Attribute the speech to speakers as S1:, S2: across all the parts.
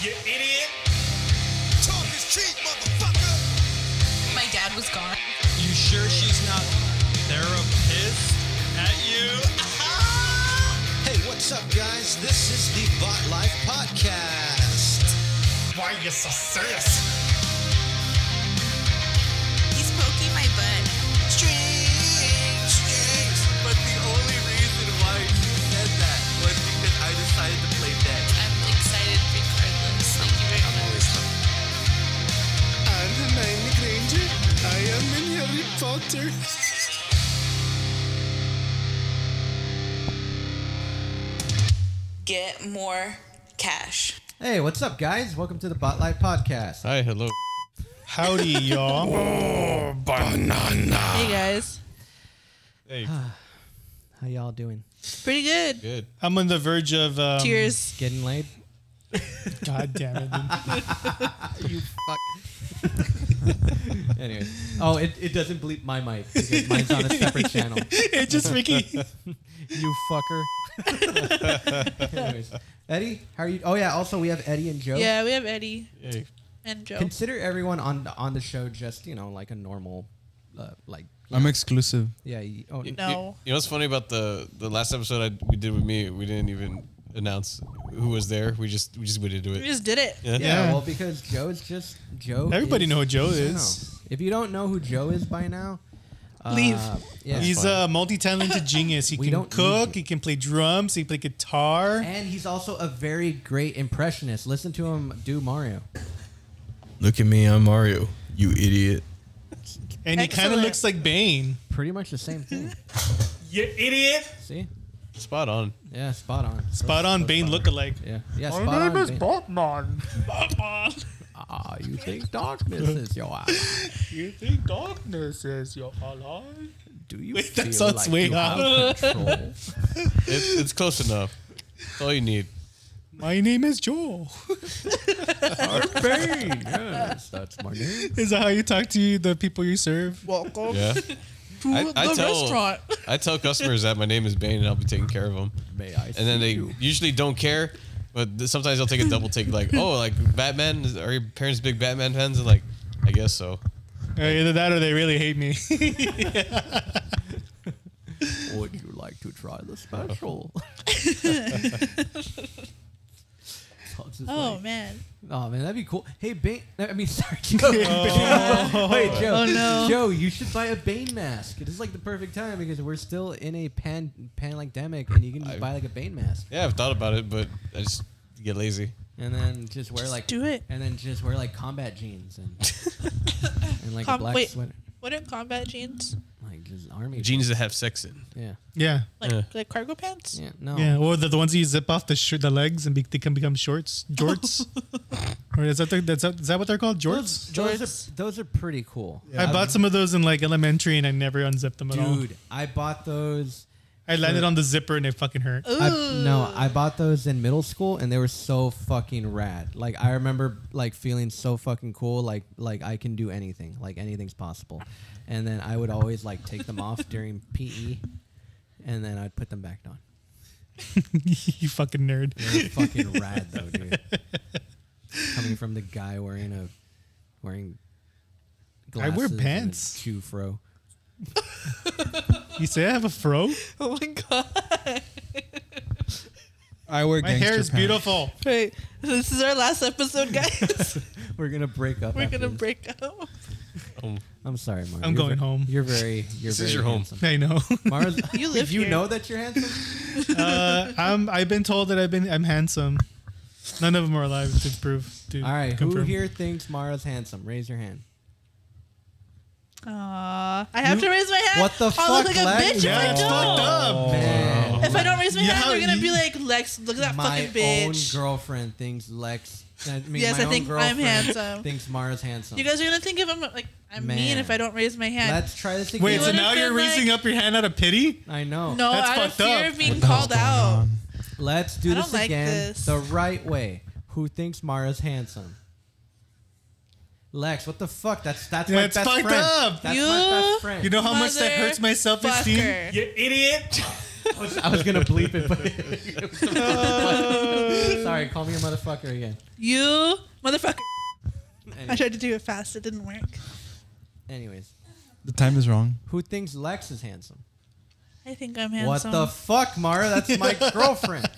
S1: You idiot. Talk is cheap, motherfucker.
S2: My dad was gone.
S3: You sure she's not therapist at you?
S4: Hey, what's up, guys? This is the Bot Life Podcast.
S1: Why you so serious?
S2: He's poking my butt.
S5: But the only reason why you said that was because I decided to play dead.
S2: I'm excited regardless. Thank you very much.
S4: I'm Hermione Granger. I am in Harry Potter.
S2: Get more cash.
S4: Hey, what's up, guys? Welcome to the Bot Life Podcast.
S3: Hi, hello.
S6: Howdy, y'all.
S7: Hey guys,
S3: Hey,
S4: How y'all doing?
S7: pretty good.
S3: good.
S6: I'm on the verge of um,
S7: Cheers.
S4: Getting laid?
S6: God damn it! dude.
S4: You fuck. anyway, oh, it, it doesn't bleep my mic because mine's on a separate channel.
S6: It just Ricky.
S4: You fucker. Anyways, Eddie, how are you? Oh yeah. Also, we have Eddie and Joe.
S7: Yeah, we have Eddie
S3: Hey.
S7: and Joe.
S4: Consider everyone on on the show just you know like a normal, uh, like
S8: I'm exclusive.
S4: yeah. You, oh,
S3: You- You,
S7: No.
S3: you know what's funny about the the last episode I, we did with me? We didn't even announce who was there. We just we just went into it.
S7: we just did it.
S3: yeah.
S4: Yeah,
S6: Yeah.
S4: well, because Joe's just Joe.
S6: Everybody
S4: is
S6: know who Joe is.
S4: If you don't know who Joe is by now, uh,
S7: Leave.
S4: Yeah.
S6: He's a multi-talented genius. He
S4: We
S6: can
S4: don't
S6: cook.
S4: need
S6: He can play drums. He can play guitar.
S7: E-
S4: and he's also a very great impressionist. Listen to him do Mario.
S8: Look at me, I'm Mario. You idiot.
S6: And he kind of
S7: Excellent.
S6: looks like Bane.
S4: Pretty much the same thing.
S1: You idiot.
S4: See?
S3: Spot on.
S4: Yeah, spot on.
S6: Spot on Bane lookalike.
S4: Yeah, yeah, spot on. Bane.
S6: Batman.
S4: Ah, you think darkness is your ally?
S6: You think darkness is your ally?
S4: Do you
S6: Wait,
S4: feel
S6: that sounds
S4: like
S6: way
S4: you have control?
S3: It, it's close enough. That's all you need.
S6: My name is Joel.
S4: Bane, yes, that's my name.
S6: Is that how you talk to the people you serve?
S7: Welcome
S3: Yeah.
S7: to
S3: I- I
S7: Oh. the
S3: tell-
S7: restaurant.
S3: I tell customers that my name is Bane and I'll be taking care of them.
S4: May I?
S3: And then they
S4: you?
S3: usually don't care, but th- sometimes they'll take a double take, like, oh, like Batman? Is- Are your parents big Batman fans? And like, I guess so.
S6: Or Uh, either that or they really hate me.
S4: Would you like to try the special? So it's just
S7: Oh
S4: like-
S7: man.
S4: oh man, that'd be cool. Hey, Bane. I mean, sorry, Joe. Bane- Wait, Joe.
S7: Oh, no.
S4: Joe, you should buy a Bane mask. It is like the perfect time because we're still in a pan pandemic, and you can just
S3: I-
S4: buy like a Bane mask,
S3: Yeah, I've thought about it, but I just get lazy.
S4: and then just wear
S7: Just
S4: like
S7: do it.
S4: and then just wear like combat jeans and and like a
S7: Com-
S4: black
S7: wait.
S4: sweater,
S7: Wouldn't combat jeans
S4: like just army
S3: Jeans that have sex in.
S4: Yeah,
S6: yeah.
S7: like
S3: Yeah.
S7: like cargo pants?
S4: yeah, no,
S6: Yeah, or the, the ones that you zip off the shirt, the legs, and be, they can become shorts, jorts. or is that, the, that's, is that what they're called,
S4: Those,
S6: jorts?
S4: those are
S7: Jorts.
S4: those are pretty cool.
S6: I bought some of those in like elementary, and I never unzipped them at all.
S4: Dude, I bought those.
S6: I landed on the zipper, and it fucking hurt.
S7: Ooh.
S4: I, no, I bought those in middle school, and they were so fucking rad. Like I remember, like feeling so fucking cool. Like like I can do anything. Like anything's possible. And then I would always like take them off during PE, and then I'd put them back on.
S6: you fucking nerd.
S4: They were fucking rad though, dude. Coming from the guy wearing a wearing.
S6: I
S4: Glasses
S6: wear
S4: and a
S6: pants.
S4: Shoe fro.
S6: You say I have a fro?
S7: Oh my god.
S8: I wear
S6: My hair is beautiful.
S7: Wait, this is our last episode, guys.
S4: We're gonna break up.
S7: We're
S4: after
S7: gonna
S4: this.
S7: break up.
S3: Um,
S4: I'm sorry, Mark.
S6: I'm going home.
S4: You're very. You're
S3: This
S4: very
S3: is your home.
S4: handsome.
S6: I know.
S4: Mars,
S7: You live
S4: You
S7: here.
S4: know that you're handsome.
S6: uh, I'm. I've been told that I've been. I'm handsome. None of them are alive to prove. To
S4: All right, who
S6: confirm.
S4: here thinks Mara's handsome? Raise your hand.
S7: Aw, I have
S4: You-
S7: to raise my hand.
S4: What the
S7: I'll
S4: fuck,
S7: look like a
S4: Lex?
S7: bitch
S6: Yeah,
S7: if I
S6: that's
S7: don't.
S6: fucked
S4: Oh.
S6: up.
S4: Man,
S7: If I don't raise my
S6: Yeah,
S7: hand, they're gonna
S6: you-
S7: be like, Lex, look at that
S4: my
S7: fucking bitch.
S4: own girlfriend thinks Lex. I mean,
S7: Yes,
S4: my
S7: I
S4: own
S7: think I'm
S4: girlfriend
S7: handsome.
S4: Thinks Mara's handsome.
S7: You guys are gonna think if I'm like I'm
S4: Man.
S7: mean if I don't raise my hand.
S4: Let's try this again.
S6: Wait. So
S7: would've
S6: now you're
S7: been
S6: raising up your hand out of pity?
S4: I know.
S7: no,
S6: That's
S7: out of
S6: fucked up.
S7: fear of being called out.
S4: Let's do
S7: I don't
S4: this
S7: like
S4: again
S7: this.
S4: the right way. Who thinks Mara's handsome? Lex, what the fuck? That's that's my
S6: That's
S4: best
S6: fucked
S4: friend.
S6: up.
S4: That's
S7: You-
S4: my best friend.
S6: You know how much that
S7: Mother
S6: hurts my self-esteem.
S7: fucker.
S1: You idiot.
S4: I was gonna bleep it, but sorry. Call me a motherfucker again.
S7: You motherfucker. I
S4: Any-
S7: tried to do it fast. It didn't work.
S4: Anyways,
S9: The time is wrong.
S4: who thinks Lex is handsome?
S7: I think I'm
S4: What
S7: handsome.
S4: the fuck, Mara? That's my girlfriend.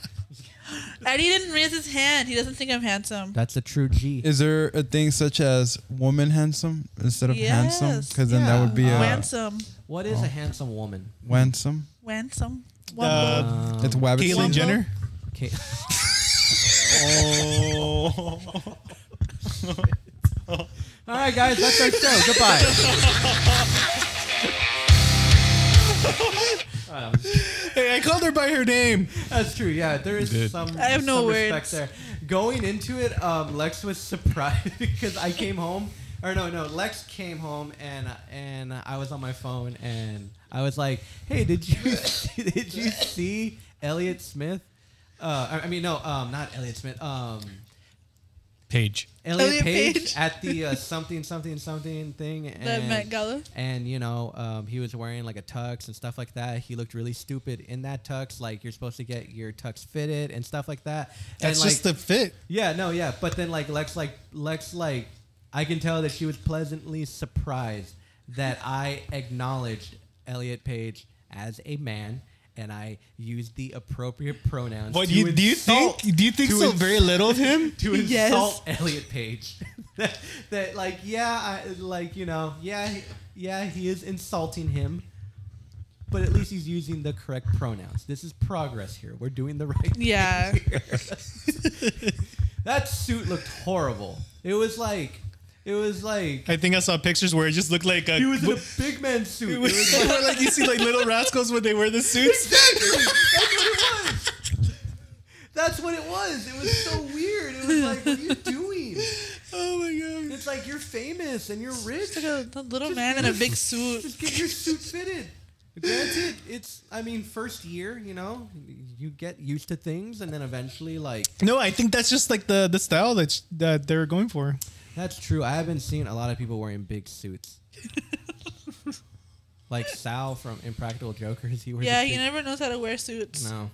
S7: Eddie didn't raise his hand. He doesn't think I'm handsome.
S4: That's a true G.
S9: Is there a thing such as woman handsome instead of handsome?
S7: Yes,
S9: Because then that would be a
S7: Wansome.
S4: What is a handsome woman?
S9: wansome.
S7: Wansome.
S6: Uh,
S4: Um,
S9: It's wabbit.
S6: Caitlyn Jenner.
S4: okay.
S6: Oh.
S4: All right, guys, that's our show. Goodbye.
S6: Hey, I called her by her name.
S4: That's true. Yeah, there is some.
S7: I have no
S4: some respect
S7: words.
S4: there. Going into it, um, Lex was surprised because I came home, or no, no, Lex came home and and I was on my phone and I was like, "Hey, did you did you see Elliot Smith? Uh, I I mean, no, um, not Elliot Smith. Um,
S3: Page.
S4: Elliot,
S7: Elliot
S4: Page,
S7: Page.
S4: at the uh, something something something thing
S7: The
S4: and
S7: Met Gala.
S4: and you know um, he was wearing like a tux and stuff like that. He looked really stupid in that tux. Like you're supposed to get your tux fitted and stuff like that.
S6: That's
S4: and, like,
S6: just the fit.
S4: yeah, no, yeah. But then like Lex, like Lex, like I can tell that she was pleasantly surprised that I acknowledged Elliot Page as a man. And I used the appropriate pronouns.
S6: What
S4: to
S6: do you, do you
S4: insult-
S6: think? Do you think
S4: to
S6: so?
S4: ins-
S6: Very little of him.
S4: to
S7: Yes.
S4: insult Elliot Page. that, that, like, yeah, I, like you know, yeah, he- yeah, he is insulting him, but at least he's using the correct pronouns. This is progress here. We're doing the right. thing
S7: Yeah.
S4: here. that suit looked horrible. It was like, it was like.
S6: I think I saw pictures where it just looked like a.
S4: He was in a big man suit. It
S6: it was
S4: was like,
S6: where, like you see like little rascals when they wear the suits.
S4: that's what it was. It was so weird. It was like, what are you doing?
S6: Oh my god.
S4: It's like you're famous and you're rich.
S7: It's like a, a little man in a big suit.
S4: Just get your suit fitted. Granted, it's I mean first year, you know, you get used to things, and then eventually, like
S6: No, I think that's just like the the style that sh- that they're going for.
S4: that's true. I haven't seen a lot of people wearing big suits. like Sal from Impractical Jokers, he wears. a
S7: Yeah,
S4: big,
S7: he never knows how to wear suits.
S4: No,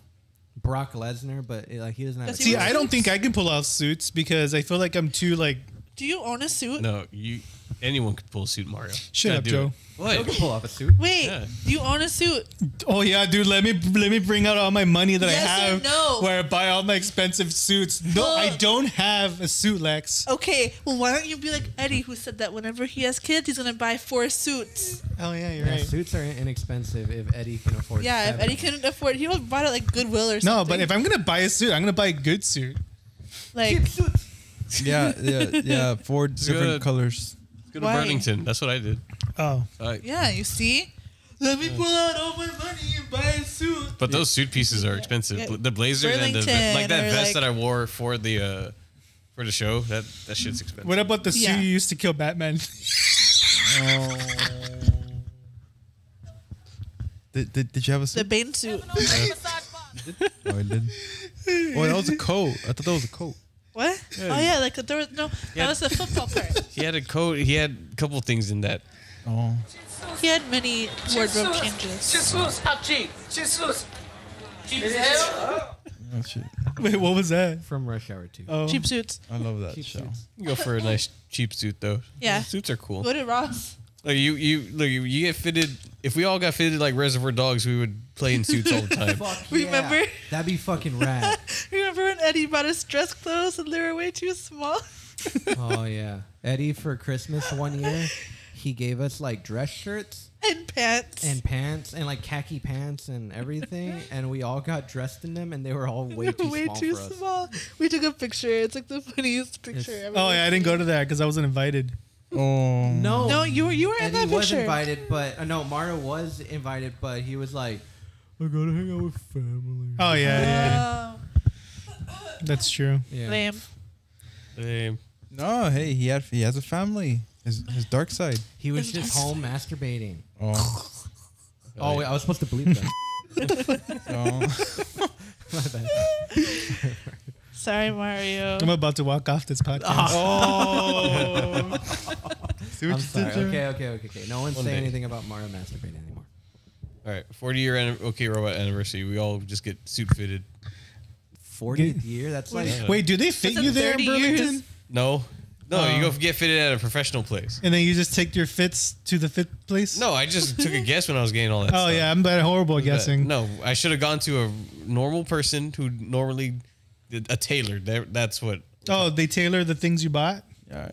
S4: Brock Lesnar, but it, like he doesn't have.
S7: Does
S4: a
S7: he
S6: See,
S4: suit.
S7: wear
S6: I don't
S7: suits?
S6: think I can pull off suits because I feel like I'm too like.
S7: Do you own a suit?
S3: No, you. Anyone could pull a suit, Mario.
S6: Shut
S3: Gotta
S6: up,
S3: do
S6: Joe.
S3: it. What?
S4: You can pull off a suit.
S7: Wait,
S3: Yeah.
S7: do you own a suit?
S6: Oh yeah, dude. Let me let me bring out all my money that I
S7: Yes or
S6: have.
S7: no?
S6: Where I buy all my expensive suits. No, I
S7: Look.
S6: don't have a suit, Lex.
S7: Okay, well, why don't you be like Eddie, who said that whenever he has kids, he's gonna buy four suits?
S6: Oh yeah, you're
S4: Yeah,
S6: right.
S4: Suits are inexpensive if Eddie can afford.
S7: Yeah, if
S4: seven.
S7: Eddie couldn't afford, he would buy it at, like Goodwill or something.
S6: No, but if I'm gonna buy a suit, I'm gonna buy a good suit.
S7: like
S4: Cheap suits.
S9: Yeah, yeah, yeah. Four different
S3: Good.
S9: colors.
S3: Let's go to
S7: Why?
S3: Burlington. That's what I did.
S6: Oh,
S3: Uh,
S7: yeah, you see,
S5: Let me pull out all my money and buy a suit.
S3: But those suit pieces are expensive.
S7: Yeah.
S3: Bl- The blazers and the
S7: Burlington
S3: like that
S7: or,
S3: vest
S7: like-
S3: that I wore for the uh, for the show. That that shit's expensive.
S6: what about the suit
S7: Yeah.
S6: you used to kill Batman?
S9: Did, did, did you have a
S7: the
S9: suit?
S7: Bane suit.
S9: oh, I didn't. Oh, that was a coat. I thought that was a coat.
S7: What? Oh yeah, like there was no. That was the football part.
S3: He had a coat. He had a couple things in that.
S9: Oh,
S7: He had many wardrobe changes.
S9: oh shit.
S6: Wait, what was that?
S4: from Rush Hour Two.
S6: Oh,
S7: Cheap suits.
S9: I love that
S4: Cheap
S9: show.
S4: suits.
S3: You go for a nice cheap suit though.
S7: Yeah.
S3: suits are cool.
S7: Go to Ross.
S3: Like you, you look. You, you get fitted. If we all got fitted like Reservoir Dogs, we would play in suits all the time.
S4: Fuck
S7: Remember?
S4: yeah. That'd be fucking rad.
S7: Remember when Eddie bought us dress clothes and they were way too small?
S4: Oh yeah, Eddie for Christmas one year, he gave us like dress shirts
S7: and pants.
S4: and pants and like khaki pants and everything, and we all got dressed in them, and they were all way
S7: They
S4: too
S7: were way
S4: small
S7: too
S4: for us.
S7: small. We took a picture. It's like the funniest picture
S4: It's-
S7: ever.
S6: oh yeah, I didn't go to that because I wasn't invited.
S9: Oh,
S4: No,
S7: No, you were you were in
S4: Eddie
S7: that
S4: was
S7: picture.
S4: invited, but uh, no, Mario was invited, but he was like, "I gotta hang out with family."
S6: Oh yeah, yeah,
S7: Oh, Uh,
S6: that's true.
S4: Yeah.
S7: lame.
S3: Damn.
S9: no. Hey, he had he has a family. His his dark side.
S4: He was just home masturbating.
S9: Oh,
S4: Oh, wait, I was supposed to believe that.
S9: oh.
S4: My bad.
S7: Sorry, Mario.
S6: I'm about to walk off this podcast.
S9: See what
S4: I'm
S3: Ah.
S9: you did
S4: sorry.
S9: there?
S4: Okay, okay, okay, okay. No one's
S3: One
S4: saying
S3: day.
S4: anything about Mario masturbating anymore.
S3: All right, 40 year anni- OK Robot anniversary. We all just get suit fitted.
S4: 40th year? That's like
S6: Oh. Wait, do they fit
S7: That's
S6: you
S7: in
S6: there in
S7: 30 years.
S6: Burlington?
S3: No, no, you go get fitted at a professional place.
S6: And then you just take your fits to the fit place?
S3: No, I just took a guess when I was getting all that.
S6: Oh
S3: stuff.
S6: yeah, I'm bad horrible at
S3: But
S6: guessing.
S3: No, I should have gone to a normal person who normally did a tailor. That- That's what.
S6: Oh, they tailor the things you bought?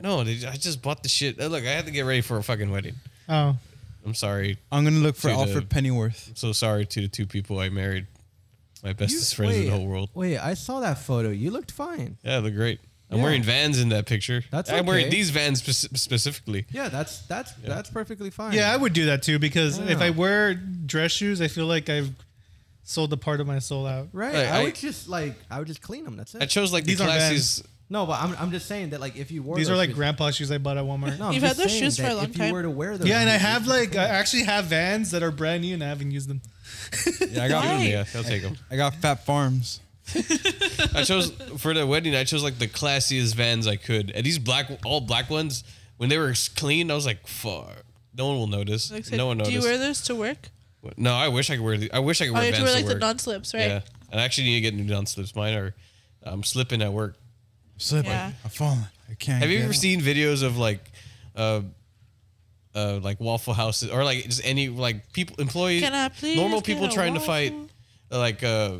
S3: No, they, I just bought the shit. Uh, Look, I had to get ready for a fucking wedding.
S6: Oh.
S3: I'm sorry.
S9: I'm gonna look for
S3: To the-
S9: Alfred Pennyworth.
S3: So sorry to the two people I married. My
S4: You-
S3: bestest friends in the whole world.
S4: Wait, I saw that photo. You looked fine.
S3: Yeah, they're great. I'm
S4: Yeah.
S3: wearing Vans in that picture.
S4: That's
S3: I'm wearing
S4: okay.
S3: these Vans spec- specifically.
S4: Yeah, that's that's that's perfectly fine.
S6: Yeah, I would do that too because if
S3: Ah.
S4: Yeah.
S6: I wear dress shoes, I feel like I've sold a part of my soul out.
S4: right.
S3: Like,
S4: I,
S3: I-
S4: would just like I would just clean them. That's it.
S3: I chose like
S6: These
S3: the
S6: aren't
S3: classiest.
S4: no, but I'm, I'm just saying that like if you wore
S6: These are
S4: those
S6: like
S4: shoes-
S6: grandpa shoes I bought at Walmart.
S4: No, I'm
S7: You've
S4: just
S7: had those
S4: saying
S7: shoes for
S4: that
S7: a long
S4: if
S7: time.
S4: you were to wear those,
S6: Yeah, and I
S4: you would
S6: have
S4: be
S6: like I
S4: fine.
S6: actually have Vans that are brand new and I haven't used them.
S9: Yeah, I got
S7: Why?
S3: Yeah, I'll take them.
S9: I got Fat Farms.
S3: I chose for the wedding. I chose like the classiest Vans I could, and these black, all black ones. When they were s- clean, I was like, "Fuck, no one will notice.
S7: Like I said,
S3: no one
S7: Do
S3: noticed."
S7: you wear those to work?
S3: no, I wish I could wear. The, I wish I could
S7: Oh,
S3: wear
S7: you have
S3: Vans
S7: to wear
S3: to
S7: like the
S3: work.
S7: non-slips, right?
S3: Yeah, and I actually need to get new non slips. Mine are, I'm slipping at work.
S9: Slip.
S7: Yeah.
S9: I've fallen. I can't.
S3: Have you
S9: get
S3: ever
S9: up.
S3: seen videos of like, uh, uh, like Waffle Houses or like just any like people employees,
S7: Can I please
S3: normal
S7: get
S3: people
S7: a
S3: trying to fight,
S7: waffle?
S3: uh, like uh,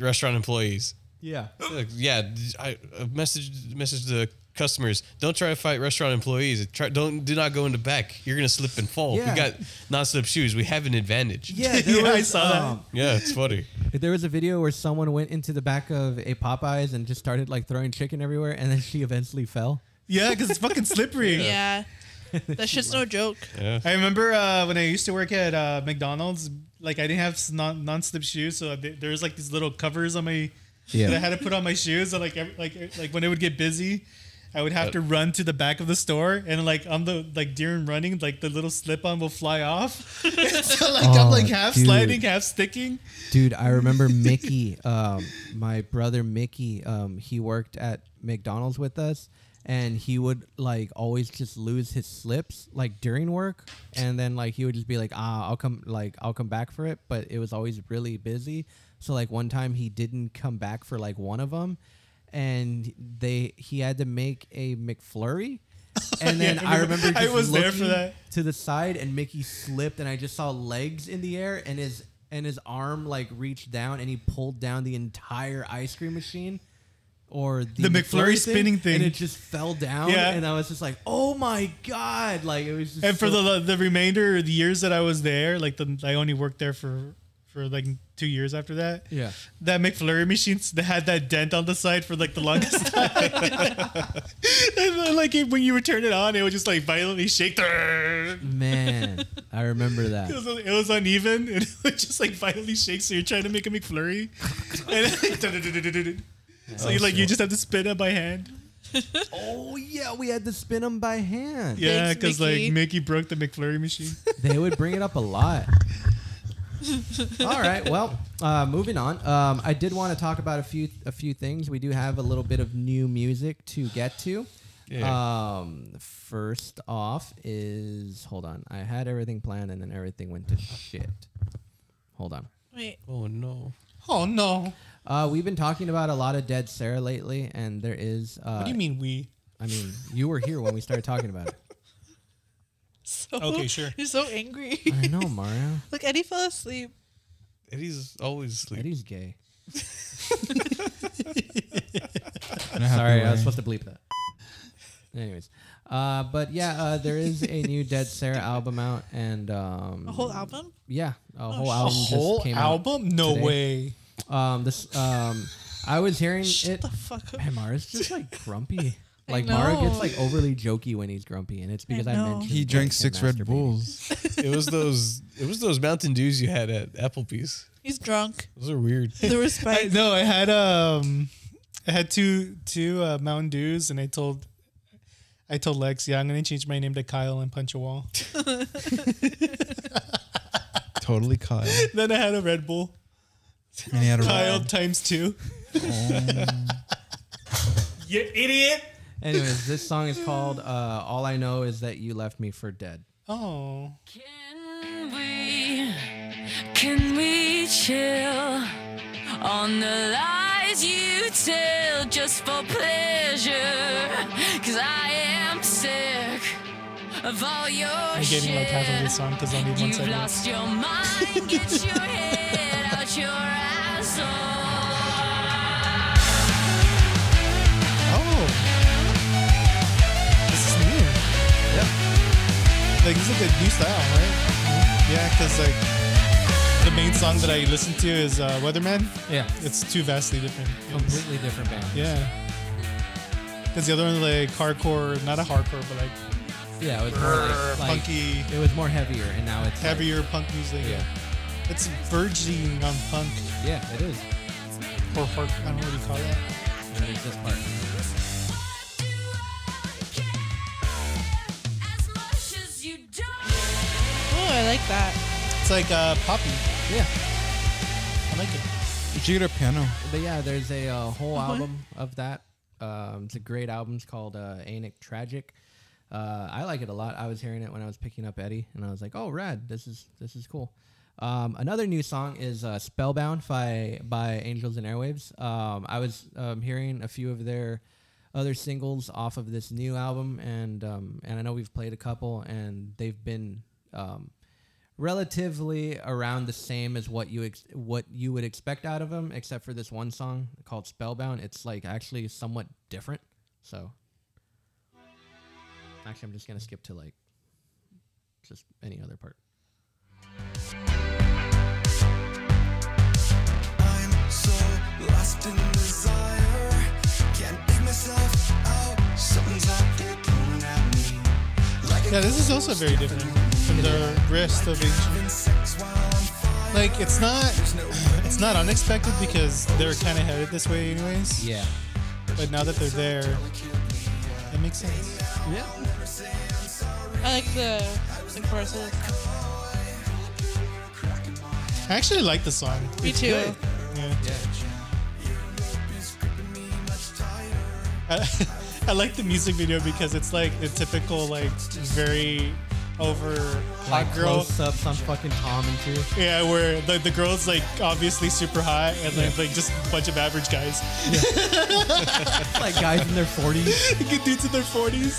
S3: restaurant employees.
S4: yeah.
S3: Like, yeah, d- I uh, message message the customers. Don't try to fight restaurant employees. Try don't do not go in the back. You're gonna slip and fall.
S4: Yeah.
S3: We got non-slip shoes. We have an advantage.
S4: Yeah, there
S6: Yeah, I
S4: was,
S6: saw that.
S4: um,
S3: yeah, it's funny.
S4: There was a video where someone went into the back of a Popeyes and just started like throwing chicken everywhere, and then she eventually fell.
S6: Yeah, because it's fucking slippery.
S7: Yeah. That shit's no joke.
S6: I remember uh, when I used to work at uh, McDonald's, like I didn't have s- non non slip shoes, so th- there was like these little covers on my
S4: Yeah.
S6: that I had to put on my shoes. So like every, like like when it would get busy, I would have to run to the back of the store, and like I'm the like during running, like the little slip on will fly off. so like I'm
S4: Oh,
S6: like half
S4: dude.
S6: sliding, half sticking.
S4: Dude, I remember Mickey, um, my brother Mickey. Um, he worked at McDonald's with us, and he would like always just lose his slips like during work, and then like he would just be like, "Ah, I'll come like I'll come back for it," but it was always really busy. So like one time he didn't come back for like one of them, and they he had to make a McFlurry. And then
S6: Yeah, I
S4: I remember
S6: remember-
S4: just
S6: I was there for
S4: looking
S6: that.
S4: to the side and Mickey slipped and I just saw legs in the air and his and his arm like reached down and he pulled down the entire ice cream machine or the,
S6: The McFlurry spinning thing.
S4: and it just fell down
S6: Yeah.
S4: and I was just like oh my god like it was just
S6: And for
S4: so-
S6: the the remainder of the years that I was there, like the I only worked there for for like two years after that.
S4: yeah
S6: that McFlurry machine that had that dent on the side for like the longest time. and then, like it- when you would turn it on, it would just like violently shake. The,
S4: man I remember
S6: it, was,
S4: that
S6: it was uneven, and it would just like violently shake. So you're trying to make a McFlurry, and so you like you just have to spin it by hand.
S4: oh yeah we had to spin them by hand
S6: Yeah,
S7: Thanks,
S6: because like
S7: Mickey.
S6: Mickey broke the McFlurry machine.
S4: they would bring it up a lot. All right. Well, uh, moving on. Um, I did want to talk about a few a few things. We do have a little bit of new music to get to. Um, first off is hold on. I had everything planned and then everything went to shit. Hold on.
S7: Wait.
S3: Oh no.
S6: oh no!
S4: Uh, we've been talking about a lot of Dead Sarah lately, and there is. Uh,
S6: What do you mean we?
S4: I mean, you were here when we started talking about it.
S7: So
S6: Okay, sure.
S7: You're so angry.
S4: I know, Mario.
S7: Look, Eddie fell asleep.
S3: Eddie's always asleep.
S4: Eddie's gay.
S9: In a happy
S4: Sorry, I
S9: way.
S4: was supposed to bleep that. Anyways, uh, but yeah, uh, there is a new Dead Sarah album out, and um,
S7: A whole album?
S4: yeah, a whole
S6: A
S4: album
S6: whole
S4: just came
S6: album? No
S4: today.
S6: way!
S4: out. Um, this um, I was hearing
S7: Shut
S4: it.
S7: the fuck up.
S4: Man, Mara's just like grumpy.
S7: I
S4: Like Mara gets
S7: know.
S4: like overly jokey when he's grumpy, and it's because I,
S7: know.
S4: mentioned
S9: He
S4: like,
S9: drank
S4: him
S9: six Red
S4: masturbating.
S9: Bulls.
S3: it was those. It was those Mountain Dews you had at Applebee's.
S7: He's drunk.
S3: Those are weird.
S7: There were
S6: I,
S7: spikes.
S6: no, I had um, I had two two uh, Mountain Dews, and I told, I told Lex, yeah, I'm gonna change my name to Kyle and punch a wall.
S9: totally Kyle. And
S6: then I had a Red Bull,
S9: he
S4: Uh.
S9: had a
S6: Kyle times two. you idiot!
S4: Anyways, this song is called uh, "All I Know Oh. Is That You Left Me for Dead."
S6: Oh,
S10: Can we Can we chill on the lies you tell just for pleasure? Cause I am sick of all your
S6: I'm getting like half of this
S10: shit.
S6: song because I need one
S10: You've
S6: second.
S10: lost your mind, get your head out your asshole.
S6: Oh. This is new. Yeah. Like, this is like a new style,
S4: Mm-hmm.
S6: right? Yeah, because, like, the main song that I listen to is uh, Weatherman.
S4: Yeah.
S6: It's two vastly different. things.
S4: Completely different band.
S6: Yeah. Because the other one, like, hardcore, not a hardcore, but like,
S4: Yeah, it was more like, like-
S6: punky,
S4: It was more heavier, and now it's like-
S6: heavier punk music.
S4: Yeah.
S6: It's verging on punk
S4: yeah, it is.
S6: or hard, I don't know what you call that.
S4: And there's this part.
S10: As much as you don't.
S7: Oh, I like that.
S6: It's like uh, poppy.
S4: Yeah,
S6: I like it.
S9: Did you get a piano?
S4: but yeah, there's a uh, whole album of that. Um, it's a great album. It's called uh, Anic Tragic. Uh, I like it a lot. I was hearing it when I was picking up Eddie, and I was like, "Oh, rad! This is this is cool." Um, another new song is uh, "Spellbound" by by Angels and Airwaves. Um, I was um, hearing a few of their other singles off of this new album, and um, and I know we've played a couple, and they've been um, relatively around the same as what you ex- what you would expect out of them, except for this one song called Spellbound. It's like actually somewhat different. So, actually, I'm just gonna skip to like just any other part.
S1: I'm so lost in desire. Can't pick myself out. Something's out there pulling at me. Like
S6: Yeah, this is also very different from the rest of it.
S1: having sex while I'm fine.
S6: Like it's not, it's not unexpected because they're kind of headed this way anyways.
S4: Yeah,
S6: But now that they're there, it makes sense.
S4: yeah.
S7: I like the, the choruses.
S6: I actually like the song.
S7: Me too.
S6: Yeah. I, I like the music video because it's like a typical like very over hot
S4: Like
S6: girl.
S4: close ups on fucking Tom and two.
S6: Yeah, where the, the girl's like obviously super hot and like, like just a bunch of average guys.
S4: like guys in their 40s.
S6: Good dudes in their forties.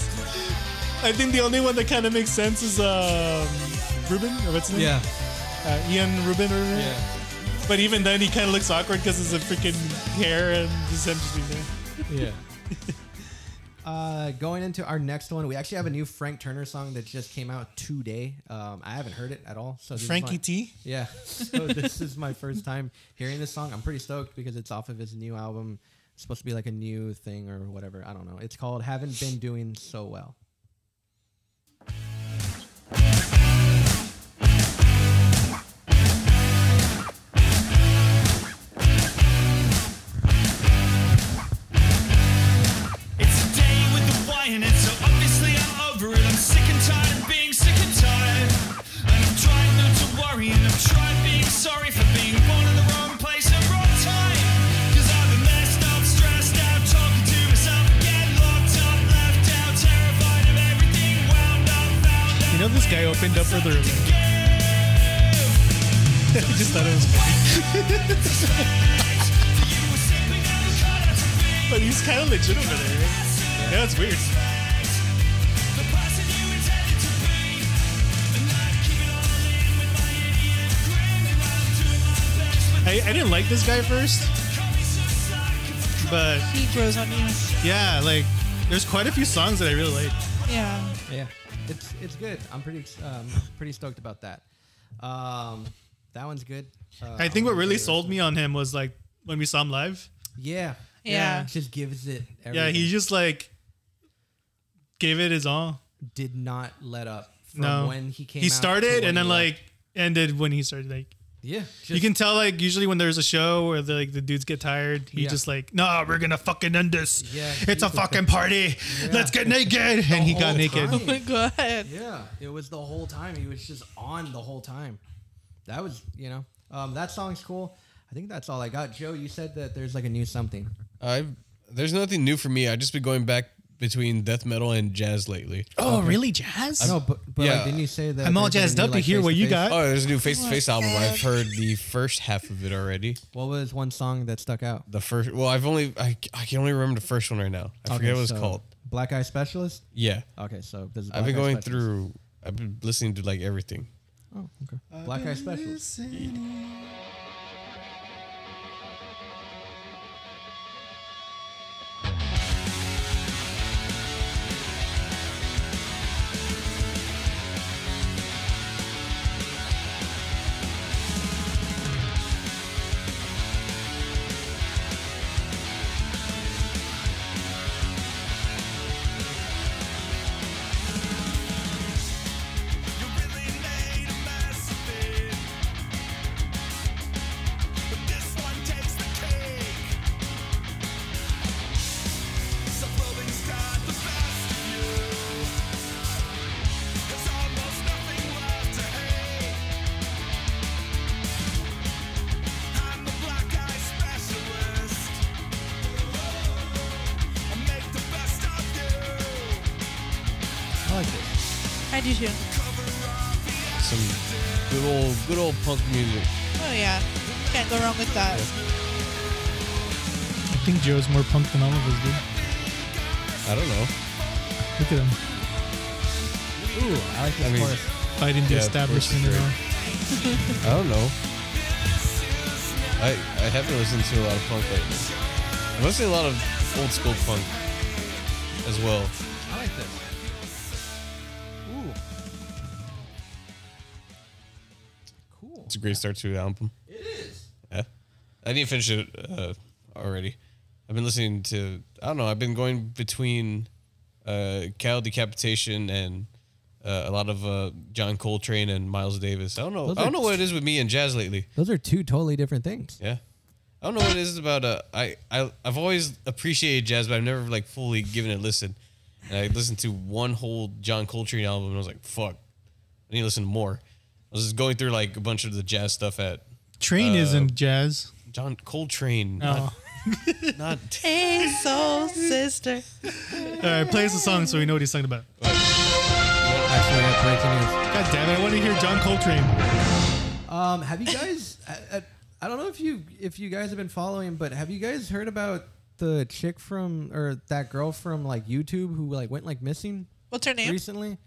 S6: I think the only one that kind of makes sense is um, Ruben. Or what's his name?
S4: Yeah,
S6: Uh, Ian Ruben. Or But even then, he kind of looks awkward because it's a freaking hair and just him just being there.
S4: yeah. Uh, going into our next one, we actually have a new Frank Turner song that just came out today. Um, I haven't heard it at all. So this is
S6: Frankie
S4: my-
S6: T.
S4: Yeah. So this is my first time hearing this song. I'm pretty stoked because it's off of his new album. It's supposed to be like a new thing or whatever. I don't know. It's called Haven't Been Doing So Well.
S11: It's a day with the Y in it, so obviously I'm over it. I'm sick and tired of being sick and tired. And I'm trying not to worry, and I've tried being sorry for being born in the wrong place and wrong time. Cause I've been messed up, stressed out, talking to myself again, locked up, left out, terrified of everything, wound up, found out.
S6: You know, this guy opened up with her. I just thought it was funny. but he's kind of legit over there. right? Yeah, it's weird. I, I didn't like this guy first, but
S7: He grows on you.
S6: yeah, like there's quite a few songs that I really like.
S7: Yeah.
S4: Yeah. It's it's good. I'm pretty ex- um, pretty stoked about that. Um, that one's good. Uh,
S6: I think what really sold me on him was like when we saw him live.
S4: Yeah.
S7: Yeah.
S4: Just gives it. Everything.
S6: Yeah, he just like gave it his all.
S4: did not let up from
S6: No,
S4: when he came.
S6: he
S4: out to
S6: started
S4: when
S6: and
S4: he left.
S6: then like ended when he started. Like
S4: yeah.
S6: you
S4: just-
S6: can tell, like usually when there's a show where the, like the dudes get tired, he
S4: Yeah.
S6: just like, no, we're gonna fucking end this.
S4: Yeah,
S6: it's a
S4: he's a-
S6: fucking party. Let's get naked, and he got
S4: whole
S6: naked.
S4: time.
S7: Oh my god.
S4: Yeah, it was the whole time. He was just on the whole time. That was, you know, um, that song's cool. I think that's all I got. Joe, you said that there's like a new something.
S3: I've there's nothing new for me. I just been going back between death metal and jazz lately.
S6: Oh, really? Jazz?
S4: I know, but, but like, didn't you say that?
S6: I'm all
S4: there's gonna
S6: jazzed
S4: be,
S6: up to
S4: like,
S6: hear what you
S4: face-to-face?
S6: got.
S3: Oh, there's a new face to face album. I've heard the first half of it already.
S4: What was one song that stuck out?
S3: The first, well, I've only I, I can only remember the first one right now. I
S4: Okay,
S3: forget what it's
S4: so
S3: called.
S4: Black Eye Specialist.
S3: Yeah.
S4: Okay, so this is Black
S3: I've been
S4: Eye
S3: going
S4: Specialist.
S3: through. I've been listening to like everything.
S4: Oh, okay. Black Eye Specialist. I like this.
S7: I do too.
S3: Some good old good old punk music.
S7: Oh yeah, can't go wrong with that.
S6: I think Joe's more punk than all of us, dude.
S3: I don't know.
S6: Look at him
S4: Ooh, I like this
S3: I mean,
S4: chorus.
S6: fighting the
S3: Yeah, of course,
S6: establishment
S3: sure.
S6: and all.
S3: I don't know. I I haven't listened to a lot of punk lately. I'm listening to a lot of old school punk as well.
S4: I like this. Ooh, cool.
S3: It's a great start to the album. It is. Yeah. I didn't finish it uh, already. I've been listening to, I don't know, I've been going between uh, Cal Decapitation and uh, a lot of uh, John Coltrane and Miles Davis. I don't know.
S4: Those
S3: I don't
S4: are-
S3: know what it is with me and jazz lately.
S4: Those are two totally different things.
S3: Yeah. I don't know what it is about. Uh, I, I, I've always appreciated jazz, but I've never like fully given it a listen. And I listened to one whole John Coltrane album and I was like, fuck, I need to listen to more. I was just going through like a bunch of the jazz stuff at
S6: Train
S3: Uh,
S6: isn't jazz.
S3: John Coltrane.
S6: Oh.
S3: Not, not
S7: Hey, soul sister.
S6: All right, play us a song so we know what he's talking about.
S4: Actually, I got breaking news.
S6: God damn it! I want to hear John Coltrane.
S4: Um, have you guys? I, I, I don't know if you if you guys have been following, but have you guys heard about the chick from or that girl from like YouTube who like went like missing
S7: What's her name?
S4: recently?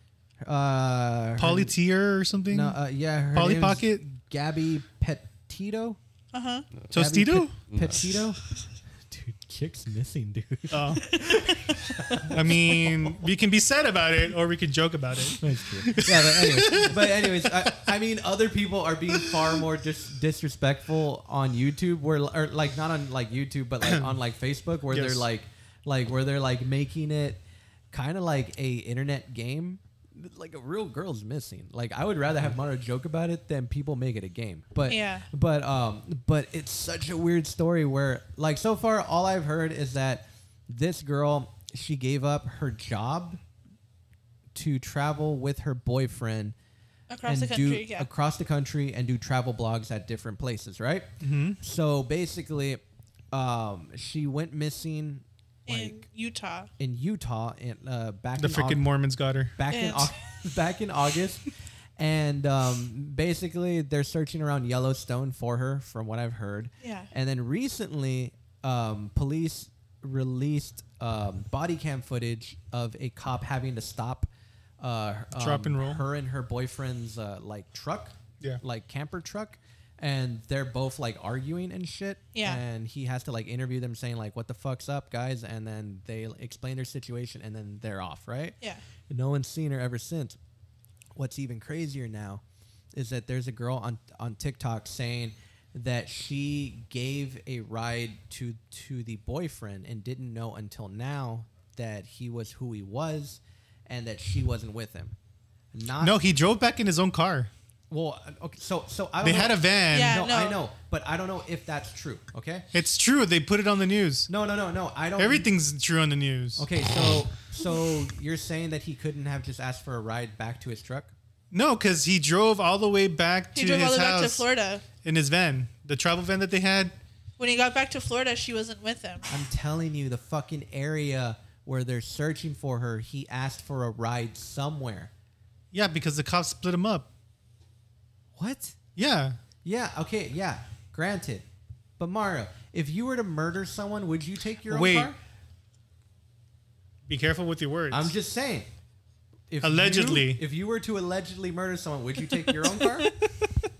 S4: Uh, her-
S6: Polly Tier or something?
S4: No, uh, yeah, her
S6: Polly
S4: name's
S6: Pocket?
S4: Gabby Petito.
S7: Uh huh.
S4: Gabby
S6: Tostito?
S4: Pet- Petito. dude, chick's missing, dude.
S6: Oh. I mean, we can be sad about it or we can joke about it.
S4: That's true. Yeah, but anyways, but anyways I, I mean, other people are being far more dis- disrespectful on YouTube, where or like not on like YouTube, but like on like Facebook, where
S6: Yes.
S4: they're like, like where they're like making it kind of like a internet game. Like a real girl's missing. Like I would rather have Mono joke about it than people make it a game. But
S7: Yeah.
S4: but um, but it's such a weird story where, like, so far all I've heard is that this girl she gave up her job to travel with her boyfriend
S7: Across
S4: and
S7: the country,
S4: do,
S7: yeah.
S4: across the country and do travel blogs at different places, right? Mm-hmm. So basically, um, she went missing
S7: in Utah.
S4: in Utah in, uh, back
S6: The
S4: in Aug-
S6: freaking Mormons got her.
S4: back in
S7: And-
S4: Au- back in August, and um, basically they're searching around Yellowstone for her, from what I've heard.
S7: Yeah.
S4: And then recently, um, police released um, body cam footage of a cop having to stop uh, um,
S6: Drop and roll.
S4: her and her boyfriend's uh, like truck,
S6: Yeah.
S4: like camper truck. And they're both like arguing and shit.
S7: Yeah.
S4: And he has to like interview them saying like, what the fuck's up, guys? And then they explain their situation and then they're off, right?
S7: Yeah.
S4: No one's seen her ever since. What's even crazier now is that there's a girl on on TikTok saying that she gave a ride to to the boyfriend and didn't know until now that he was who he was and that she wasn't with him. Not
S6: No, he drove back in his own car.
S4: well uh, okay so so I don't
S6: They
S4: know-
S6: had a van.
S7: Oh. Yeah.
S4: no,
S7: no.
S4: I know, but I don't know if that's true, okay?
S6: It's true. They put it on the news.
S4: No, no, no, no. I don't
S6: Everything's true on the news.
S4: Okay, so so you're saying that he couldn't have just asked for a ride back to his truck?
S6: No, because he drove all the way back
S7: He
S6: to
S7: drove
S6: his
S7: all the way
S6: house
S7: back to Florida.
S6: in his van, the travel van that they had.
S7: When he got back to Florida, she wasn't with him.
S4: I'm telling you, the fucking area where they're searching for her, he asked for a ride somewhere.
S6: Yeah, because the cops split him up.
S4: What?
S6: Yeah.
S4: Yeah. Okay. Yeah. Granted, but Mario, if you were to murder someone, would you take your
S6: Wait.
S4: own car?
S6: Be careful with your words.
S4: I'm just saying. If you-
S6: Allegedly.
S4: if you were to allegedly murder someone, would you take your own car?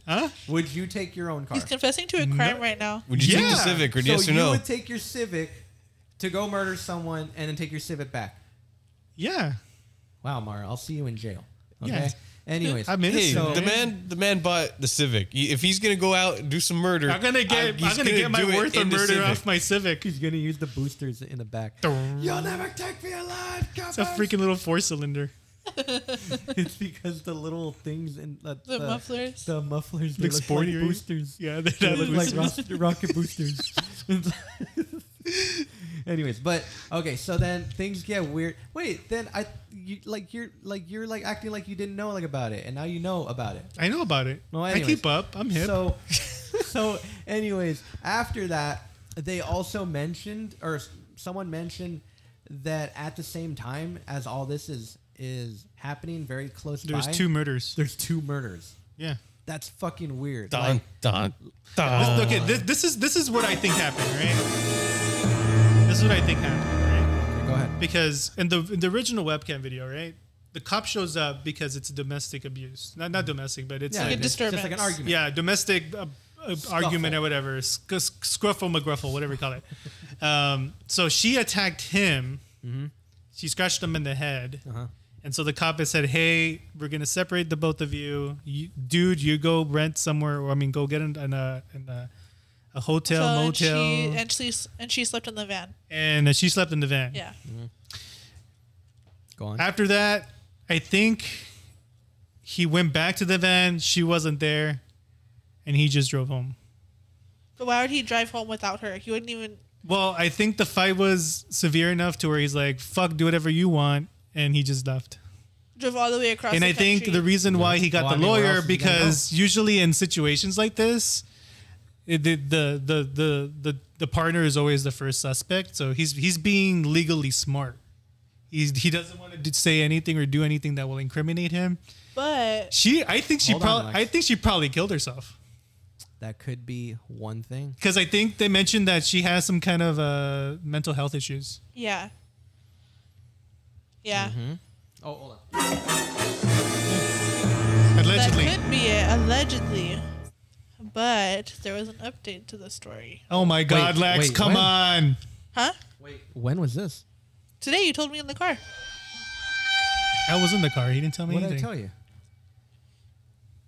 S6: huh?
S4: Would you take your own car?
S7: He's confessing to a crime right now.
S3: Would you take the Civic or
S4: so
S3: yes or
S4: you
S3: no?
S4: would take your Civic to go murder someone and then take your Civic back.
S6: Yeah.
S4: Wow, Mara, I'll see you in jail. Okay.
S3: Yeah.
S4: Anyways,
S3: hey,
S4: so-
S3: the man, the man bought the Civic. He- If he's gonna go out and do some murder,
S6: I'm gonna get- I'm
S3: he's
S6: gonna get my
S3: do it
S6: worth of
S3: in the
S6: murder
S3: Civic.
S6: off my
S7: Oh
S6: Civic.
S4: He's gonna use the boosters in the back.
S6: You'll
S4: never take me alive.
S6: It's a freaking little four cylinder.
S4: it's because the little things and the,
S7: The mufflers?
S4: the mufflers, they
S6: Look
S4: look, like
S6: sportier.
S4: boosters.
S6: Yeah,
S4: they
S6: they're not
S4: look
S6: boosters.
S4: like rocket, rocket boosters. Anyways, but okay, so then things get weird. Wait, then I you like you're like you're like acting like you didn't know like about it, and now you know about it.
S6: I know about it.
S4: Well,
S6: I
S4: anyways,
S6: keep up. I'm hip.
S4: So, so, anyways, after that, they also mentioned, or s- someone mentioned, that at the same time as all this is is happening, very close
S6: There's
S4: by,
S6: two murders.
S4: There's two murders.
S6: Yeah.
S4: That's fucking weird.
S6: Dun,
S4: Like,
S3: Dun,
S6: This- okay, this, this is this is what I think happened, right? This is what I think happened, right?
S4: Go ahead.
S6: Because in the in the original webcam video, right, the cop shows up because it's domestic abuse, not not domestic, but it's
S4: Yeah,
S6: like
S4: Like a it's just like an disturbance. argument.
S6: Yeah, domestic uh, uh, argument or whatever, sc- sc- scruffle McGruffle, whatever you call it. Um, so she attacked him. She scratched him in the head. And so the cop has said, "Hey, we're gonna separate the both of you. you dude, you go rent somewhere, or I mean, go get in, in a in a, a hotel,
S7: So, and
S6: motel."
S7: She, and she s- and she slept in the van.
S6: and uh, she slept in the van.
S7: Yeah.
S4: Go on.
S6: After that, I think he went back to the van. She wasn't there, and he just drove home.
S7: But why would he drive home without her? He wouldn't even.
S6: Well, I think the fight was severe enough to where he's like, "Fuck, do whatever you want," and he just left.
S7: Drove all the way across.
S6: and
S7: the
S6: I think
S7: country.
S6: the reason why he got
S4: Well, I
S6: the
S4: mean, where
S6: lawyer
S4: else is he gonna
S6: because usually in situations like this, it, the, the the the the the partner is always the first suspect. So he's he's being legally smart. He's, he doesn't want to say anything or do anything that will incriminate him.
S7: But
S6: She, I think she
S4: Hold on,
S6: probably,
S4: Lex.
S6: I think she probably killed herself
S4: that could be one thing.
S6: because I think they mentioned that she has some kind of uh, mental health issues.
S7: yeah. Yeah.
S4: Oh, hold on.
S6: Allegedly,
S7: That could be it. Allegedly. But there was an update to the story.
S6: Oh my God,
S4: Wait,
S6: Lex,
S4: wait,
S6: come
S4: when?
S6: on!
S7: Huh?
S4: When was this?
S7: Today you told me in the car.
S6: I was in the car. He didn't tell me
S4: What did I
S6: anything.
S4: tell you?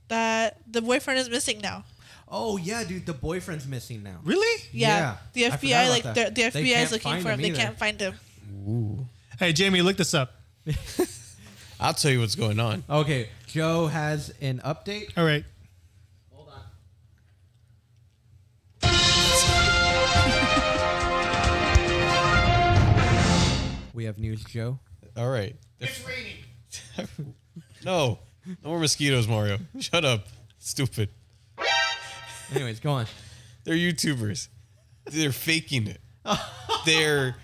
S7: that the boyfriend is missing now.
S4: Oh yeah, dude, the boyfriend's missing now.
S6: Really?
S7: Yeah,
S4: Yeah, I
S7: the
S4: forgot
S7: FBI
S4: about
S7: like
S4: that.
S7: the, the
S4: They
S7: FBI
S4: can't
S7: is looking
S4: find
S7: for him.
S4: him
S7: They
S4: either.
S7: can't find him.
S6: Hey, Jamie, look this up.
S3: I'll tell you what's going on.
S4: Okay, Joe has an update.
S6: All right.
S4: We have news, Joe.
S3: All right. It's raining. no, no more mosquitoes, Mario. Shut up, stupid.
S4: Anyways, go on.
S3: They're YouTubers. They're faking it. They're.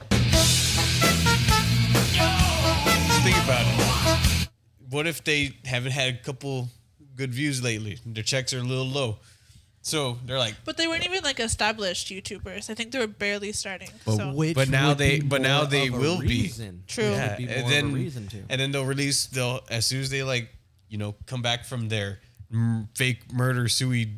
S3: Think about it. What if they haven't had a couple good views lately? Their checks are a little low. So they're like,
S7: But they weren't even like established YouTubers. I think they were barely starting. so
S3: but now
S4: would
S3: they
S4: be
S3: but now
S4: more
S3: they
S4: of a
S3: will
S4: reason.
S3: be
S7: True.
S4: Would
S3: Yeah,
S4: be more of
S3: and
S4: a
S3: then
S4: reason to.
S3: and then they'll release they'll as soon as they like you know come back from their m- fake murder suey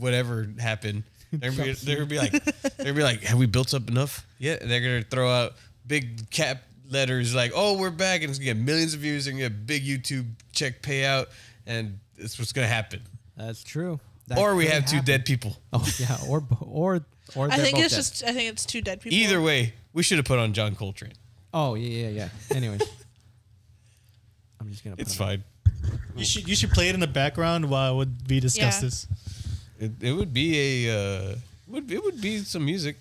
S3: whatever happened they're gonna be, they're gonna be like they're gonna be like have we built up enough yet and they're gonna throw out big cap letters like oh we're back and it's gonna get millions of views and get a big YouTube check payout and that's what's gonna happen
S4: That's true. That
S3: or we
S4: could
S3: have
S4: happen.
S3: two dead people
S4: Oh yeah, or bo- or or.
S7: I
S4: they're
S7: think
S4: both
S7: it's
S4: dead.
S7: just I think it's two dead people.
S3: either way we should have put on John Coltrane
S4: Oh yeah yeah yeah. Anyways, I'm just gonna. Put
S3: it's
S4: it-
S3: fine.
S6: You should you should play it in the background while would we discuss
S7: Yeah.
S6: this.
S3: It, it would be a uh, would it would be some music.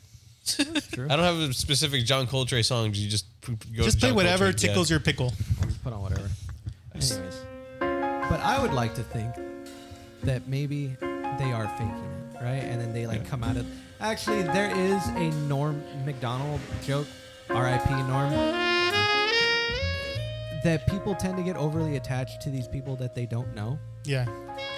S4: true.
S3: I don't have a specific John Coltrane song. You just p- go
S6: Just
S3: to
S6: play
S3: John
S6: whatever
S3: Coltrane, yeah.
S6: tickles your pickle.
S4: Just put on whatever. Anyways, but I would like to think that maybe they are faking it, right? And then they like come out of. Actually, there is a Norm McDonald joke. R.I.P. Norm. that people tend to get overly attached to these people that they don't know.
S6: Yeah.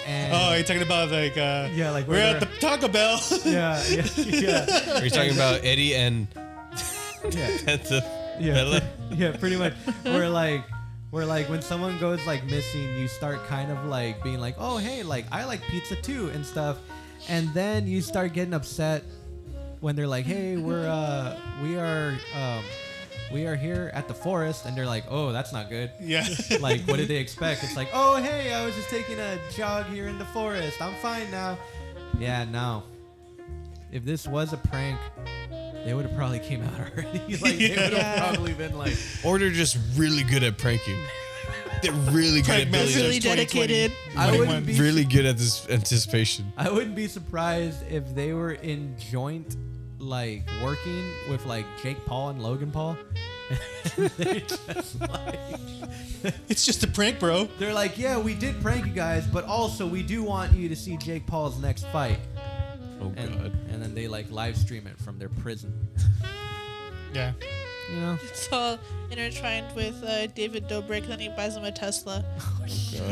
S4: And
S6: oh, you're talking about like uh,
S4: Yeah, like
S6: we're
S4: where
S6: at the
S4: they're-
S6: Taco Bell.
S4: Yeah, yeah, yeah.
S3: Are you talking about Eddie and
S4: Yeah.
S3: and the
S4: yeah,
S3: fella?
S4: yeah, pretty much. We're like, we're like, when someone goes like missing, you start kind of like being like, oh hey, like I like pizza too and stuff, and then you start getting upset when they're like, hey, we're uh, we are um, we are here at the forest, and they're like, oh, that's not good.
S6: Yeah.
S4: like, what did they expect? It's like, oh hey, I was just taking a jog here in the forest. I'm fine now. Yeah, no. If this was a prank, they would have probably came out already. like, they would have probably been like,
S3: Or they're just really good at pranking. They're really good at
S4: Prank
S3: building
S4: masters 2020.
S3: up-
S4: dedicated. I
S3: Like,
S4: wouldn't be-
S3: really good at this anticipation.
S4: I wouldn't be surprised if they were in joint, like working with like Jake Paul and Logan Paul. They're just like-
S6: it's just a prank, bro.
S4: They're like, yeah, we did prank you guys, but also we do want you to see Jake Paul's next fight.
S3: Oh
S4: and,
S3: god.
S4: And then they like live stream it from their prison.
S6: Yeah.
S4: You know.
S7: It's all intertwined with uh, David Dobrik, then he buys him a Tesla.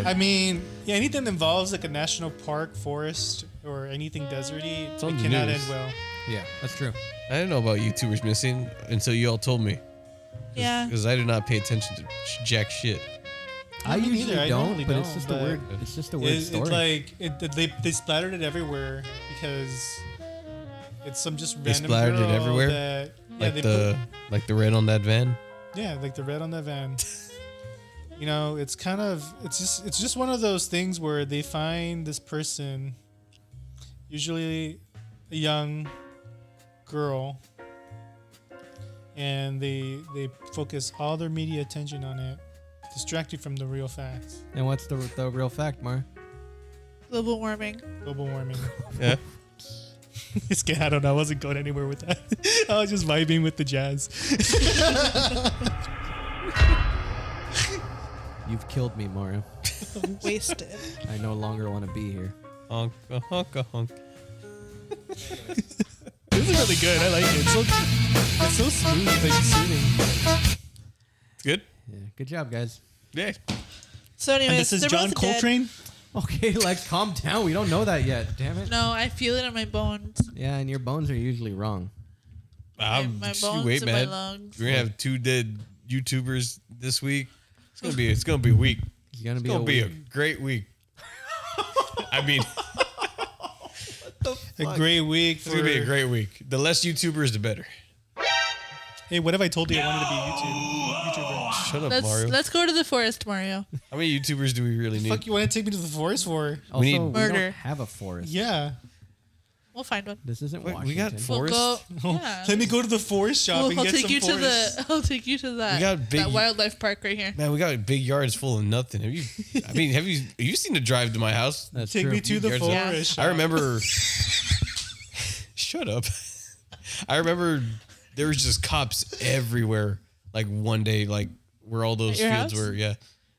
S6: I mean, yeah, anything that involves like a national park, forest, or anything deserty, it
S3: on the
S6: cannot
S3: news.
S6: end well.
S4: Yeah, that's true.
S3: I didn't know about YouTubers missing until you all told me.
S7: Yeah.
S3: Because I did not pay attention to sh- jack shit.
S4: I
S6: Me
S4: usually
S6: neither,
S4: don't,
S6: normally
S4: but it's just a weird- it's just a weird
S6: it's-
S4: story.
S6: It's like it, they, they splattered it everywhere because it's some just
S3: They
S6: random.
S3: splattered it
S6: girl
S3: everywhere.
S6: That, yeah,
S3: like
S6: they
S3: the like the red on that van.
S6: put, yeah, like the red on that van. you know, it's kind of it's just it's just one of those things where they find this person, usually a young girl, and they they focus all their media attention on it, distract you from the real facts.
S4: And what's the the real fact, Mar?
S7: Global warming.
S6: Global warming.
S3: Yeah.
S6: it's good. I don't know. I wasn't going anywhere with that. I was just vibing with the jazz.
S4: You've killed me, Mario.
S7: Wasted.
S4: I no longer want to be here.
S3: Honk, a honk, a honk.
S6: this is really good. I like it. It's so, it's so smooth, like soothing.
S3: It's good.
S4: Yeah, good job, guys.
S3: Yeah.
S7: So, anyways,
S6: this is
S7: they're
S6: John
S7: both dead.
S6: Coltrane?
S4: Okay, Lex, calm down. We don't know that yet. Damn it.
S7: No, I feel it in my bones.
S4: Yeah, and your bones are usually wrong.
S3: I'm
S7: my
S3: just
S7: bones
S3: wait,
S7: and my
S3: man.
S7: lungs.
S3: We're gonna have two dead YouTubers this week. It's gonna be it's gonna be weak.
S4: It's gonna
S3: It's
S4: be
S3: gonna
S4: a
S3: be
S4: week.
S3: a great week. I mean,
S6: A great week
S3: it's
S6: for.
S3: gonna be a great week. The less YouTubers, the better.
S6: hey, what if I told you I wanted to be a YouTube, YouTuber?
S3: Shut up,
S7: Let's
S3: Mario.
S7: let's go to the forest, Mario.
S3: How many YouTubers do we really need?
S6: Fuck, you want to take me to the forest for?
S4: Also,
S3: need-
S4: we
S7: Murder.
S4: don't have a forest.
S6: Yeah.
S7: We'll find one.
S4: This isn't
S3: Wait,
S4: Washington.
S3: we got
S7: We'll
S3: forest.
S7: go. Yeah.
S6: Let me go to the forest shop
S7: We'll,
S6: and
S7: I'll
S6: get
S7: take
S6: some
S7: you
S6: forest.
S7: to the. I'll take you to that.
S3: We got big-
S7: that wildlife park right here.
S3: Man, we got big yards full of nothing. Have you? I mean, have you? Have you seen the drive to my house?
S4: That's
S6: take
S4: true.
S6: me to the
S3: Yards of-
S6: forest.
S3: I
S6: shop.
S3: remember. shut up. I remember there was just cops everywhere. Like one day, like where all those
S7: At your
S3: fields
S7: house?
S3: were. Yeah,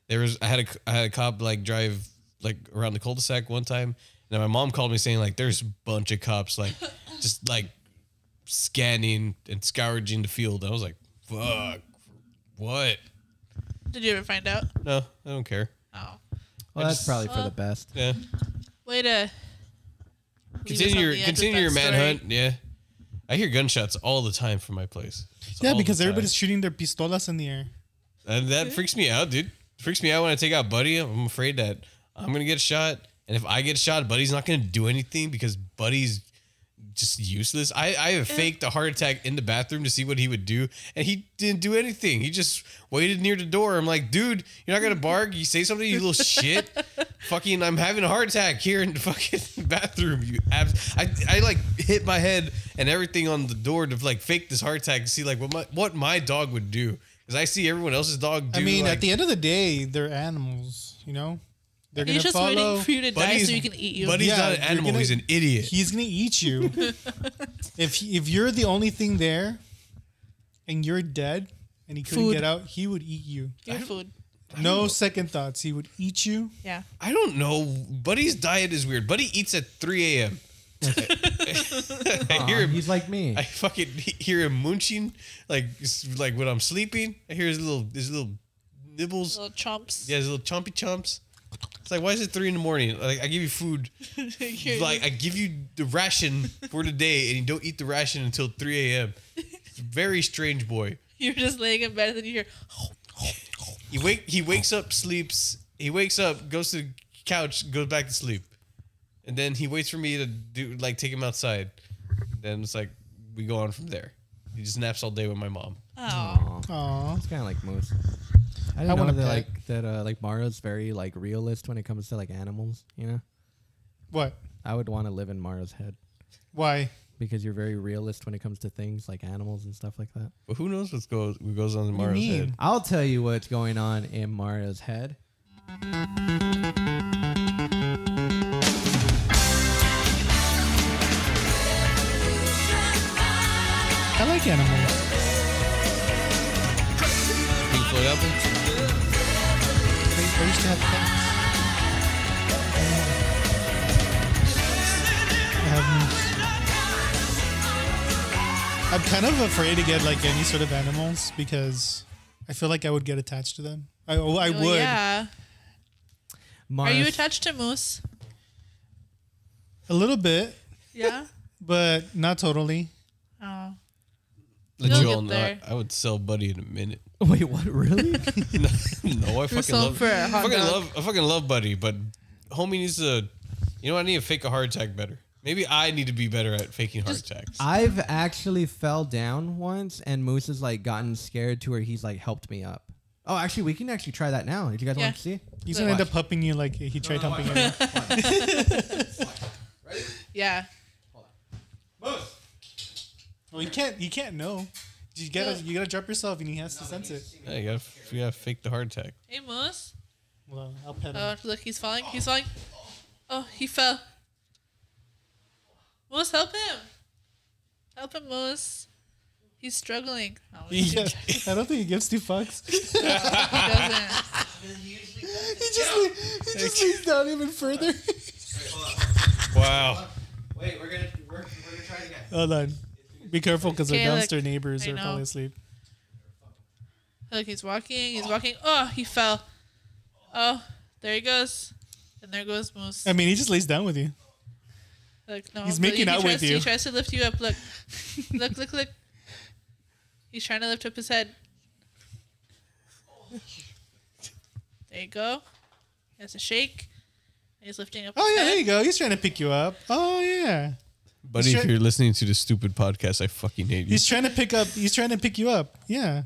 S3: there was. I had a. I had a cop like drive like around the cul-de-sac one time, and my mom called me saying like, "There's a bunch of cops like, just like scanning and scourging the field." I was like, "Fuck, what?"
S7: Did you ever find out?
S3: No, I don't care.
S7: Oh,
S4: Well, that's probably for
S7: Well-
S4: the best.
S3: Yeah.
S7: way to leave us on
S3: Continue
S7: the
S3: your
S7: edge
S3: continue your
S7: with that
S3: manhunt.
S7: story.
S3: Yeah, I hear gunshots all the time from my place. It's
S6: Yeah,
S3: all the
S6: because
S3: time.
S6: everybody's shooting their pistolas in the air.
S3: and that freaks me out, dude. freaks me out when I take out Buddy. I'm afraid that I'm gonna get shot, and if I get shot, Buddy's not gonna do anything because Buddy's just useless. I I faked a heart attack in the bathroom to see what he would do, and he didn't do anything. He just waited near the door. I'm like, dude, you're not gonna bark. You say something, you little shit. Fucking, I'm having a heart attack here in the fucking bathroom. You abs. I I like hit my head and everything on the door to like fake this heart attack and see like what my what my dog would do. Cause I see everyone else's dog do.
S6: I mean,
S3: like,
S6: at the end of the day, they're animals. You know, they're gonna
S7: He's just
S6: follow.
S7: waiting for you to die
S3: Buddy's-
S7: so he can eat you.
S3: Buddy's
S6: Yeah,
S3: not an
S6: you're
S3: animal.
S6: gonna-
S3: he's an idiot.
S6: He's gonna eat you. if if you're the only thing there, and you're dead, and he couldn't
S7: Food.
S6: get out, he would eat you.
S7: Your food.
S6: No second thoughts. He would eat you.
S7: Yeah.
S3: I don't know. Buddy's diet is weird. Buddy eats at 3 a.m. I hear
S4: Aw,
S3: him.
S4: He's like me.
S3: I fucking hear him munching, like s- like when I'm sleeping. I hear his little his little nibbles.
S7: Little chomps.
S3: Yeah, his little chompy chomps. It's like, why is it three in the morning? Like, I give you food.
S7: You're-
S3: like, I give you the ration for the day, and you don't eat the ration until 3 a.m. It's a Very strange boy.
S7: You're just laying in bed and then you hear,
S3: He wake he wakes up, sleeps. He wakes up, goes to the couch, goes back to sleep, and then he waits for me to do like take him outside. Then it's like we go on from there. He just naps all day with my mom.
S7: oh.
S6: Aw.
S4: It's kind of like most. I didn't know
S3: I want a
S4: that
S3: pet.
S4: like that uh, like Mario's very like realist when it comes to like animals. You know,
S6: What?
S4: I would want to live in Mario's head.
S6: Why?
S4: Because you're very realist when it comes to things like animals and stuff like that.
S3: But who knows what's goes what goes on in
S4: Mario's
S3: Mario's head?
S4: I'll tell you what's going on in Mario's head.
S6: I like animals.
S3: Pink Floyd album.
S9: I used to have cats.
S6: Um, I'm kind of afraid to get like any sort of animals because I feel like I would get attached to them. I, oh, I
S7: Oh,
S6: would.
S7: Yeah. Are
S6: Mars,
S7: you attached to Moose?
S6: a little bit,
S7: Yeah.
S6: but not totally.
S7: oh.
S3: Let
S7: You'll
S3: you
S7: get
S3: all know, I,
S7: there.
S3: I would sell Buddy in a minute.
S4: Wait, what? Really?
S3: no, no, I fucking
S7: sold
S3: love.
S7: for a
S3: I
S7: hot
S3: fucking
S7: dog.
S3: love. I fucking love Buddy, but homie needs to. You know, I need to fake a heart attack better. Maybe I need to be better at faking heart attacks.
S4: I've actually fell down once, and Moose has like gotten scared to where he's like helped me up. Oh, actually, we can actually try that now. Did you guys
S7: Yeah.
S4: want to see?
S6: He's gonna end up humping you like he tried humping you.
S7: Yeah.
S6: Well, you can't. You can't know. You gotta. You gotta drop yourself, and he has to sense it.
S3: Yeah, you gotta, you gotta fake the heart attack.
S7: Hey, Moose.
S6: Well, I'll pet him.
S7: Oh, look, he's falling. He's falling. Oh, he fell. Moose, help him. Help him, Moose. He's struggling. Oh, he
S6: Yeah, I don't think he gives two fucks. he
S7: doesn't.
S6: just le- he just leans down even further.
S3: Wow.
S4: Wait, we're gonna we're, we're gonna try it again.
S6: Hold on, be careful because
S7: Okay,
S6: our
S7: look,
S6: downstairs neighbors
S7: I
S6: are
S7: know.
S6: falling asleep.
S7: Look, he's walking. He's walking. Oh, he fell. Oh, there he goes. And there goes Moose.
S6: I mean, he just lays down with you.
S7: Look, no,
S6: He's
S7: but
S6: making
S7: he
S6: out
S7: tries
S6: with
S7: to-
S6: you.
S7: He tries to lift you up. Look, look, look, look. He's trying to lift up his head. There you go. He has a shake. He's lifting up.
S6: Oh
S7: his
S6: yeah,
S7: head.
S6: there you go. He's trying to pick you up. Oh yeah,
S3: Buddy, if
S6: Sure.
S3: you're listening to this stupid podcast, I fucking hate you.
S6: he's trying to pick up. He's trying to pick you up. Yeah.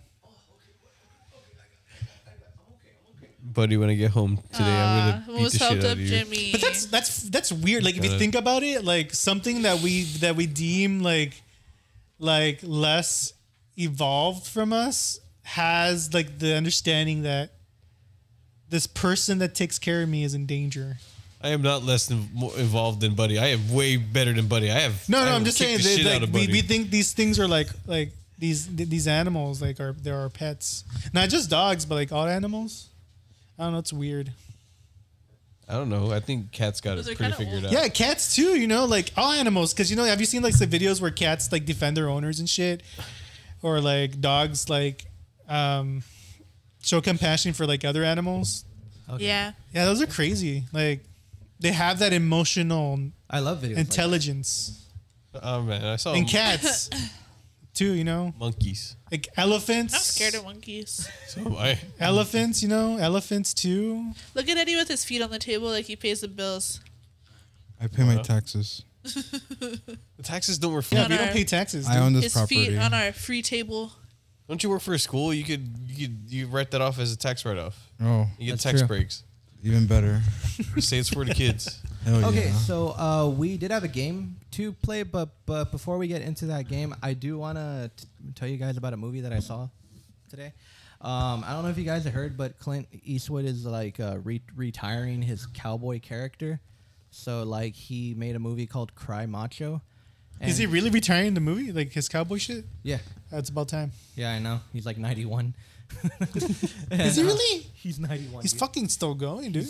S3: Buddy, when I get home today, I'm gonna beat the
S7: Moose
S3: shit
S7: helped
S3: out
S7: Ah, up
S3: of you.
S7: Jimmy.
S6: But that's that's that's weird. Like if you
S3: Gotta-
S6: think about it, like something that we that we deem like like less evolved from us has like the understanding that this person that takes care of me is in danger.
S3: I am not less than, more involved than Buddy. I am way better than Buddy. I have
S6: No,
S3: I
S6: no,
S3: have
S6: I'm just
S3: kicked
S6: saying
S3: the
S6: that
S3: shit out
S6: like
S3: of
S6: we,
S3: Buddy.
S6: we think these things are like like these th- these animals like are they're our pets. Not just dogs, but like all animals. I don't know, it's weird.
S3: I don't know. I think Cat's got
S7: Those
S3: it
S7: are
S3: pretty
S7: kinda
S3: figured out.
S6: Yeah, cats too. You know, like all animals. Because you know, have you seen like the videos where cats like defend their owners and shit, or like dogs like um, show compassion for like other animals?
S7: Yeah.
S6: Yeah, those are crazy. Like they have that emotional
S4: I love videos. like that.
S6: intelligence.
S3: Oh man, I saw
S6: and cats too. You know,
S3: monkeys.
S6: like elephants.
S7: I'm scared of monkeys.
S3: So am I.
S6: elephants. You know, elephants too.
S7: Look at Eddie with his feet on the table like he pays the bills.
S9: I pay my taxes.
S3: The taxes don't
S6: Yeah,
S3: reflect.
S6: we don't pay taxes.
S9: I
S6: dude.
S9: own this
S7: His
S9: property.
S7: feet on our free table.
S3: Don't you work for a school? You could you could you write that off as a tax write off.
S9: oh,
S3: You get
S4: That's
S3: tax
S4: true.
S3: breaks.
S9: even better.
S3: You say it's for the kids.
S9: Hell
S6: Oh,
S4: Okay,
S9: yeah.
S4: so uh, we did have a game to play, but but before we get into that game, I do want to tell you guys about a movie that I saw today. Um, I don't know if you guys have heard, but Clint Eastwood is like uh, re- retiring his cowboy character. So like he made a movie called Cry Macho.
S6: Is he
S4: and-
S6: really retiring the movie? Like his cowboy shit?
S4: yeah,
S6: That's about time.
S4: yeah, I know. He's like ninety one.
S6: Is he really?
S4: He's ninety one.
S6: He's
S4: dude.
S6: fucking still going, dude.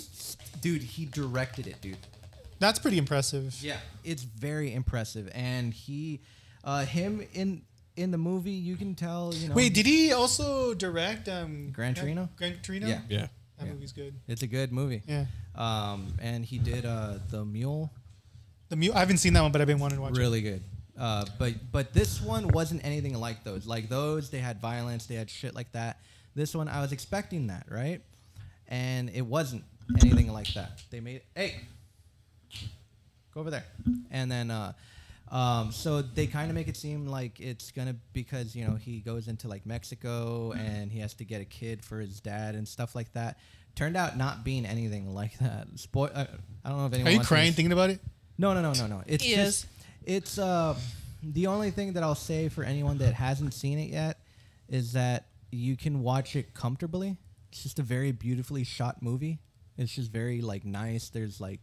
S4: dude. He directed it, dude.
S6: That's pretty impressive.
S4: Yeah, it's very impressive, and he, uh, him in in the movie, you can tell. You know,
S6: Wait, did he also direct um
S4: Gran Torino?
S6: Gran Torino?
S4: Yeah. Yeah.
S6: That
S4: Yeah.
S6: movie's good.
S4: It's a good movie.
S6: Yeah.
S4: Um, and he did uh the Mule.
S6: The Mule. I haven't seen that one, but I've been wanting to watch
S4: really good. Uh, but but this one wasn't anything like those. Like those, they had violence, they had shit like that. This one, I was expecting that, right? And it wasn't anything like that. They made hey, go over there, and then uh, um, so they kind of make it seem like it's gonna because you know he goes into like Mexico and he has to get a kid for his dad and stuff like that. Turned out not being anything like that. Spoil. Uh, I don't know if anyone.
S6: you
S4: wants to-
S6: crying thinking about it?
S4: No, no, no, no, no. It's
S7: He
S4: just,
S7: is.
S4: it's uh, the only thing that I'll say for anyone that hasn't seen it yet is that you can watch it comfortably. It's just a very beautifully shot movie. It's just very like nice. There's like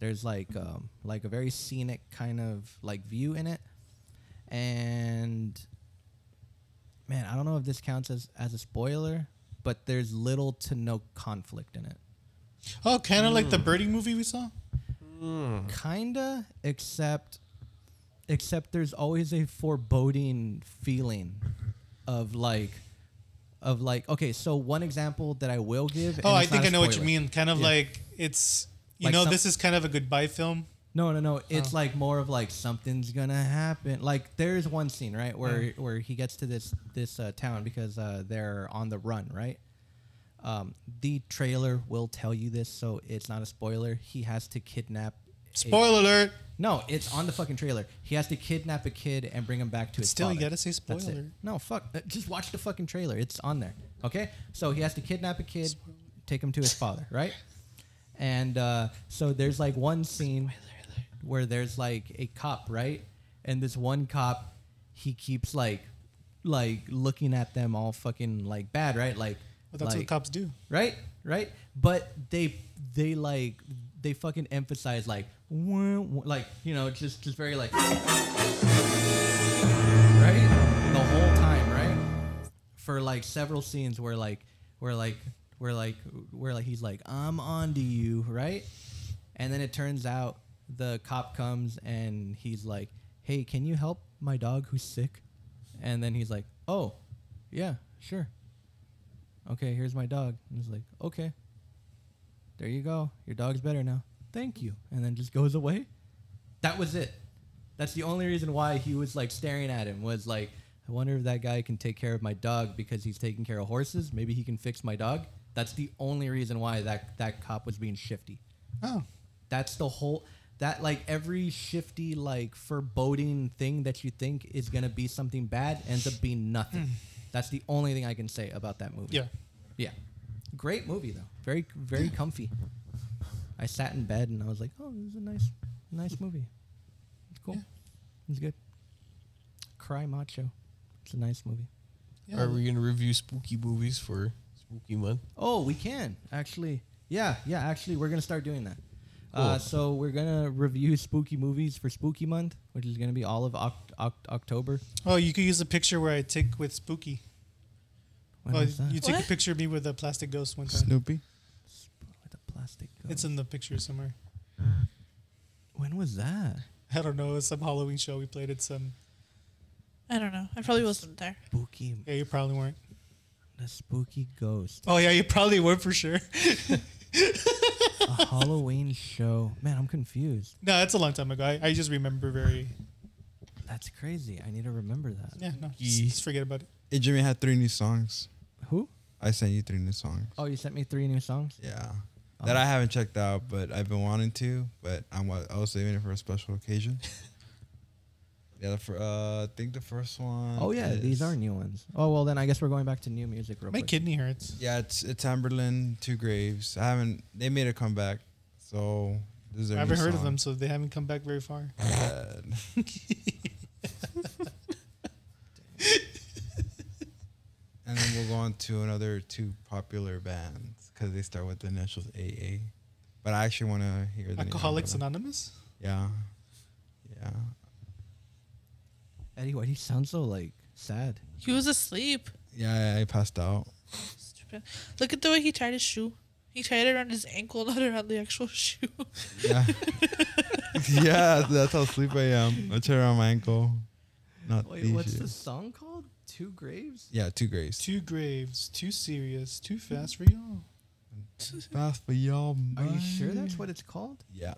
S4: there's like um, like a very scenic kind of like view in it, and man, I don't know if this counts as as a spoiler, but there's little to no conflict in it.
S6: Oh, kind of like
S4: Mm.
S6: the Birdie movie we saw.
S4: Kinda, except except there's always a foreboding feeling of like of like okay, so one example that I will give. and
S6: Oh, I
S4: it's not
S6: think
S4: a
S6: I know what you
S4: spoiler.
S6: mean. Kind of
S4: Yeah.
S6: like it's you
S4: Like
S6: know
S4: some-
S6: this is kind of a goodbye film.
S4: No, no, no. It's
S6: Oh.
S4: like more of like something's gonna happen. Like there's one scene right where
S6: Mm.
S4: where he gets to this this uh, town because uh, they're on the run, right? Um, the trailer will tell you this, so it's not a spoiler. He has to kidnap. a-
S6: Spoiler alert!
S4: No, it's on the fucking trailer. He has to kidnap a kid and bring him back to his.
S6: Still, you
S4: father.
S6: gotta say
S4: That's it.
S6: spoiler.
S4: No, fuck. Uh, Just watch the fucking trailer. It's on there. Okay, so he has to kidnap a kid, take him to his father, right? And uh, so there's like one scene where there's like a cop, right? And this one cop, he keeps like, like looking at them all fucking like bad, right? Like,
S6: Well, that's what
S4: like-
S6: cops do.
S4: right? Right? But they they like they fucking emphasize like "Wah, wah," like you know just just very like right the whole time right for like several scenes where like where like where like where like he's like I'm on to you right and then it turns out the cop comes and he's like hey can you help my dog who's sick and then he's like oh yeah sure okay, here's my dog. And he's like, okay, there you go. Your dog's better now. Thank you. And then just goes away. That was it. That's the only reason why he was like staring at him was like, I wonder if that guy can take care of my dog because he's taking care of horses. Maybe he can fix my dog. That's the only reason why that, that cop was being shifty.
S6: Oh.
S4: That's the whole that like every shifty like foreboding thing that you think is gonna be something bad ends up being nothing. That's the only thing I can say about that movie.
S6: Yeah.
S4: Yeah. Great movie though. Very very comfy. I sat in bed and I was like, Oh, this is a nice nice movie. It's cool. It's good. Cry Macho. It's a nice movie.
S3: Are we gonna review spooky movies for spooky month?
S4: Oh, we can actually. Yeah, yeah. Actually, we're gonna start doing that. Uh,
S3: Cool.
S4: so we're gonna review spooky movies for Spooky Month, which is gonna be all of oct- oct- October.
S6: Oh, you could use the picture where I take with Spooky.
S4: When
S6: oh,
S4: was that?
S6: you take
S4: What?
S6: a picture of me with a plastic ghost one time.
S9: Snoopy.
S4: Plastic.
S6: It's in the picture somewhere.
S4: When was that?
S6: I don't know. It's some Halloween show we played um, at some.
S7: I don't know. I probably wasn't there.
S4: Spooky.
S6: Yeah, you probably weren't.
S4: The spooky ghost.
S6: Oh yeah, you probably were for sure.
S4: A Halloween show. Man, I'm confused.
S6: no, that's a long time ago. I, I just remember very.
S4: That's crazy. I need to remember that.
S6: Yeah, no. Just, just forget about it.
S9: Hey, Jimmy had three new songs.
S4: Who?
S9: I sent you three new songs
S4: Oh, you sent me three new songs.
S9: Yeah. that I haven't checked out, but I've been wanting to. But I'm wa- I was saving it for a special occasion. yeah, the fir- uh, I think the first one.
S4: Oh yeah, these
S9: is-
S4: are new ones. Oh well, then I guess we're going back to new music. Real
S9: My
S4: quick.
S6: kidney hurts.
S9: Yeah, it's it's Amberlin, Two Graves. I haven't. They made a comeback, so this is
S6: I
S9: their
S6: haven't
S9: new
S6: heard of
S9: song.
S6: them, so they haven't come back very far.
S9: Bad. and then we'll go on to another two popular bands because they start with the initials AA. But I actually want to hear the name of
S6: Alcoholics
S9: them.
S6: Anonymous.
S9: Yeah, yeah.
S4: Eddie, why do you sound so like sad?
S7: He was asleep.
S9: Yeah, I- I passed out.
S7: Stupid. Look at the way he tied his shoe. He tied it around his ankle, not around the actual shoe.
S9: Yeah, yeah. That's how sleepy I am. I turn around my ankle. Not
S4: Wait,
S9: these
S4: what's
S9: shit.
S4: the song called? Two graves.
S9: Yeah, two graves.
S6: Two graves, too serious, too fast for y'all.
S9: Fast for y'all.
S4: Are you sure that's what it's called?
S9: Yeah,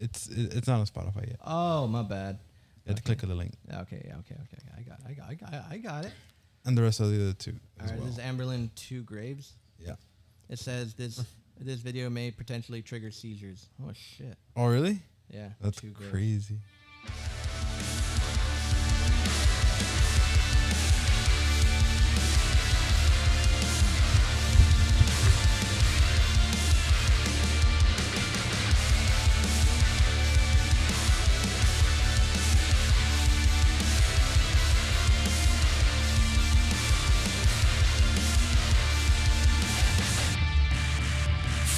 S9: it's it, it's not on Spotify yet.
S4: Oh, my bad.
S9: You have to click on the link
S4: Okay, yeah, okay, okay. I got, I got, I got, I got it.
S9: and the rest of the other two
S4: All
S9: as
S4: right,
S9: well.
S4: this is Amberlynn Two Graves.
S9: Yeah.
S4: It says this this video may potentially trigger seizures. Oh shit.
S9: Oh really?
S4: Yeah.
S9: That's
S4: Two Graves.
S9: crazy.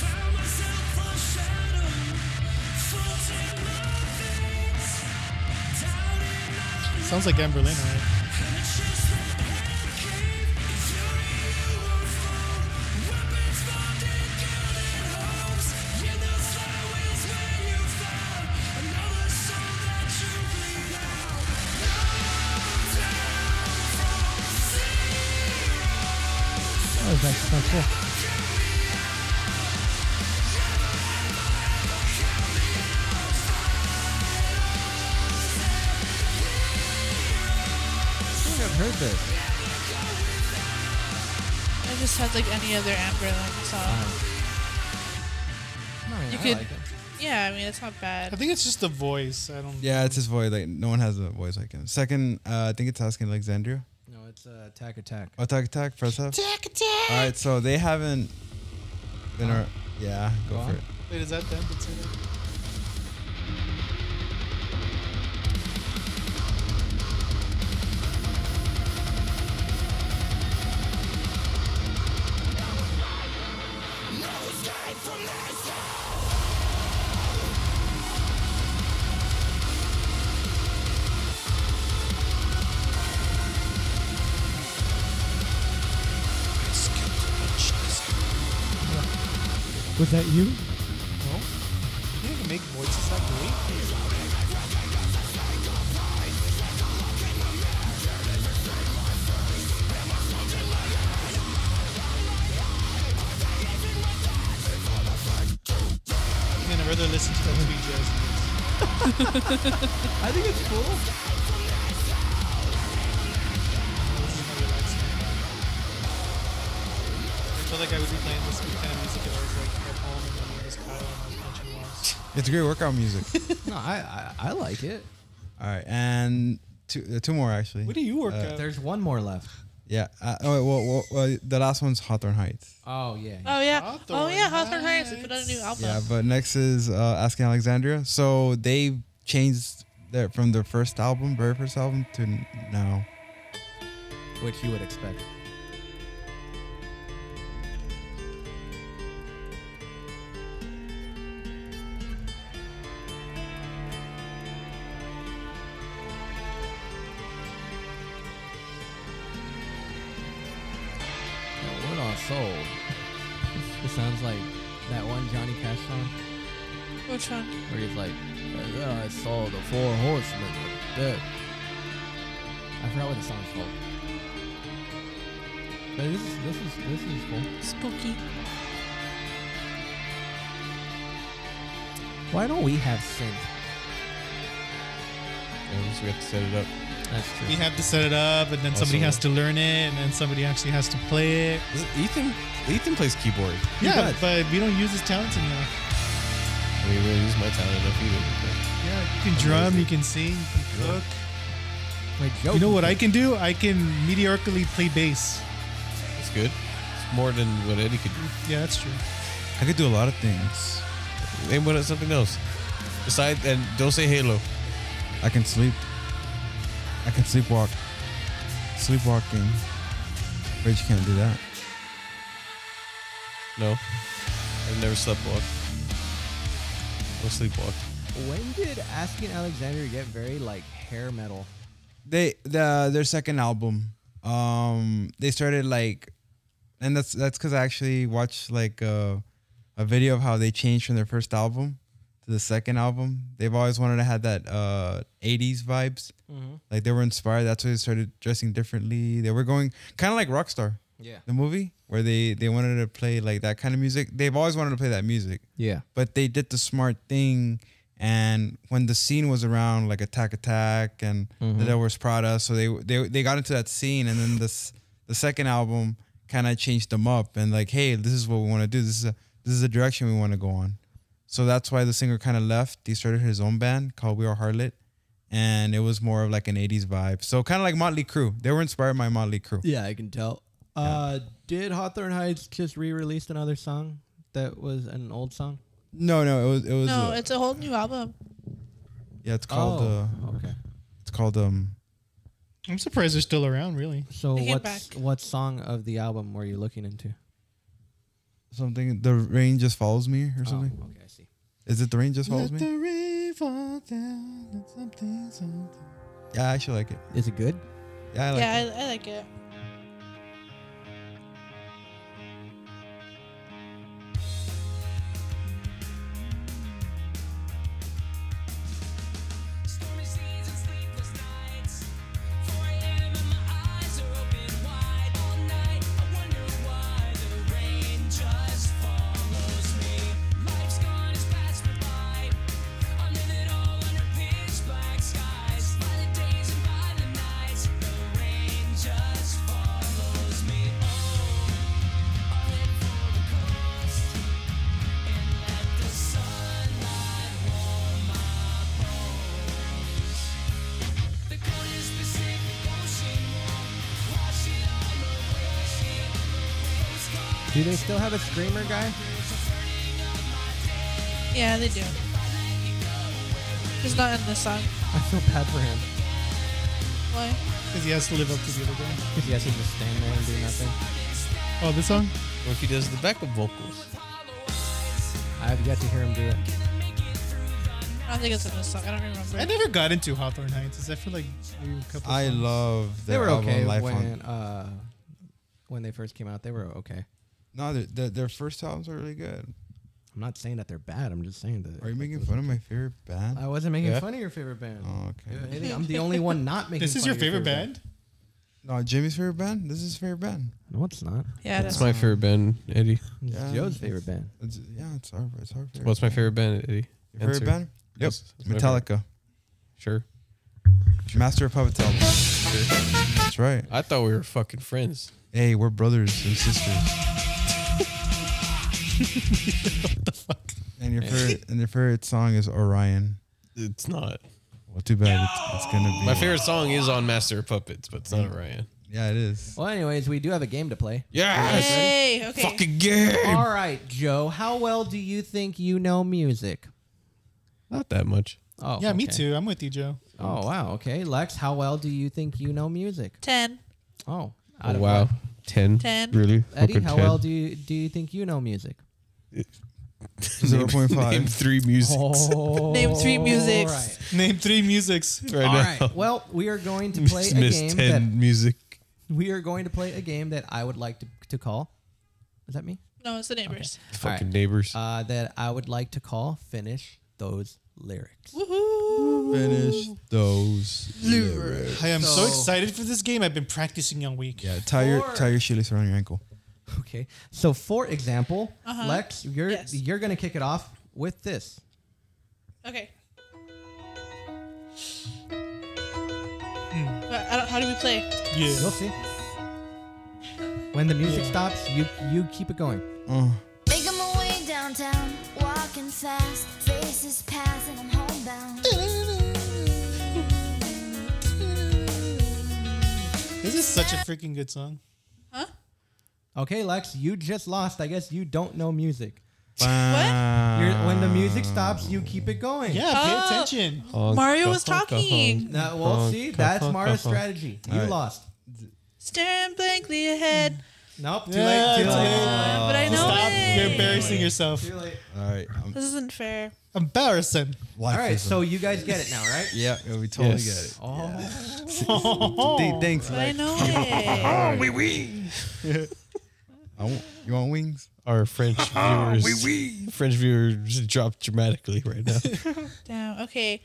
S11: Found myself a shadow, floating my veins, down in my
S6: Sounds like Amberlynn, right?
S4: That was actually so cool.
S9: I've heard this.
S7: I just had like any other Amberlynn song.
S4: you
S7: could, yeah. I mean, it's not bad.
S6: I think it's just the voice. I don't.
S9: Yeah, it's his voice. Like no one has a voice like him. Second, uh, I think it's asking Alexandria.
S4: No, it's uh, Attack Attack.
S9: Oh, Attack Attack first half. Attack Attack. All right, so they haven't been. ar- yeah, go,
S6: Go
S9: for
S6: on.
S9: it.
S6: Wait, is that them? That's in it?
S12: Was that you?
S6: No. You can make voices like me. I'm gonna rather listen to that sweet jazz. mix.
S4: I think it's cool.
S6: I feel like I would be playing this kind of music if I was like at home and then just Kyle and I'm punching walls.
S9: It's great workout music.
S4: no, I, I I like it.
S9: All right, and two uh, two more actually.
S6: What do you work
S9: Uh,
S6: out?
S4: There's one more left.
S9: Yeah. Uh, oh, wait, well, well, well, the last one's Hawthorne Heights.
S4: Oh yeah.
S7: Oh yeah. oh yeah. Hawthorne Heights. They put out a new album.
S9: Yeah, but next is uh, Asking Alexandria. So they changed their from their first album, very first album, to n- now.
S4: Which you would expect. We're not sold. It sounds like that one Johnny Cash song
S7: Which one?
S4: where he's like, "Yeah, I saw the four horsemen of death." I forgot what the song's called. But this is this is this is cool.
S7: Spooky.
S4: Why don't we have synth?
S3: Yeah, we just got to set it up.
S4: That's true.
S6: We have to set it up, and then somebody
S3: Also-
S6: has to learn it, and then somebody actually has to play it.
S3: Ethan? Ethan plays keyboard.
S6: Yeah, but we don't use his talents enough.
S3: I mean, we don't use my talent enough either.
S6: Yeah, you can drum, you can sing, you can cook.
S4: Like
S6: You know what I can do? I can mediocrely play bass.
S3: It's good. It's more than what Eddie could do.
S6: Yeah, that's true.
S9: I could do a lot of things.
S3: Name what something else. Beside and don't say Halo.
S9: I can sleep. I can sleepwalk. Sleepwalking. But you can't do that.
S3: No, I've never slept walk or sleepwalk.
S4: When did Asking Alexander get very like hair metal?
S9: They the their second album. Um, they started like, and that's that's because I actually watched like uh, a video of how they changed from their first album to the second album, they've always wanted to have that uh, 80s vibes.
S13: Mhm.
S9: Like they were inspired. That's why they started dressing differently. They were going kind of like Rockstar.
S13: Yeah.
S9: The movie where they they wanted to play like that kind of music. They've always wanted to play that music.
S4: Yeah.
S9: But they did the smart thing. And when the scene was around, like Attack Attack and
S13: Mhm.
S4: Mm-hmm.
S9: the Devil's Prada, so they they they got into that scene, and then this the second album kind of changed them up and like, hey, this is what we want to do. This is a this is the direction we want to go on. So that's why the singer kind of left. He started his own band called We Are Harlot, and it was more of like an '80s vibe. So kind of like Motley Crue. They were inspired by Motley Crue.
S4: Yeah, I can tell. Uh, did Hawthorne Heights just re-released another song that was an old song?
S9: No, no, it was it was
S7: no,
S9: uh,
S7: it's a whole new album.
S9: yeah, it's called
S4: Oh,
S9: uh, It's called um
S6: I'm surprised they're still around, really.
S4: So
S6: They came
S4: what's what song of the album were you looking into?
S9: something. The rain just follows me or
S4: Oh,
S9: something.
S4: okay, I see.
S9: Is it the rain just follows me? Yeah, I actually like it.
S4: Is it good?
S9: Yeah, I like it.
S7: yeah, I, I like it.
S1: Stormy seas and sleepless nights. 4 a.m. and my eyes are open wide all night. I wonder why the rain just follows me. Life's gone as fast me by. I'm living all under pitch black skies. By the days and by the nights, the rain just follows me. Oh, I'm headed for the coast and let the sunlight warm my bones. The coldest Pacific Ocean, wash it on the ocean. Postcard
S4: Do they still have a screamer guy?
S7: Yeah, they do. Just not in this song.
S4: I feel bad for him
S7: Why?
S6: Because he has to live up to the other guy.
S4: because he has to just stand there and do nothing.
S6: Oh, this song?
S3: What if he does the backup vocals?
S4: I have yet to hear him do it.
S7: I don't think it's in this song. I don't remember.
S6: I never got into Hawthorne Heights. Is that for like maybe a couple
S9: I
S6: songs.
S9: love
S4: They
S9: their
S4: were
S9: album
S4: okay
S9: Life
S4: when
S9: on.
S4: uh when they first came out. They were okay.
S9: No, their, their, their first albums are really good.
S4: I'm not saying that they're bad. I'm just saying that.
S9: Are you making fun of my favorite band?
S4: I wasn't making fun of your favorite band.
S9: Oh, okay.
S4: If anything, I'm the only one not making.
S6: This is
S4: fun
S6: your
S4: of
S6: favorite
S9: No, Jimmy's favorite band. This is his favorite band.
S4: No, it's not.
S7: Yeah,
S3: That's my favorite band, Eddie.
S4: It's Joe's favorite band.
S9: It's, yeah, it's our, it's our favorite.
S3: What's my favorite band, Eddie?
S9: Your favorite
S3: Answer.
S9: band? Yep,
S3: Yes, it's my
S9: Metallica.
S3: favorite. Sure.
S9: Master of Puppets album. That's right.
S3: I thought we were fucking friends.
S9: Hey, we're brothers and sisters. And your favorite and your favorite song is Orion.
S3: It's not.
S9: Well, too bad. It's, it's gonna be
S3: My favorite song is on Master of Puppets, but it's not Orion.
S9: Yeah, it is.
S4: Well, anyways, we do have a game to play.
S3: Yes!
S7: Hey, okay.
S3: Fucking game!
S4: All right, Joe. How well do you think you know music?
S3: Not that much.
S4: Oh,
S6: yeah, me
S4: okay.
S6: too. I'm with you, Joe.
S4: Oh wow. Okay, Lex. How well do you think you know music?
S7: Ten.
S4: Oh. out
S3: Oh,
S4: of
S3: wow.
S4: what?
S3: 10? Really?
S4: Eddie,
S3: Fucking
S4: how
S3: 10.
S4: well do you do you think you know music?
S9: Zero point five.
S3: Name three musics.
S4: Oh.
S7: Name three musics.
S6: Name three musics.
S3: Right
S4: All
S3: now.
S4: right. Well, we are going to play
S3: Just
S4: a
S3: missed
S4: game
S3: 10
S4: that
S3: music.
S4: we are going to play a game that I would like to, to call. Is that me?
S7: No, it's the neighbors.
S4: All
S3: Fucking neighbors.
S4: Uh, that I would like to call finish those lyrics.
S7: Woohoo!
S9: Finish those lyrics.
S6: I am so,
S4: So-
S6: excited for this game. I've been practicing all week.
S9: Yeah, tie your
S4: Four.
S9: tie your shoelace around your ankle.
S4: Okay. So for example,
S7: Uh-huh.
S4: Lex, you're you're gonna kick it off with this.
S7: Okay. But I don't, how do we play?
S4: You'll see. When the music stops, you you keep it going.
S14: Making my way downtown, walking fast, faces pass, and I'm homebound.
S6: This is such a freaking good song.
S4: Okay, Lex, you just lost. I guess you don't know music.
S9: What?
S4: You're, when the music stops, you keep it going.
S6: Yeah, pay Oh, attention.
S7: Mario was talking.
S4: Now, well, see, that's Mario's strategy. You
S9: All right.
S4: lost.
S7: Staring blankly
S3: Hmm.
S7: ahead.
S4: Nope. Too
S6: Yeah,
S4: late. Too
S6: it's
S4: late.
S6: okay.
S7: But I know
S6: Stop.
S7: it.
S6: You're embarrassing yourself.
S4: Too late.
S9: All right. I'm,
S7: This isn't fair.
S6: Embarrassing.
S9: life
S4: All right,
S9: is a-
S4: so you guys get it now, right?
S9: yeah, yeah, we totally
S4: Yes.
S9: get it.
S4: Oh.
S9: Th- Thanks,
S7: But I
S9: Lex.
S7: know it.
S9: wee wee. I want, you want wings?
S3: Our French
S9: Ah,
S3: viewers,
S9: oui,
S3: French viewers dropped dramatically right now. Eh,
S7: Damn. Okay.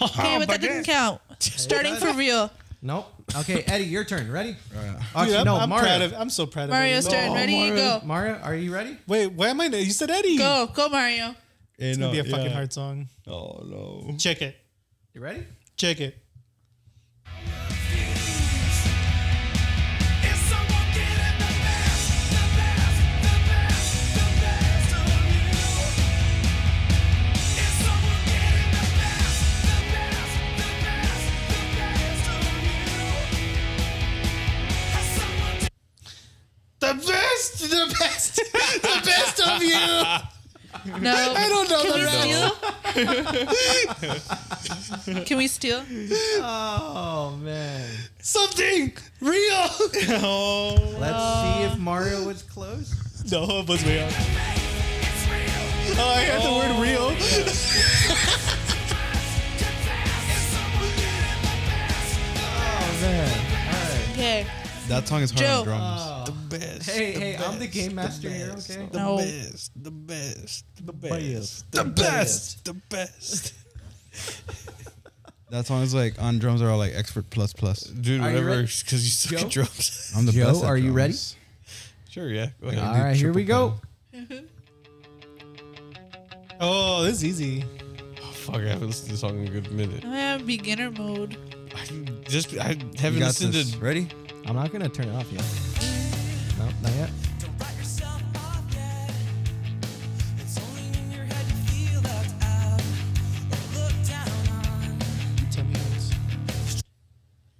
S7: Okay, but that didn't count. Starting for real.
S4: Nope. Okay, Eddie, your turn. Ready?
S6: Dude,
S4: Actually,
S6: I'm,
S4: no,
S6: I'm
S4: Mario.
S6: proud of. I'm so proud of
S7: Mario
S6: Eddie.
S7: Stern, ready?
S4: Mario,
S7: Go.
S4: Mario, are you ready?
S6: Wait, why am I? You said Eddie.
S7: Go, go, Mario.
S6: It's gonna
S9: no,
S6: be a fucking
S9: yeah.
S6: hard song.
S9: Oh no.
S6: Check it.
S4: You ready?
S6: Check it.
S11: The best, the best, the best of you.
S7: No.
S11: I don't know
S7: Can we
S11: the
S7: steal?
S11: rest.
S7: Can we steal?
S4: Oh man.
S11: Something real.
S6: Oh.
S4: Let's see if Mario was close.
S6: No, it was real. Oh, I had the word real.
S4: Oh man. All right.
S7: Okay.
S9: That song is hard
S7: Joe.
S9: on drums.
S3: The best.
S4: Hey,
S3: the
S4: hey, I'm the
S3: best,
S4: game master here,
S3: best,
S4: okay?
S3: The
S7: No.
S3: best, the best, the best,
S9: best,
S3: the
S9: the
S3: best, the best.
S9: That song is like on drums are all like expert plus plus.
S3: Dude,
S4: Are you
S3: whatever,
S4: ready?
S3: because you suck
S4: Joe?
S3: at drums.
S9: I'm the
S4: Joe,
S9: best. at
S4: are you ready?
S9: drums.
S3: Sure, yeah. Go ahead.
S9: Yeah,
S4: All
S9: dude,
S4: right, here we
S9: triple
S4: go.
S6: Oh, this is easy.
S3: Fuck, I haven't listened to this song in a good minute.
S7: I have beginner mode.
S3: Just, I
S9: You
S3: haven't
S9: got
S3: listened
S9: this.
S3: to.
S9: Ready?
S4: I'm not gonna turn it off yet. No, not yet.
S6: Tell me yours.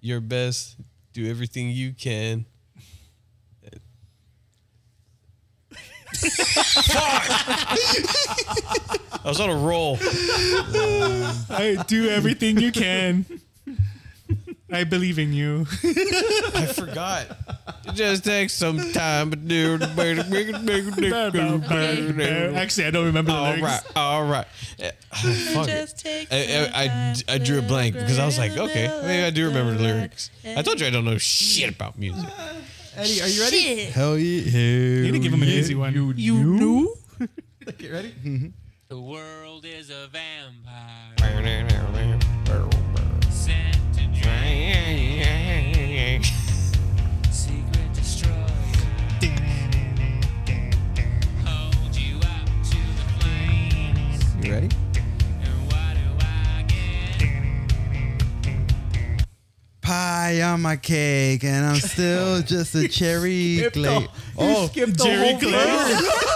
S3: your best, do everything you can. Fuck! I was on a roll.
S6: I do everything you can. I believe in you.
S3: I forgot. It just takes some time to do. All
S6: Uh, Actually, I don't remember the lyrics.
S3: right, all right. Eh, oh, Fuck it.
S7: Just take
S3: I,
S7: some
S3: I- I,
S7: time
S3: I drew a
S7: to
S3: blank because I was like,
S7: grind
S3: okay,
S7: the
S3: maybe I do remember the
S7: light.
S3: lyrics. I told you I don't know shit about music.
S4: Eddie, are you ready?
S7: Shit.
S9: Hell yeah. You
S6: didn't give him an easy one.
S9: You,
S7: You knew?
S4: Okay, ready?
S1: The world is a vampire sent to drain. Secret destroyer, hold you up to the flames.
S4: You ready?
S1: And what do I get?
S9: Pie on my cake, and I'm still just a cherry glaze. Oh,
S4: Skip the
S6: Jerry
S4: whole
S6: Glaze.
S4: verse.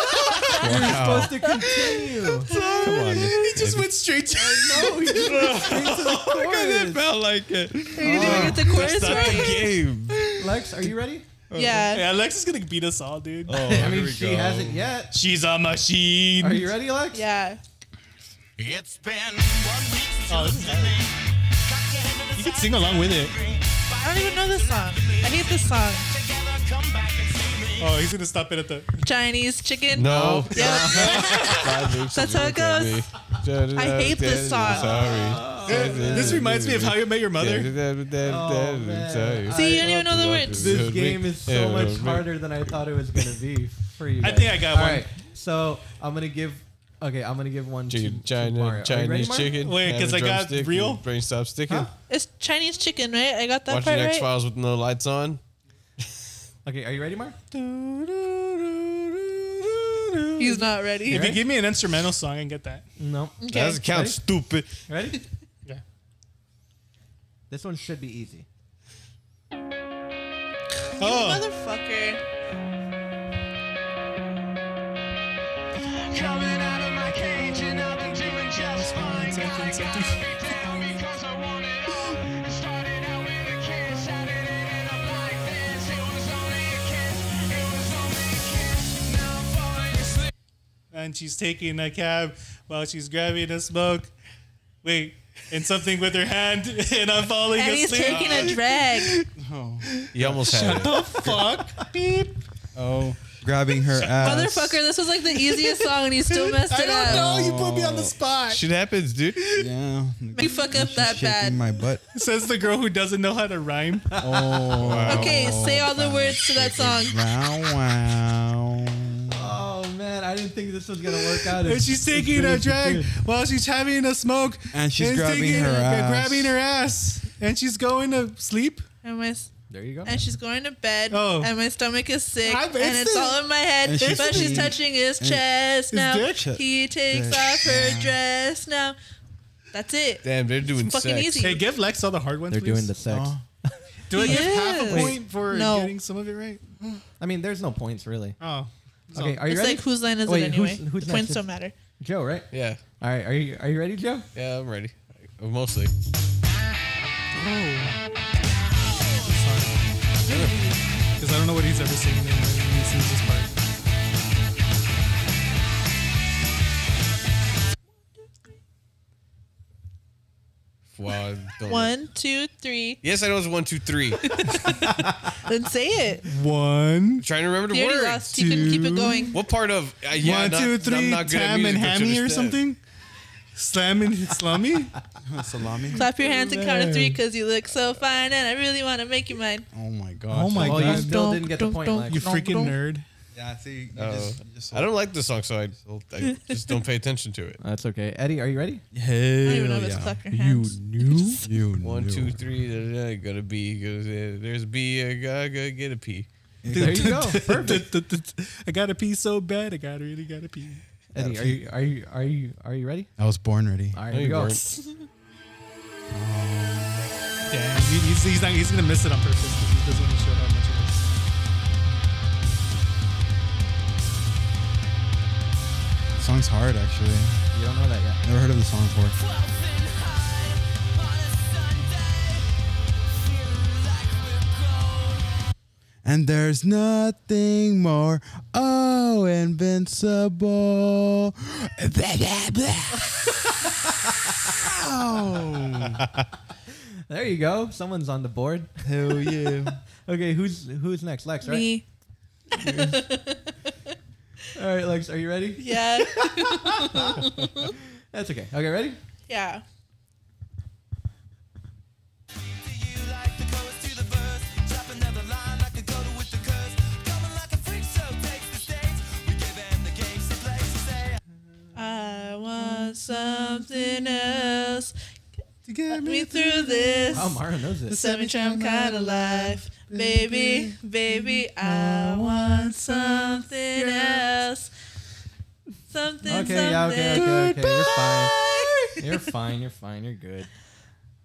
S3: Wow.
S4: Supposed to continue.
S3: Come on.
S6: He just went straight to
S4: no, he just went straight to the
S3: It
S4: chorus.
S3: felt like it.
S7: Are you doing it the chorus
S3: Not the
S7: right?
S3: game.
S4: Lex, are you ready?
S7: Yeah.
S6: Yeah, Lex is gonna beat us all, dude.
S3: Oh,
S4: I
S3: here
S4: mean,
S3: we
S4: she
S3: go.
S4: hasn't yet.
S6: She's a machine.
S4: Are you ready, Lex?
S7: Yeah.
S11: It's been one week since
S6: Oh, this is You can sing along with it.
S7: I don't even know this song. I hate this song.
S6: Oh, he's gonna stop it at the.
S7: Chinese chicken.
S3: No.
S7: Yeah.
S3: That's
S7: That's how it goes.
S3: I
S7: hate this song.
S3: Sorry.
S6: This reminds me of How You Met Your Mother.
S4: Oh, man.
S7: See, you don't even know the words.
S4: This game is so much harder than I thought it was gonna be for you.
S6: I
S4: Guys.
S6: think I got
S4: All
S6: one.
S4: right, so I'm gonna give. Okay, I'm gonna give one to,
S3: Chicken,
S4: to
S3: China,
S4: Mario. Are you ready,
S3: Chinese
S4: Mario?
S3: chicken.
S6: Wait,
S3: have
S6: 'cause
S3: a
S6: I got
S3: drumstick,
S6: real?
S3: and Brain stops sticking.
S4: Huh?
S7: It's Chinese chicken, right? I got that
S3: Watching
S7: part
S3: X
S7: right.
S3: Files with no lights on.
S4: Okay, are you ready, Mario?
S7: He's not ready.
S6: If you give me an instrumental song, I can get that.
S4: No.
S7: Okay.
S3: That doesn't count,
S4: Ready?
S3: stupid.
S4: Ready?
S6: Yeah.
S4: This one should be easy.
S6: Oh,
S7: Motherfucker.
S1: Coming out of my cage and I've been doing just fine. Gotta, gotta be down because I want it all. It started out with a kiss and it ended up like this. It was only a kiss. It was only a kiss. Now I'm falling asleep.
S6: and she's taking a cab while she's grabbing a smoke. Wait, and something with her hand, and I'm falling
S7: And he's
S6: asleep.
S7: taking a drag.
S3: You almost had it.
S6: Fuck. Beep.
S9: Oh, grabbing her ass.
S7: Motherfucker, this was like the easiest song and you still messed it up.
S6: Oh. spot.
S3: Shit happens, dude.
S9: Yeah.
S7: You fuck up that bad.
S9: my butt.
S6: Says the girl who doesn't know how to rhyme.
S9: Oh.
S7: Okay, say all the words to that song.
S9: Wow, wow.
S4: Oh man, I didn't think this was gonna work out.
S6: And
S4: as-
S6: she's
S4: as
S6: taking
S4: good
S6: a
S4: as it
S6: drag
S4: did.
S6: while she's having a smoke.
S9: And she's grabbing
S6: taking-
S9: her ass.
S6: grabbing her ass. And she's going to sleep.
S7: And my s-
S4: There you go.
S7: And she's going to bed,
S6: Oh.
S7: and my stomach is sick,
S6: I-
S7: and
S6: it's
S7: it's
S6: the-
S7: all in my head.
S6: And she's
S7: but she's
S6: sweet.
S7: touching his
S6: And-
S7: chest
S6: His
S7: now.
S6: dick.
S7: He takes
S6: Dick.
S7: off her dress now. That's it.
S3: Damn, they're doing
S7: It's fucking
S3: sex.
S7: easy.
S6: Hey, give Lex all the hard ones.
S4: They're
S6: please.
S4: doing the sex.
S6: Do I give half a
S7: Yes.
S6: point for
S7: No.
S6: getting some of it right?
S4: I mean, there's no points really.
S6: Oh.
S4: Okay, are you
S7: it's
S4: ready?
S7: like whose line is
S4: Wait,
S7: it
S4: who's-
S7: anyway?
S4: who's
S7: the
S4: next?
S7: points don't
S4: It's
S7: matter.
S4: Joe, right?
S3: Yeah.
S4: All right, are you are you ready, Joe?
S3: Yeah, I'm ready. Mostly.
S6: Oh. Because I don't know what he's ever singing in when he sings this part.
S3: Wow. I don't-
S7: One, two, three.
S3: Yes, I know it's one, two, three.
S7: Then say it.
S6: One.
S3: trying to remember the
S7: You already
S3: words.
S7: lost. Keep it- keep it going.
S3: What part of? Uh, yeah,
S6: One,
S3: not,
S6: two, three,
S3: I'm not good at
S6: tam
S3: music,
S6: and
S3: but you
S6: hammy or
S3: understand.
S6: something? Slam and slummy?
S9: Salami.
S7: Clap your hands and count to
S6: Man.
S7: three because you look so fine, and I really want to make you mine.
S9: Oh my god.
S6: Oh my
S4: Well, you
S6: god.
S4: still didn't get the point, Lex.
S6: You freaking nerd.
S9: Yeah, I see. You
S3: Oh.
S9: just, you just
S3: I don't like this song, so I, I just don't pay attention to it.
S4: That's okay. Eddie, are you ready?
S9: Hell
S7: even know if it's
S9: yeah.
S7: clap your hands.
S9: knew. You knew.
S3: One, two, three. Da, da, da, gotta be. Gotta, there's a B. I gotta, gotta get a P.
S4: There you go. Perfect.
S6: I gotta pee so bad. I gotta really gotta pee.
S4: Eddie, are you are you are you are you ready?
S9: I was born ready.
S4: All right,
S3: No,
S4: here
S3: you
S4: we go.
S3: weren't.
S6: Damn, he- he's, he's, not, he's gonna miss it on purpose because he doesn't want to show how much it is.
S9: Song's hard actually.
S4: You don't know that yet.
S9: Never heard of the song before. And there's nothing more oh invincible. Blah, blah, blah. oh.
S4: There you go. Someone's on the board.
S9: Hell yeah.
S4: Okay, who's who's next? Lex, right?
S7: Me.
S4: All right, Lex, are you ready?
S7: Yeah.
S4: That's okay. Okay, ready?
S7: yeah. I want something else.
S6: To get
S7: Let me through this.
S4: Wow, Oh, Mara knows
S7: The
S4: it.
S7: semi tram kind of life. Baby, baby, I want something else. Something,
S4: Okay,
S7: something.
S4: yeah, okay, okay, okay. You're fine. You're fine. You're fine. You're good.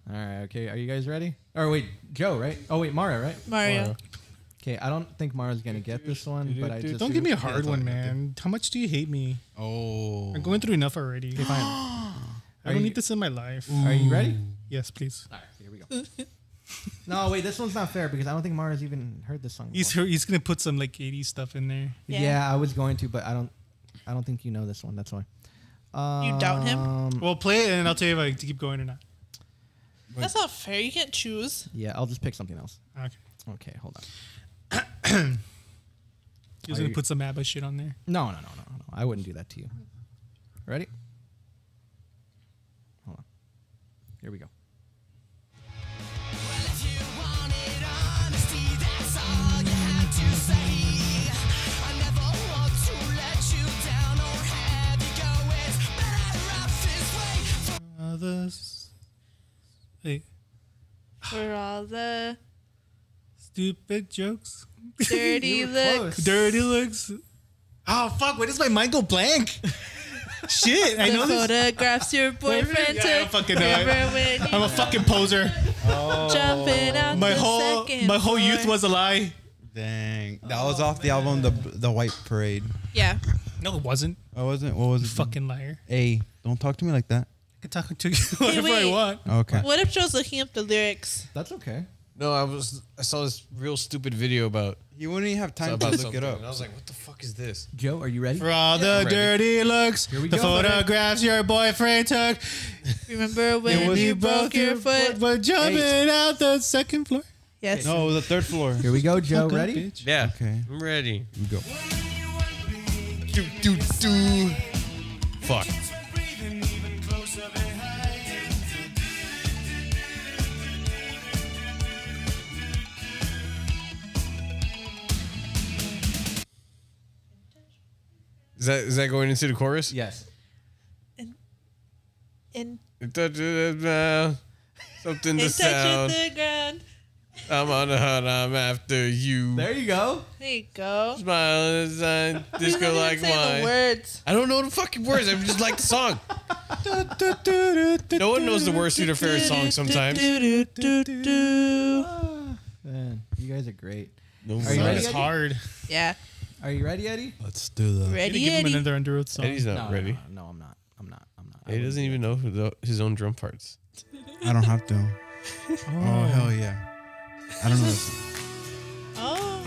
S4: All right. Okay. Are you guys ready? Or wait, Joe, right? Oh wait, Mara, right?
S7: Mario.
S4: Okay. I don't think Mara's gonna get this one, but I just
S6: Don't give me a hard one, man. How much do you hate me?
S9: Oh.
S6: I'm going through enough already.
S4: Okay, fine.
S6: I
S4: Are
S6: don't
S4: you-
S6: need this in my life.
S4: Are you ready?
S6: Yes, please.
S4: All right. Here we go. No, wait. This one's not fair because I don't think Mara's even heard this song.
S6: He's
S4: before.
S6: he's gonna put some like 80s stuff in there.
S7: Yeah.
S4: Yeah. I was going to, but I don't. I don't think you know this one. That's why. Um,
S7: You doubt him?
S6: Well, play it and I'll tell you if I to keep going or not.
S7: That's not fair. You can't choose.
S4: Yeah. I'll just pick something else.
S6: Okay.
S4: Okay. Hold on.
S6: He's
S4: Are
S6: gonna
S4: you-
S6: put some ABBA shit on there.
S4: No, no, no, no, no. I wouldn't do that to you. Ready? Hold on. Here we go.
S6: Others. Hey,
S7: For all the
S6: stupid jokes.
S7: dirty looks.
S6: Dirty looks. Oh fuck! Where does my mind go blank? shit! I
S7: The
S6: know this.
S7: photographs your
S6: Wait, wait,
S7: boyfriend
S6: yeah, I don't
S7: took.
S6: fucking know.
S7: Remember when you
S6: I'm a fucking poser.
S7: jumping out
S6: My
S7: the
S6: whole
S7: second
S6: my whole youth
S7: floor?
S6: was a lie.
S9: Dang. That was off the album The The White Parade.
S7: Yeah.
S6: No, it wasn't.
S9: I wasn't what was it?
S6: Fucking liar.
S9: Hey, don't talk to me like that.
S6: I can talk to you whatever I
S7: wait.
S6: want.
S9: Okay.
S7: What if Joe's looking up the lyrics?
S4: That's okay.
S3: No, I was. I saw this real stupid video about.
S9: You wouldn't even have time to
S3: about
S9: look
S3: something,
S9: it up.
S3: And I was like, what the fuck is this?
S4: Joe, are you ready?
S6: For all the
S3: I'm ready.
S6: dirty looks,
S4: we
S6: the
S4: go, buddy.
S6: photographs your boyfriend took,
S7: Remember when
S9: was-
S7: you broke your foot?
S6: we're jumping out the second floor.
S7: Yes.
S9: No, the third floor.
S4: Here we go, Joe.
S6: Good
S4: Ready?
S6: bitch.
S3: Yeah.
S9: Okay.
S3: I'm ready.
S9: We go.
S1: When
S3: Do, do, do. Fuck. Is that is that going into the chorus?
S4: Yes.
S7: In
S3: It touches the ground, Something to
S7: it touches
S3: sound.
S7: the ground.
S3: I'm on the hunt. I'm after you.
S4: There you go.
S7: There you go.
S3: Smile design.
S7: He's not
S3: Disco
S7: even
S3: like
S7: saying
S3: wine.
S7: the words.
S3: I don't know the fucking words. I just like the song. no one knows the words to their favorite song sometimes.
S4: Ah, Man, you guys are great.
S3: No,
S4: are
S3: we're not. It's
S4: Eddie?
S6: hard.
S7: Yeah.
S4: Are you ready, Eddie?
S8: Let's do that.
S7: Ready,
S6: give him
S7: Eddie?
S6: another Underoath song.
S3: Eddie's not
S4: No, no,
S3: ready.
S4: No, no, I'm not. I'm not. I'm not.
S3: He doesn't even know who the, his own drum parts.
S9: I don't have to. Oh, hell yeah. I don't know. This.
S7: Oh.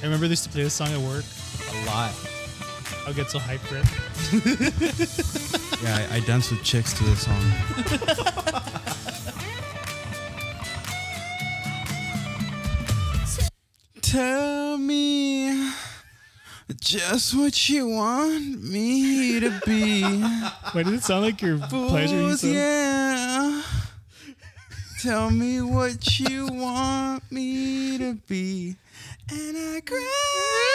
S6: I remember they used to play this song at work.
S4: A lot.
S6: I'll get so hyped for it.
S9: Yeah, I, I dance with chicks to this song. Tell me just what you want me to be.
S6: Why does it sound like you're pleasuring
S9: Fools,
S6: yourself?
S9: yeah. Tell me what you want me to be. And I cry.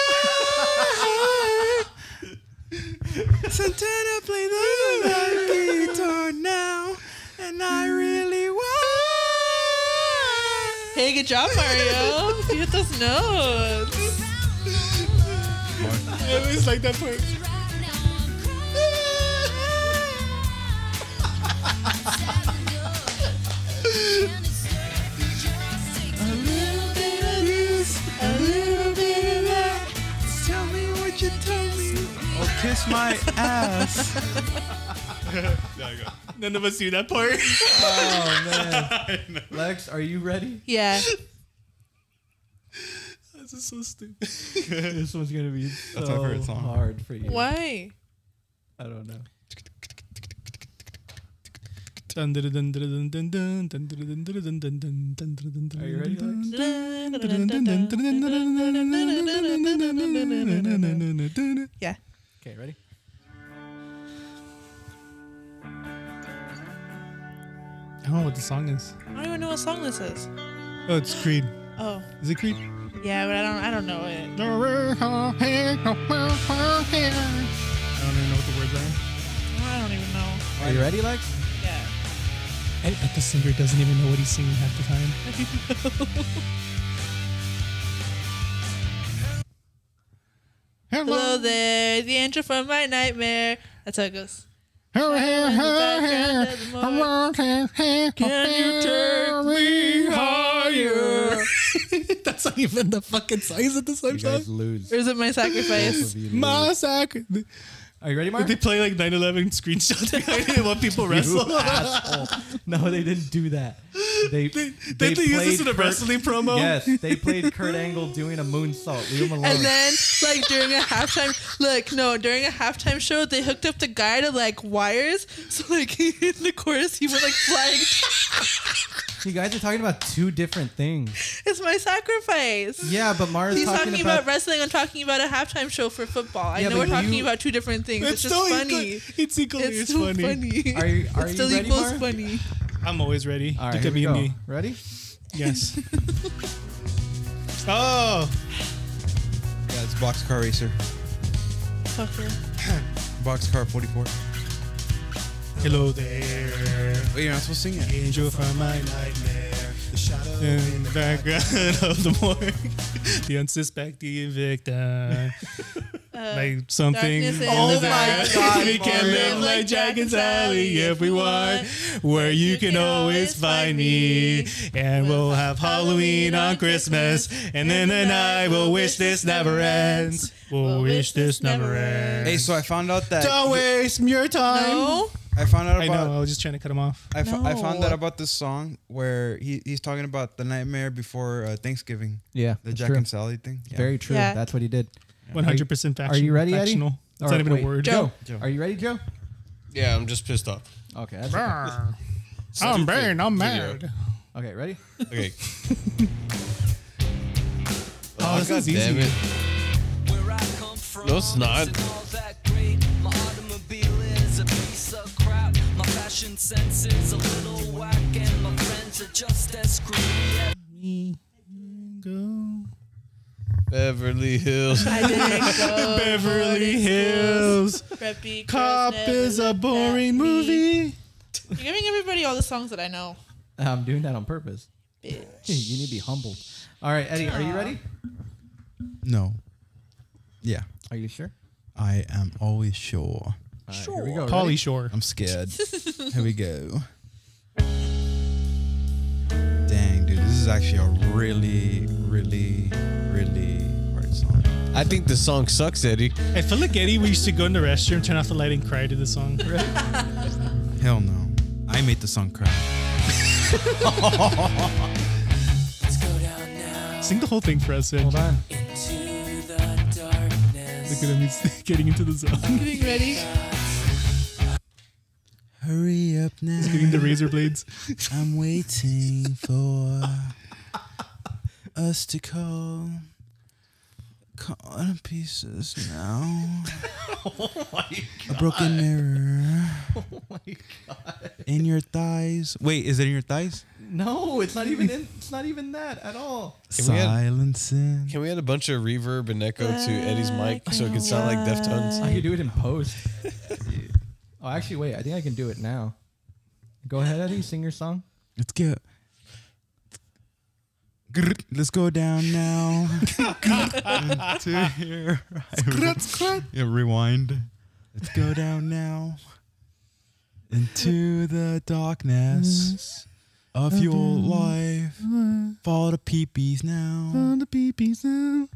S9: Santana play the guitar now. And I really want.
S7: Hey, good job, Mario. you hit those notes.
S6: I always like that part.
S1: A
S9: little bit of this, a little bit of that. Tell me what you tell me. Oh, kiss my ass.
S6: None of us knew that part.
S4: Oh man, Lex, are you ready?
S7: Yeah.
S6: This is so stupid.
S4: this one's gonna be so
S9: my favorite song.
S4: hard for you.
S7: Why?
S4: I don't know.
S6: Dun, dun, dun, dun, dun, dun, dun, dun, dun, dun, dun, dun, dun, dun, dun, dun, dun,
S4: Are you ready,
S6: dun,
S4: Lex?
S7: Yeah.
S4: Okay, ready?
S6: I don't know what the song is.
S7: I don't even know what song this is.
S6: Oh, it's Creed.
S7: Oh.
S6: Is it Creed?
S7: Yeah, but I don't I don't know it.
S6: I don't even know what the words are.
S7: I don't even know.
S4: Are you ready, Lex?
S7: Yeah.
S6: I bet the singer doesn't even know what he's singing half the time.
S7: Hello there, the angel from my nightmare. That's how it goes.
S1: Can
S6: you
S1: take me higher?
S6: That's not even the fucking size of the same song.
S4: lose.
S7: Or is it my sacrifice?
S6: Massacre.
S4: Are you ready, Mark?
S6: They play like 9/11 screenshots behind it while people wrestle.
S4: You asshole. No, they didn't do that. They they,
S6: they use this in a
S4: played
S6: wrestling promo?
S4: Yes, they played Kurt Angle doing a moonsault. Leave him alone.
S7: And then, like during a halftime, look, no, during a halftime show, they hooked up the guy to like wires, so like in the chorus, he went like flying.
S4: you guys are talking about two different things.
S7: It's my sacrifice.
S4: Yeah, but Mara's
S7: He's
S4: talking,
S7: talking, about, wrestling. I'm talking about a halftime show for football. I
S4: Yeah,
S7: know
S4: but
S7: we're talking
S4: you-
S7: about two different things. It's, just
S6: still
S7: funny.
S6: equal- it's equally
S7: It's
S6: as
S7: still
S6: funny.
S7: funny.
S4: Are you- are
S7: it
S4: you
S7: still
S4: ready,
S7: equals
S4: Mara?
S7: funny.
S6: I'm always ready.
S4: All
S6: You
S4: right, here
S6: could
S4: we
S6: be
S4: go.
S6: me.
S4: Ready?
S6: Yes. oh,
S9: Yeah, it's Boxcar Racer.
S7: Fucker.
S9: Boxcar 44.
S6: hello there.
S9: Wait, you're not supposed to sing it.
S6: Angel from my nightmare. The shadow in the background of the morgue. The unsuspecting victim.
S7: Uh,
S6: like something.
S7: darkness in
S6: Oh
S7: the
S6: my
S7: dark.
S6: God! We can live like Jack and Sally if we want. Where you can always find me, and we'll have Halloween on Christmas, and then and I will wish this never ends. We'll wish this never ends.
S9: Hey, so I found out that.
S6: Don't waste your time.
S7: No.
S9: I found out
S6: I
S9: about.
S6: know. I was just trying to cut him off.
S9: I, fo- I found
S7: No.
S9: out about this song where he, he's talking about the nightmare before uh, Thanksgiving.
S4: Yeah,
S9: The
S4: that's
S9: Jack
S4: true.
S9: and Sally thing. Yeah.
S4: Very true.
S7: Yeah.
S4: That's what he did.
S6: 100% faction,
S4: Are you ready, Eddie?
S6: factional. It's
S4: All
S6: not
S4: right,
S6: even a
S4: wait.
S6: word.
S4: Joe,
S9: Joe.
S4: Oh, are you ready, Joe?
S3: Yeah, I'm just pissed off.
S4: Okay. That's okay.
S6: I'm
S3: Stupid
S6: burned. I'm
S3: video.
S6: mad.
S4: okay, ready?
S3: Okay.
S6: Oh, this is
S3: God damn
S6: easy.
S3: it. No, it's not.
S1: My automobile is a piece of crap. My fashion sense is a little whack, and my friends are just as creepy as me.
S3: Beverly Hills.
S6: Beverly Hills.
S7: Preppy
S6: Cop
S7: girls never
S6: is a
S7: looked
S6: boring
S7: at me.
S6: movie.
S7: You're giving everybody all the songs that I know.
S4: I'm doing that on purpose.
S7: Bitch.
S4: you need to be humbled. All right, Eddie, are you ready?
S9: No. Yeah.
S4: Are you sure?
S9: I am always sure.
S4: right, here we go. Sure.
S6: Polly Shore.
S9: I'm scared. here we go. Dang, dude, this is actually a really, really, really hard song.
S3: I think the song sucks, Eddie.
S6: I feel like Eddie, we used to go in the restroom, turn off the light, and cry to the song.
S9: Hell no. I made the song cry.
S6: Sing the whole thing for us, Ed. Hold on.
S1: Into the darkness.
S6: Look at him, he's getting into the zone.
S7: Getting ready.
S9: Hurry up now. He's
S6: getting the razor blades.
S9: I'm waiting for us to call. Call in pieces now.
S1: Oh my
S9: A broken mirror.
S1: Oh my god.
S9: In your thighs. Wait, is it in your thighs?
S4: No, it's not even in, it's not even that at all.
S3: Can we add-
S9: Silencing.
S3: Can we add a bunch of reverb and echo to Eddie's mic so it can sound like Deftones?
S4: I can do it in post. oh, actually, wait. I think I can do it now. Go ahead, Eddie. Sing your song.
S9: Let's go. Grrrt, Let's go down now. to here.
S1: Scrat, scrat.
S9: Yeah, rewind. Let's go down now. Into the darkness of your life. Fall to peepees now.
S6: the peepees now.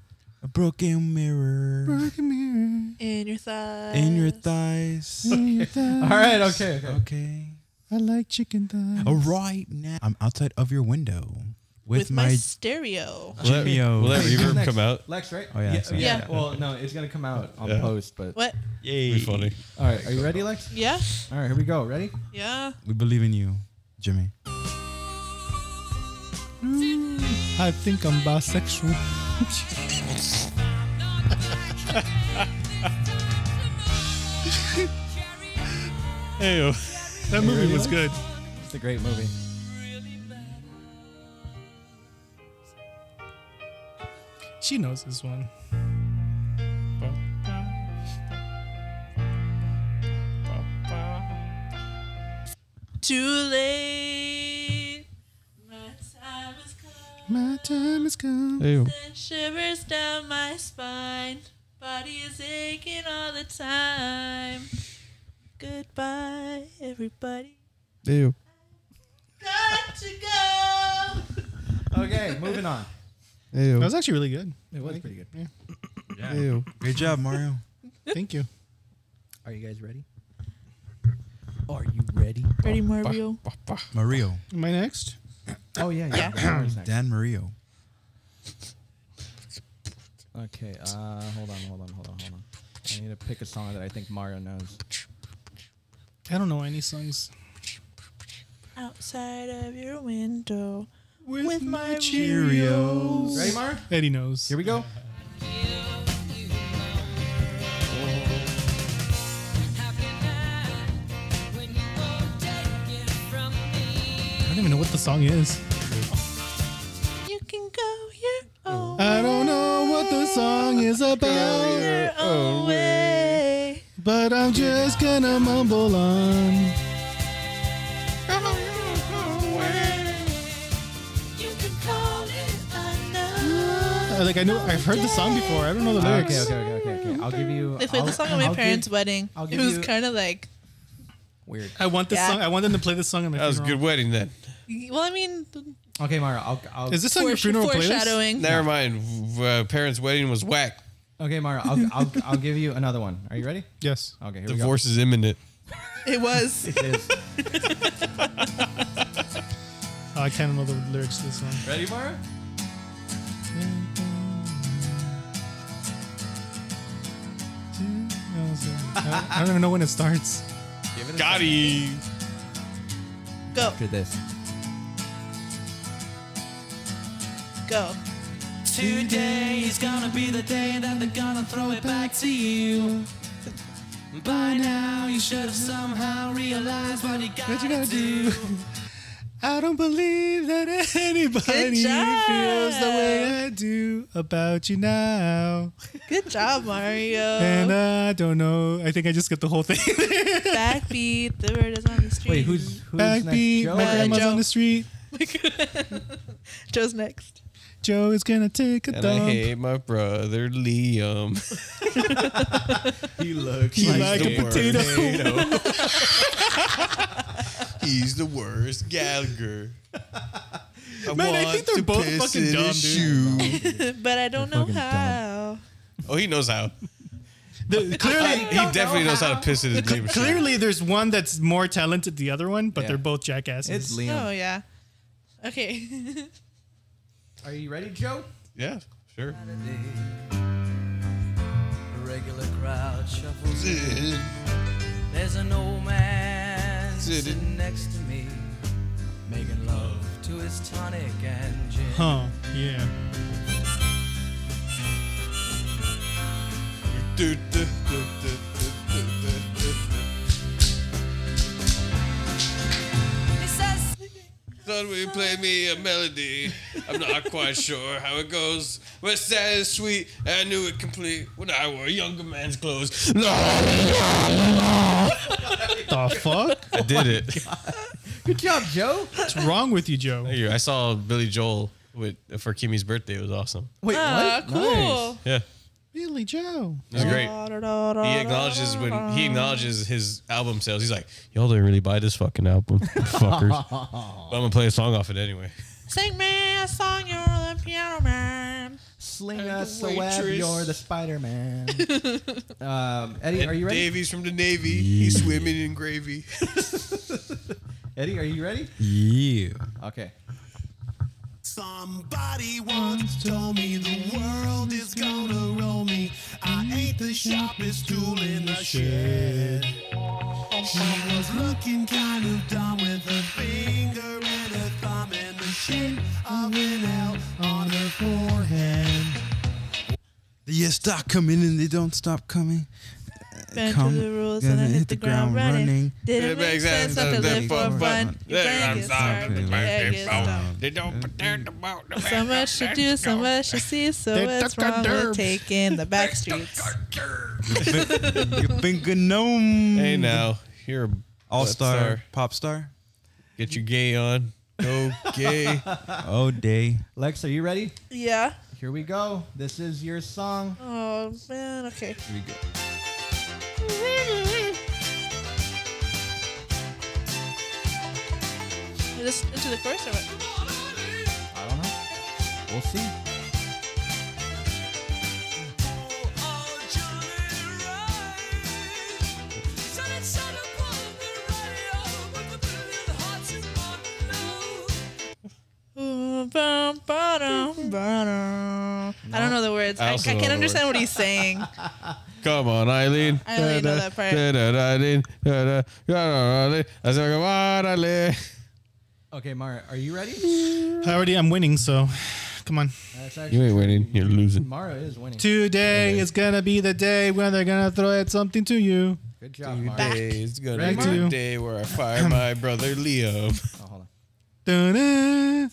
S9: A broken mirror
S6: Broken
S7: In your thighs.
S9: in your thighs.
S4: All right. Okay. Okay.
S9: Okay.
S6: I like chicken thighs.
S9: All right now. I'm outside of your window with,
S7: With my stereo.
S3: Will that-
S9: Jimmy-O's.
S3: will that
S9: Hey, who's
S3: reverb
S9: next?
S3: come out?
S4: Lex, right?
S9: Oh, yeah,
S4: Yeah.
S9: sorry.
S4: yeah.
S9: Yeah.
S4: Well, no, it's gonna come out on
S3: Yeah.
S4: post, but
S7: What?
S9: Yay.
S3: Be funny.
S4: All right. Are you ready, Lex?
S7: Yeah.
S4: All right. Here we go. Ready?
S7: Yeah.
S9: We believe in you, Jimmy.
S6: I think I'm bisexual. Ew. That movie was good.
S4: It's a great movie.
S6: She knows this one.
S7: Too late. My time has come.
S6: My time has come.
S7: Then shivers down my spine. Body is aching all the time. Goodbye, everybody.
S9: Ew.
S7: Got to go.
S4: Okay. Moving on.
S9: Ew.
S6: That was actually really good.
S4: It was pretty good.
S9: Ew. Great job, Mario.
S6: Thank you.
S4: Are you guys ready? Are you ready?
S7: Ready, Mario?
S9: Mario.
S6: Am I next?
S4: Oh yeah. Yeah. Mario's next.
S9: Dan Mario.
S4: Okay. Uh, hold on. Hold on. Hold on. Hold on. I need to pick a song that I think Mario knows.
S6: I don't know any songs.
S7: Outside of your window.
S6: With,
S7: my
S6: Cheerios.
S4: Ready, Mario?
S6: Eddie knows.
S4: Here we go.
S6: I don't even know what the song is.
S7: You can go your own
S6: I don't know what the song is about,
S7: your own way.
S6: but I'm just gonna mumble on.
S7: Go your own way. You can call it enough.
S6: Uh, Like I know, I've heard the song before. I don't know the
S4: Uh, Okay.
S6: lyrics.
S4: Okay. Okay. Okay. Okay. I'll give you.
S7: They played
S4: I'll-
S7: the song at my
S4: I'll give-
S7: parents' wedding.
S4: I'll
S7: It
S4: give
S7: was
S4: you-
S7: kind of like,
S4: Weird.
S6: I want this
S7: Yeah.
S6: song. I want them to play this song on my
S3: That was a
S6: funeral.
S3: good wedding then.
S7: well, I mean,
S4: Okay, Mario. I'll. I'll
S6: Is this on your
S7: foresh-
S6: funeral playlist?
S7: foreshadowing.
S3: Never mind. w- Uh, parents' wedding was whack.
S4: Okay, Mario, I'll, I'll, I'll give you another one. Are you ready?
S6: Yes.
S4: Okay, here
S3: Divorce is imminent.
S7: It was.
S4: we go. It is.
S6: Oh, I kind of know the lyrics to this song.
S4: Ready, Mario?
S6: I I don't even know when it starts.
S4: Give it a
S3: Got him.
S7: Go,
S4: After this.
S7: go.
S1: Take Today is gonna be the day that they're gonna throw it back to you. By now, you should have somehow realized what you gotta, do.
S6: I don't believe that anybody feels the way I do about you now.
S7: Good job, Mario.
S6: And uh, I don't know. I think I just got the whole thing.
S7: Backbeat, the bird is on the street.
S6: Wait, who's- who's next? Backbeat, Joe? my
S7: Uh,
S6: grandma's
S7: Joe.
S6: on the street.
S7: Joe's next.
S6: Joe is gonna take a
S3: And I
S6: dump.
S3: hate my brother Liam. he looks
S6: He like a potato.
S3: He's the worst Gallagher. I
S6: Man, I think
S3: want
S6: they're
S3: to
S6: both
S3: piss
S6: fucking
S3: in
S6: dumb,
S3: his
S6: dude.
S3: shoe.
S7: but I don't know how.
S3: Oh, he knows how.
S6: The- clearly,
S3: he definitely knows how to piss in his neighbor's shoe.
S6: Clearly, there's one that's more talented than the other one, but
S3: Yeah.
S6: they're both jackasses.
S3: It's
S7: Oh yeah. Okay.
S4: Are you ready, Joe?
S3: Yeah, sure.
S1: The regular crowd shuffles in. There's an old man sitting next to me, making love to his tonic and gin.
S6: Huh? Yeah.
S1: He says,
S3: Son, will you play me a melody? I'm not quite sure how it goes. But sad and sweet, I knew it complete when I wore a younger man's clothes.
S6: the fuck?
S3: I did it.
S4: Good job, Joe.
S6: What's wrong with you, Joe?
S3: Thank you. I saw Billy Joel with, for Kimmy's birthday. It was awesome.
S4: Wait,
S7: Ah,
S4: what?
S7: cool.
S3: Yeah, it
S6: Billy Joe.
S3: was great. He acknowledges when he acknowledges his album sales. He's like, "Y'all didn't really buy this fucking album, fuckers." but I'm gonna play a song off it anyway.
S7: Sing me a song, you're the piano man.
S4: Sling us a web, you're the Spider Man. um, Eddie,
S3: And
S4: are you ready?
S3: Davey's from the Navy. He's swimming in gravy.
S4: Eddie, are you ready?
S8: Yeah.
S4: Okay.
S13: Somebody once told me the world is gonna roll me. I ain't the sharpest tool in the shed. She was looking kind of dumb with her finger and her thumb and the shape of an L on her forehead.
S9: The years stop coming and they don't stop coming.
S7: Bend to the rules and I hit the ground running. Didn't make sense not to live for fun. Your brain gets hard, but your head gets dumb.
S3: They don't protect the boat.
S7: So much to do, so much to see, so
S1: They
S7: what's
S1: took a
S7: wrong with
S1: derb.
S7: taking the back streets?
S9: Finger gnome.
S3: Hey now, you're a
S9: all star
S3: star.
S9: pop star.
S3: Get your gay on. Go gay.
S9: Oh day.
S4: Lex, are you ready?
S7: Yeah.
S4: Here we go. This is your song.
S7: Oh man, okay.
S4: Here we go.
S7: Is this into the chorus or what?
S4: I don't know. We'll see.
S7: Ooh, bum, ba-dum, ba-dum. I don't know the words.
S3: I
S7: I, I
S3: also don't
S7: can't
S3: know the
S7: understand what he's saying.
S3: Come on, Eileen.
S7: I only know
S3: Da-da,
S7: that part.
S3: da-da, Eileen. Da-da, da-da, Eileen. I said, come on, Eileen.
S4: Okay, Mara, are you ready?
S6: I already I'm winning, so come on.
S4: That's actually-
S3: You ain't winning. You're losing.
S4: Mara is winning.
S6: Today is gonna be the day when they're gonna throw at something to you.
S4: Good job, Mara.
S3: Today is gonna
S6: Back
S3: be
S6: to
S3: the
S6: you.
S3: day where I fire my brother Leo.
S4: Oh,
S6: Dun-dun.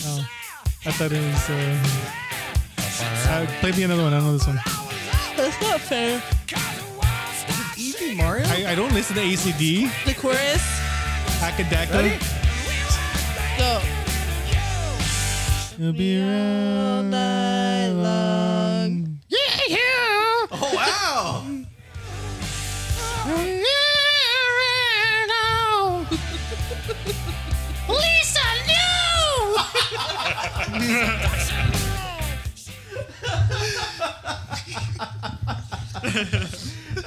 S6: Oh, I thought it was. Uh, uh, play me another one. I don't know this one.
S7: That's not fair.
S6: E
S4: Easy Mario.
S6: I, I don't listen to ACD.
S7: The chorus.
S6: Akadaka.
S7: Go.
S6: You'll be around night long.
S1: Yeah, yeah.
S4: Oh wow.
S1: Lisa,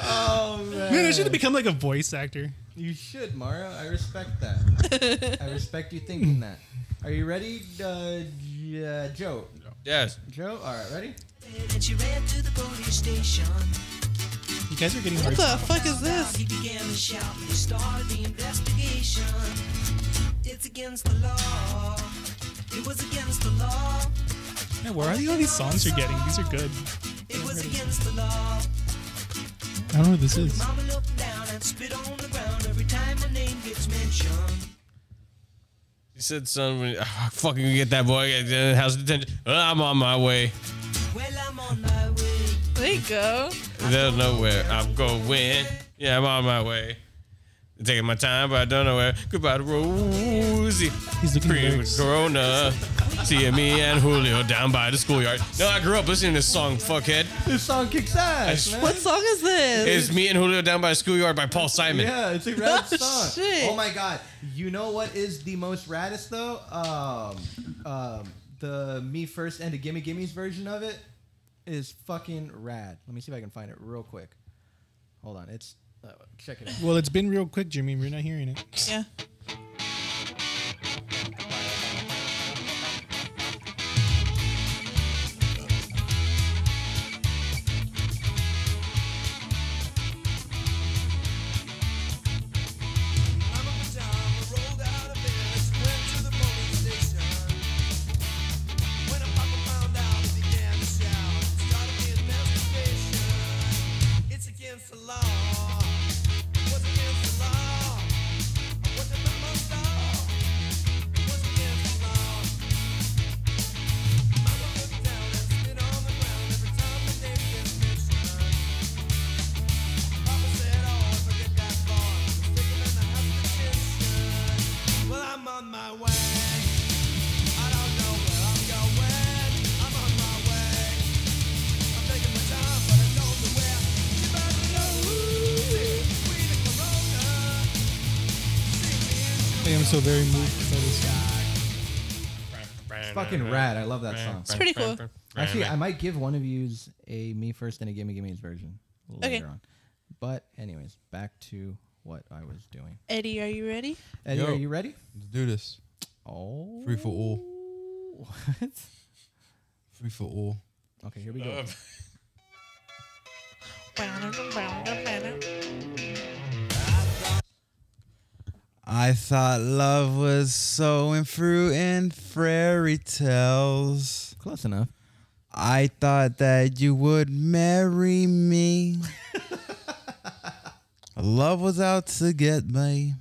S4: oh man.
S6: Man, I should have become like a voice actor.
S4: You should, Mara. I respect that. I respect you thinking that. Are you ready, uh, J- uh, Joe?
S3: Yes.
S4: Joe, all right, ready?
S6: You guys are getting
S7: What
S6: hard.
S7: the fuck is this?
S1: He began to shout and he started the investigation. It's against the law. It was against the law.
S6: Man, where are the all these songs you're getting? These are good.
S1: It was against the law.
S6: I don't know what this is.
S1: Mama looked down and spit on the ground every time my name gets mentioned.
S3: You said, son, when I fucking get that boy get in the house of detention. "Well, I'm on my way.
S1: Well, I'm on my way.
S7: There you go.
S3: There's nowhere I'm going. Yeah, I'm on my way. Taking my time, but I don't know where. Goodbye to Rosie. He's looking Pre Corona. Seeing me and Julio down by the schoolyard. No, I grew up listening to this song, fuckhead.
S4: This song kicks ass.
S7: What song is this?
S3: It's Me and Julio Down by the Schoolyard by Paul Simon.
S4: Yeah, it's a rad song.
S7: shit.
S4: Oh my god! You know what is the most raddest though? Um, um, the me first and the gimme gimme's version of it is fucking rad. Let me see if I can find it real quick. Hold on, it's uh, check it out.
S6: Well, it's been real quick, Jimmy. We're not hearing it.
S7: Yeah.
S1: Well, I'm on my way. I don't know where I'm going. I'm on my way. I'm taking my time, but I don't know where. You better know We the corona.
S6: I am so very moved by this song.
S4: It's fucking rad. I love that song.
S7: It's pretty cool.
S4: Actually, I might give one of yous a me first and a gimme gimme's version later
S7: Okay.
S4: on. But anyways, back to what I was doing.
S7: Eddie, are you ready?
S4: Eddie,
S9: Yo.
S4: are you ready?
S9: Let's do this.
S4: Oh.
S9: Free for all.
S4: What?
S9: Free for all.
S4: Okay, here we
S9: Uh,
S4: go.
S9: I thought love was sowing fruit in fairy tales.
S4: Close enough.
S9: I thought that you would marry me. love was out to get me.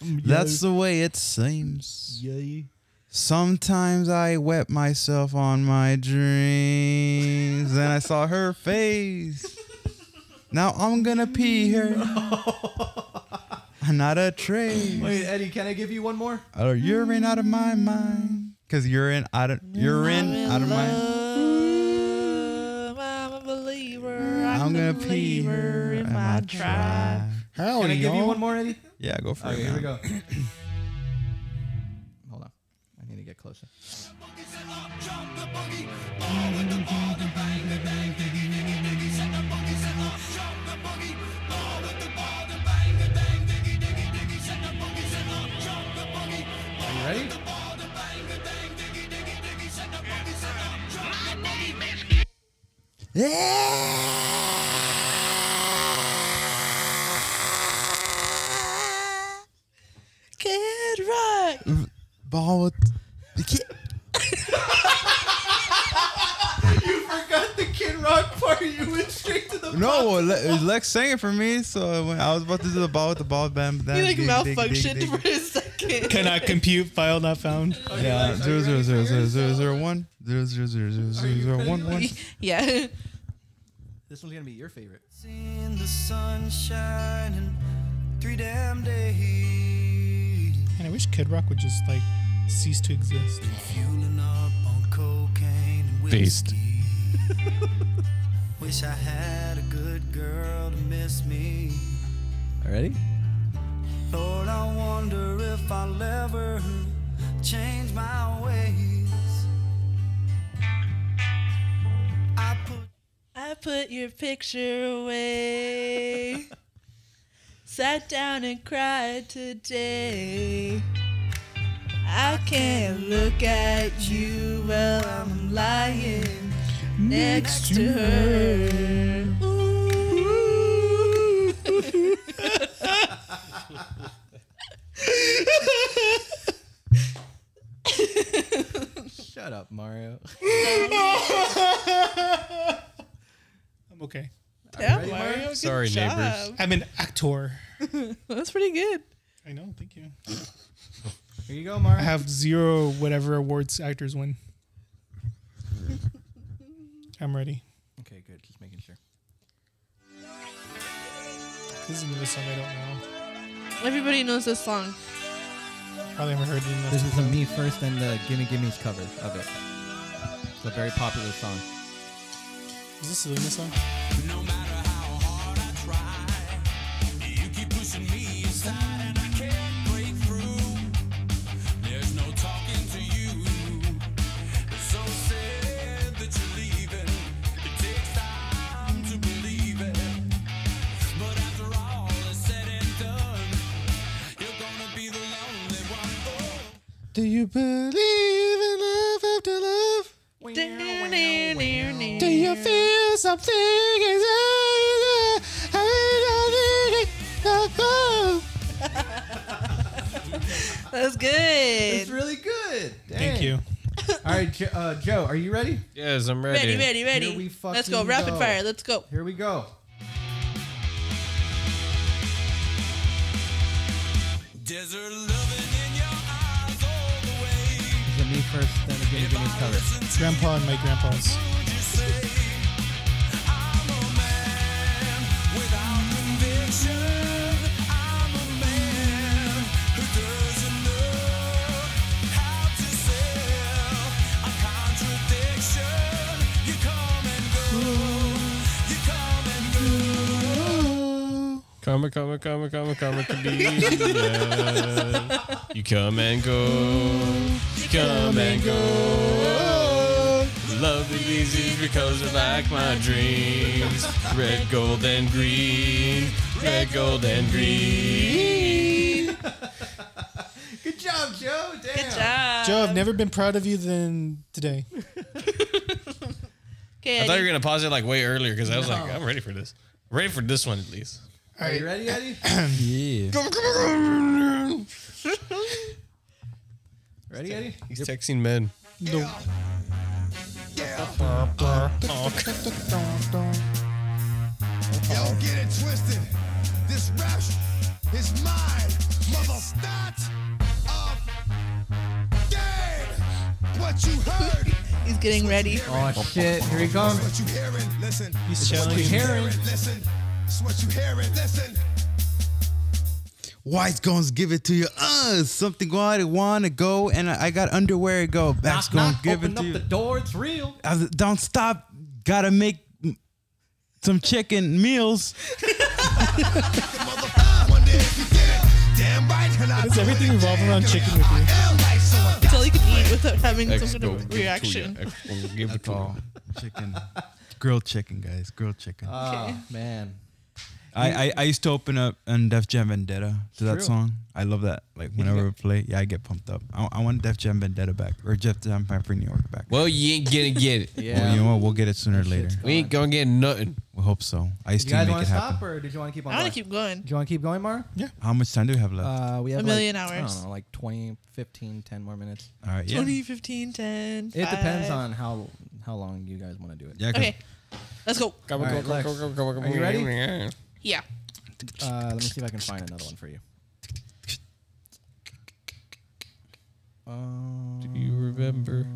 S9: That's the way it seems. Sometimes I wet myself on my dreams, and I saw her face. Now I'm gonna pee her. Not a trace.
S4: Wait, Eddie, can I give you one more?
S9: Oh, you're in out of my mind. Cause you're in out of you're in out of my.
S7: I'm a believer.
S9: I'm gonna pee her in my
S7: tribe.
S9: Hell
S4: Can I give you one more, Eddie?
S9: Yeah, go for
S4: Okay,
S9: it.
S4: here we go.
S9: man.
S4: Hold on. I need to get closer. Are you ready?
S7: Kid Rock.
S9: Ball with the kid.
S4: You forgot the Kid Rock part. You went straight to the.
S9: No, well, Le- Lex sang it for me, so when I was about to do the ball with the ball, bam, bam.
S7: He like
S9: dig, dig, dig,
S7: malfunctioned
S9: dig.
S7: for a second.
S6: Cannot compute. File not found.
S4: Oh,
S9: Yeah, zero zero zero zero zero zero one zero zero zero zero zero zero one one.
S7: yeah.
S4: This one's gonna be your favorite.
S1: Seen the sun shining three damn days.
S6: Man, I wish Kid Rock would just like cease to exist.
S1: Fueling up on cocaine and
S6: Beast.
S1: whiskey. Wish I had a good girl to miss me.
S4: Ready?
S1: Lord, I wonder if I'll ever change my ways. I put
S7: I put your picture away. Sat down and cried today. I can't look at you while I'm lying next to her. Ooh.
S4: Shut up, Mario.
S7: Yeah, Mario. good
S3: Sorry, neighbors.
S7: job.
S6: I'm an actor.
S7: That's pretty good.
S6: I know. Thank you.
S4: Here you go, Mario.
S6: I have zero whatever awards actors win. I'm ready.
S4: Okay, good. Just making sure.
S6: This is another song I don't
S7: Everybody knows this song.
S6: know. Probably haven't heard it enough.
S4: This is a me first and the Gimme Gimme's cover of it. It's a very popular song.
S6: Is this a Luna song?
S1: No matter how hard I try, you keep pushing me aside and I can't break through. There's no talking to you. It's so sad that you're leaving. It takes time to believe it. But after all is said and done, you're gonna be the lonely one. Oh.
S9: Do you believe in love after love?
S7: Do
S9: Do you feel something? Is it-
S7: That's good. It's
S4: really good.
S6: Thank
S4: Dang.
S6: you.
S4: All right, jo- uh, Joe, are you ready?
S3: Yes, I'm
S7: Ready, ready, ready.
S4: Here we
S7: Let's go.
S4: fucking
S7: Rapid
S4: go.
S7: fire. Let's go.
S4: Here we go.
S1: Desert loving in your eyes all the way.
S4: It's a me first and the Gimme Gimme's cover.
S6: Grandpa and my grandpa's.
S1: Would you say I'm a man without conviction? I'm a man who doesn't know how to sell a contradiction. You come and go. You come and go.
S3: Come, come, come, come, come, chameleon. You come and go. You come and go. Love is easy because you like my dreams. Red, gold, and green. Red, gold, and green.
S4: Good job, Joe. Damn.
S7: Good job.
S6: Joe, I've never been proud of you than today.
S7: Okay.
S3: I thought you were going to pause it like way earlier because I was like,
S7: No.
S3: I'm ready for this. I'm ready for this one at least.
S4: Are you ready, Eddie?
S9: yeah.
S4: Ready, Eddie?
S3: He's texting men.
S6: No.
S13: Don't get it twisted. This rap sh- is mine. Mother start of game. What you heard.
S7: He's getting ready.
S4: Oh shit! Here he comes.
S13: It's what you hearing. Listen.
S6: He's
S13: It's what
S6: challenging
S13: you
S6: me.
S13: hearing. Listen. It's what you hearing. Listen.
S9: White's gonna give it to you. Uh, something going to wanna go, and I I got underwear to go. Back's
S4: Knock,
S9: gonna
S4: knock.
S9: give
S4: Open
S9: it
S4: up
S9: to you.
S4: the door. It's real.
S9: I was- don't stop. Gotta make m- some chicken meals.
S13: Damn right. And I
S6: Does everything revolve around chicken with you?
S13: am like someone.
S7: That's all you can eat without having some kind of reaction.
S3: Give it to
S9: Chicken, grilled chicken, guys, grilled chicken.
S4: Oh man.
S9: I, I, I used to open up on Def Jam Vendetta to that
S4: True.
S9: song. I love that. Like whenever I play, yeah, I get pumped up. I, I want Def Jam Vendetta back or Def Jam Pine Free New York back.
S3: Well, you ain't going to get it.
S4: Yeah.
S9: Well, you know what? We'll get it sooner or later.
S3: We ain't going to get nothing.
S9: We hope so. I used
S4: You
S9: to
S4: guys
S9: make
S4: want
S9: it
S4: to
S9: happen.
S4: stop, or did you want to keep on?
S7: I want
S4: going?
S7: to keep going.
S4: Do you want to keep going, Mar?
S9: How much time do we have left?
S4: Uh, we have
S7: A
S4: like,
S7: million
S4: I
S7: hours.
S4: don't know, like 20, 15, 10 more minutes.
S9: All right, yeah.
S7: 20, 15, 10.
S4: It depends
S7: five.
S4: on how how long you guys want to do it.
S9: Yeah, 'cause
S7: Okay. Let's go.
S4: All right, Lex, are you ready?
S7: Yeah.
S4: Uh, let me see if I can find another one for you.
S3: Do you remember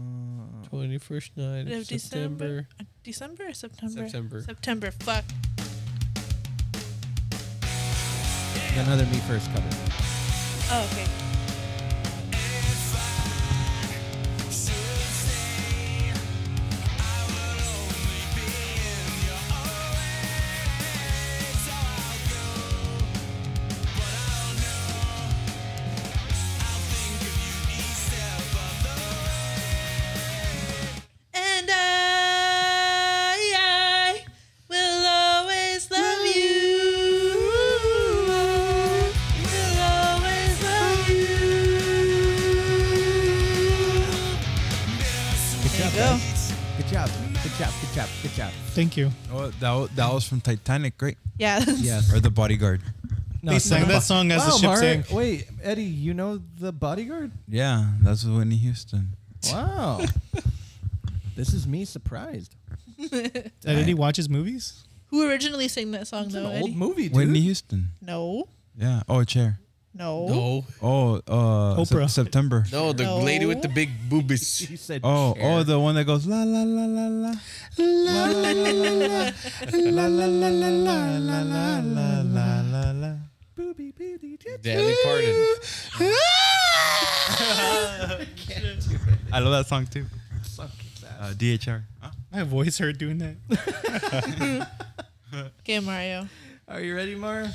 S3: 21st night
S7: Of
S3: of September?
S7: December. uh, December or September?
S3: September.
S7: September. Fuck.
S4: Another me first cover.
S7: Oh, okay. And I, I will always love you. Will always love you. There you go.
S4: Good job. Good job. Good job. Good job.
S6: Thank you.
S9: Oh, that, wa- that was from Titanic, right?
S7: Yeah.
S4: Yes.
S9: Or The Bodyguard.
S6: They sang that song as the
S4: Wow,
S6: ship
S4: Mar-
S6: sank.
S4: Wait, Eddie, you know the bodyguard?
S9: Yeah, that's with Whitney Houston.
S4: Wow. this is me surprised.
S6: Did Eddie watches movies?
S7: Who originally sang that song though? Eddie?
S9: Whitney Houston.
S7: No,
S9: Yeah. Oh, a chair.
S7: no.
S9: Oh, uh, Oprah.
S7: Oprah.
S9: September.
S3: No, the
S7: No.
S3: lady with the big boobies. You said
S9: Oh, oh, the one that goes la la la la la la la la la la la la la la la la la la la la.
S3: Dolly Parton.
S9: I love that song too. Uh, DHR.
S6: My voice hurt doing that.
S7: Okay, Mario.
S6: Uh,
S4: Are you ready, Mario?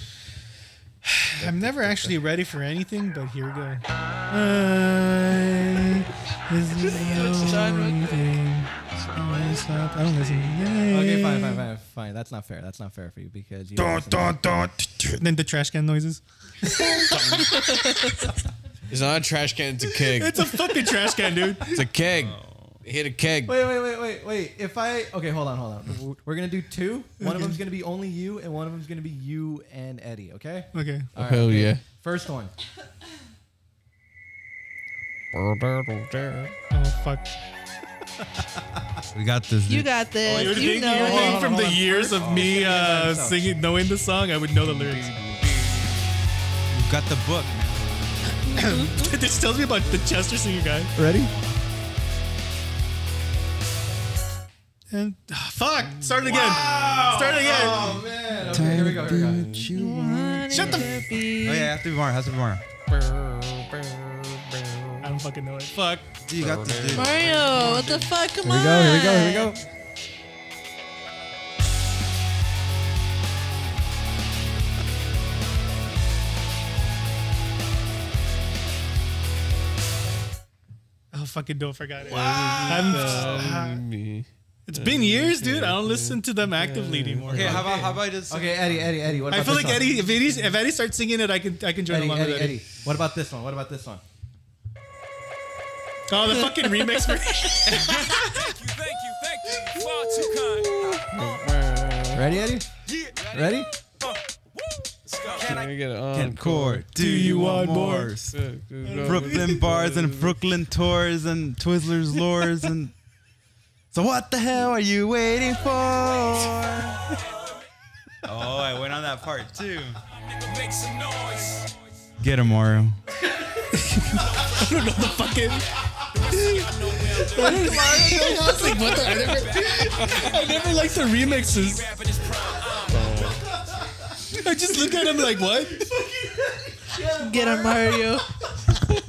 S6: I'm never actually ready for anything, but here we go. I is leaving. I don't listen.
S4: Okay, fine, fine, fine, fine. That's not fair. That's not fair for you because you.
S6: Dun, dun, dun, Then the trash can noises.
S3: It's not a trash can, it's a keg.
S6: It's a fucking trash can, dude.
S3: It's a keg. Hit a keg.
S4: Wait, wait, wait, wait, wait. If I okay, hold on, hold on. We're gonna do two. One of
S6: Okay.
S4: them's gonna be only you, and one of them's gonna be you and Eddie. Okay.
S6: Okay.
S4: All right,
S3: Hell
S4: okay.
S3: Oh, yeah.
S4: First one.
S6: Oh fuck.
S9: We got this.
S7: You got this.
S6: you would
S7: You
S6: think,
S7: know
S6: you would
S7: Oh, it.
S6: think from
S7: Hold
S6: the
S7: on,
S6: years of me uh, singing, knowing the song, I would know the lyrics.
S9: You got the book.
S6: this tells me about the Chester singer guy.
S4: Ready?
S6: And ah, fuck, start it again. Start it again.
S4: Oh man. Okay, here we go. Here we go.
S6: Shut the. F-
S9: Oh yeah, it has to be Mara. Has to be Mara.
S6: I don't fucking know it. Fuck.
S9: You got this, dude.
S7: Mario, what the fuck? Come
S9: Here we go,
S7: on.
S9: here we go, here we
S4: go.
S6: Oh fucking don't forget it. I'm- it's been years, dude. I don't listen to them actively anymore.
S9: Okay, how about how about just
S4: Okay, Eddie, Eddie, Eddie. What
S6: I
S4: about
S6: feel
S4: this
S6: like
S4: one?
S6: Eddie. If, Eddie's, if Eddie starts singing it, I can I can join
S4: Eddie,
S6: along
S4: Eddie,
S6: with Eddie.
S4: Eddie. What about this one? What about this one?
S6: Oh, the fucking remix version.
S4: Ready, Eddie? Ready?
S3: Can we get it on?
S9: Encore. Do you want more? Brooklyn bars and Brooklyn tours and Twizzlers lures and. So what the hell are you waiting for? Oh, I went on that part too.
S1: Make some noise.
S9: Get him, Mario.
S6: I don't know the fucking. I was like, what the? I never, I never liked the remixes. I just look at him like, what?
S7: Get him, Mario.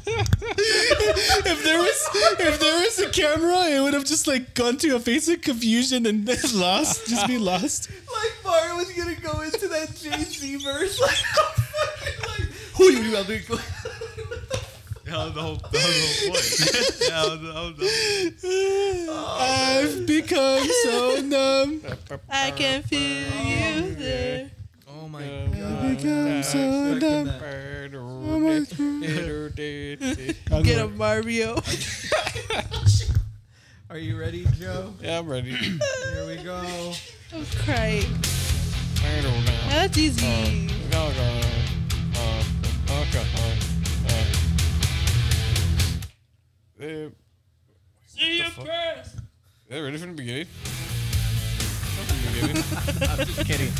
S6: if there was, if there was a camera, it would have just like gone to a face of confusion and then lost, just be lost.
S4: Like Mario was gonna go into that Jay Z verse, like fucking like who you about to go?
S9: That was the whole, that was the whole point. yeah, that was, that was
S6: I've become so numb.
S7: I can feel you there.
S4: Oh my
S6: I've become so numb.
S7: Get him, Mario.
S4: Are you ready, Joe?
S3: Yeah, I'm ready.
S4: Here we go.
S7: I'm crying. Now that's easy.
S1: See you first.
S3: Yeah, ready from the beginning? From the beginning.
S4: I'm just kidding.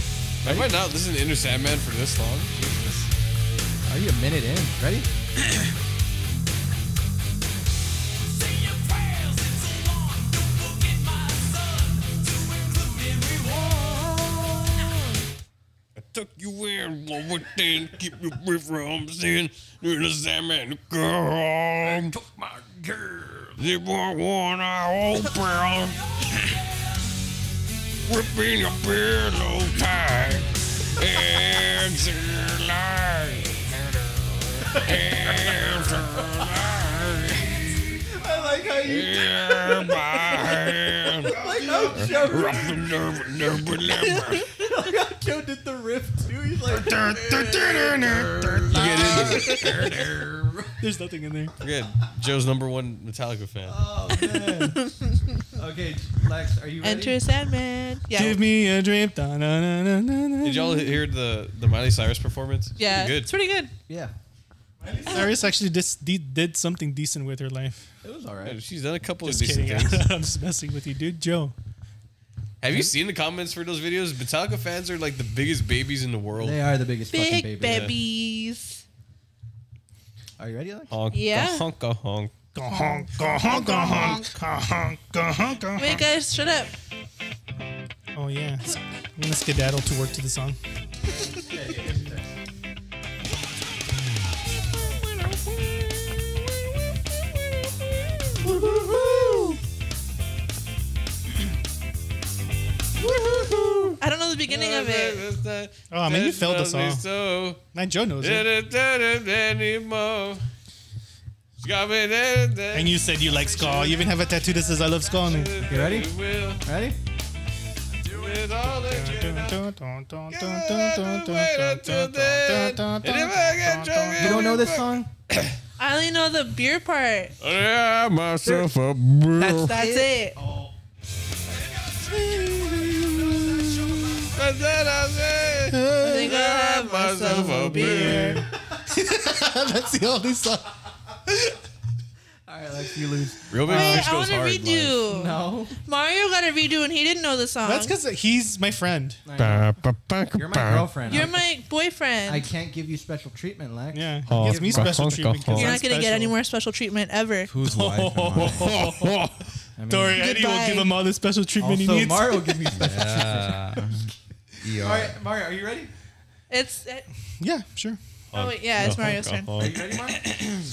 S3: I might not listen to Inner Sandman for this long. Jesus.
S4: Are you a minute in? Ready?
S3: I took you in one more thing, keep you away from sin. You're the Sandman girl. I took my girl. They want one eye open. Whipping your pillow tight. Answer light. Answer
S4: I like how you.
S3: Yeah, my hand.
S4: like how Joe.
S3: Rough and nerve, nerve, nerve.
S4: like how Joe did the riff too. He's like.
S6: There's nothing in there.
S3: Good. Joe's number one Metallica fan.
S4: Oh. okay, Lex, are you ready?
S7: Enter Sandman. Yeah.
S6: Give me a dream. Da, na, na, na, na, na.
S3: Did y'all hear the, the Miley Cyrus performance? It's
S7: yeah.
S3: pretty
S7: It's
S3: Good.
S7: pretty good.
S4: Yeah.
S6: Cyrus actually dis- de- did something decent with her life.
S4: It was
S3: Yeah, She's done a couple
S6: Just
S3: of decent
S6: kidding.
S3: things.
S6: I'm just messing with you, dude. Joe.
S3: Have you seen the comments for those videos? Metallica fans are like the biggest babies in the world.
S4: They are the biggest fucking
S7: Big
S4: babies.
S7: babies.
S4: Are you ready, Alex?
S3: Honk,
S7: Yeah.
S3: honk, honk.
S6: honk, honk, honk, honk, honk, honk.
S7: Wait, guys, shut up.
S6: Oh yeah. I'm gonna skedaddle to work to the song.
S7: I don't know the beginning of it.
S3: Oh,
S6: I mean, you failed us all.
S3: So
S6: Now Joe knows it.
S3: anymore. She got me there, there.
S6: And you said you like ska. You even have a tattoo that says "I love ska" on it.
S4: You ready?
S3: Will
S4: Ready?
S3: do it all again.
S4: You don't know this song?
S7: I only know the beer part.
S3: Yeah, myself a
S6: Oh.
S7: That's that's it.
S3: I
S7: think I'll have myself
S3: a beer.
S6: That's the only song.
S4: All right, Alex, you lose.
S3: Real big
S7: Wait,
S3: fish
S7: I
S3: goes
S7: want to
S3: hard. live.
S7: redo.
S4: No.
S7: Mario got a redo and he didn't know the song.
S6: That's because he's my friend.
S4: You're my girlfriend.
S7: You're
S4: I-
S7: my boyfriend.
S4: I can't give you special treatment, Lex.
S6: Yeah.
S4: Oh,
S6: Gives me special
S4: honk,
S6: treatment.
S4: honk.
S6: because
S7: You're
S6: I'm
S7: not gonna get
S6: special.
S7: any more special treatment ever.
S9: Who's life?
S6: Dory Eddie will
S7: Goodbye.
S6: give him all the special treatment he
S4: Also,
S6: needs.
S4: Mario give me special
S9: ER.
S4: All right, Mario, are you ready?
S7: It's uh,
S6: yeah, sure.
S7: oh wait, yeah, it's Mario's turn.
S4: Are you ready, Mario?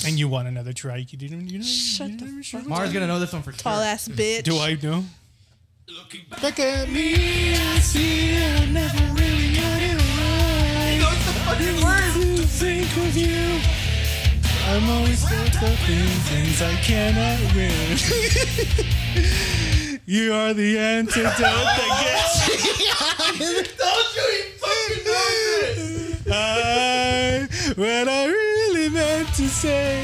S6: And you want another try? You didn't. You didn't
S7: Shut the fuck
S4: Mario's gonna know this one for sure.
S7: tall ass bitch.
S6: do I know?
S11: Look at me, I see I never really got it right. That's the fucking word. To think of you, I'm always stuck up in things I cannot win. you are the antidote that gets I, what I really meant to say.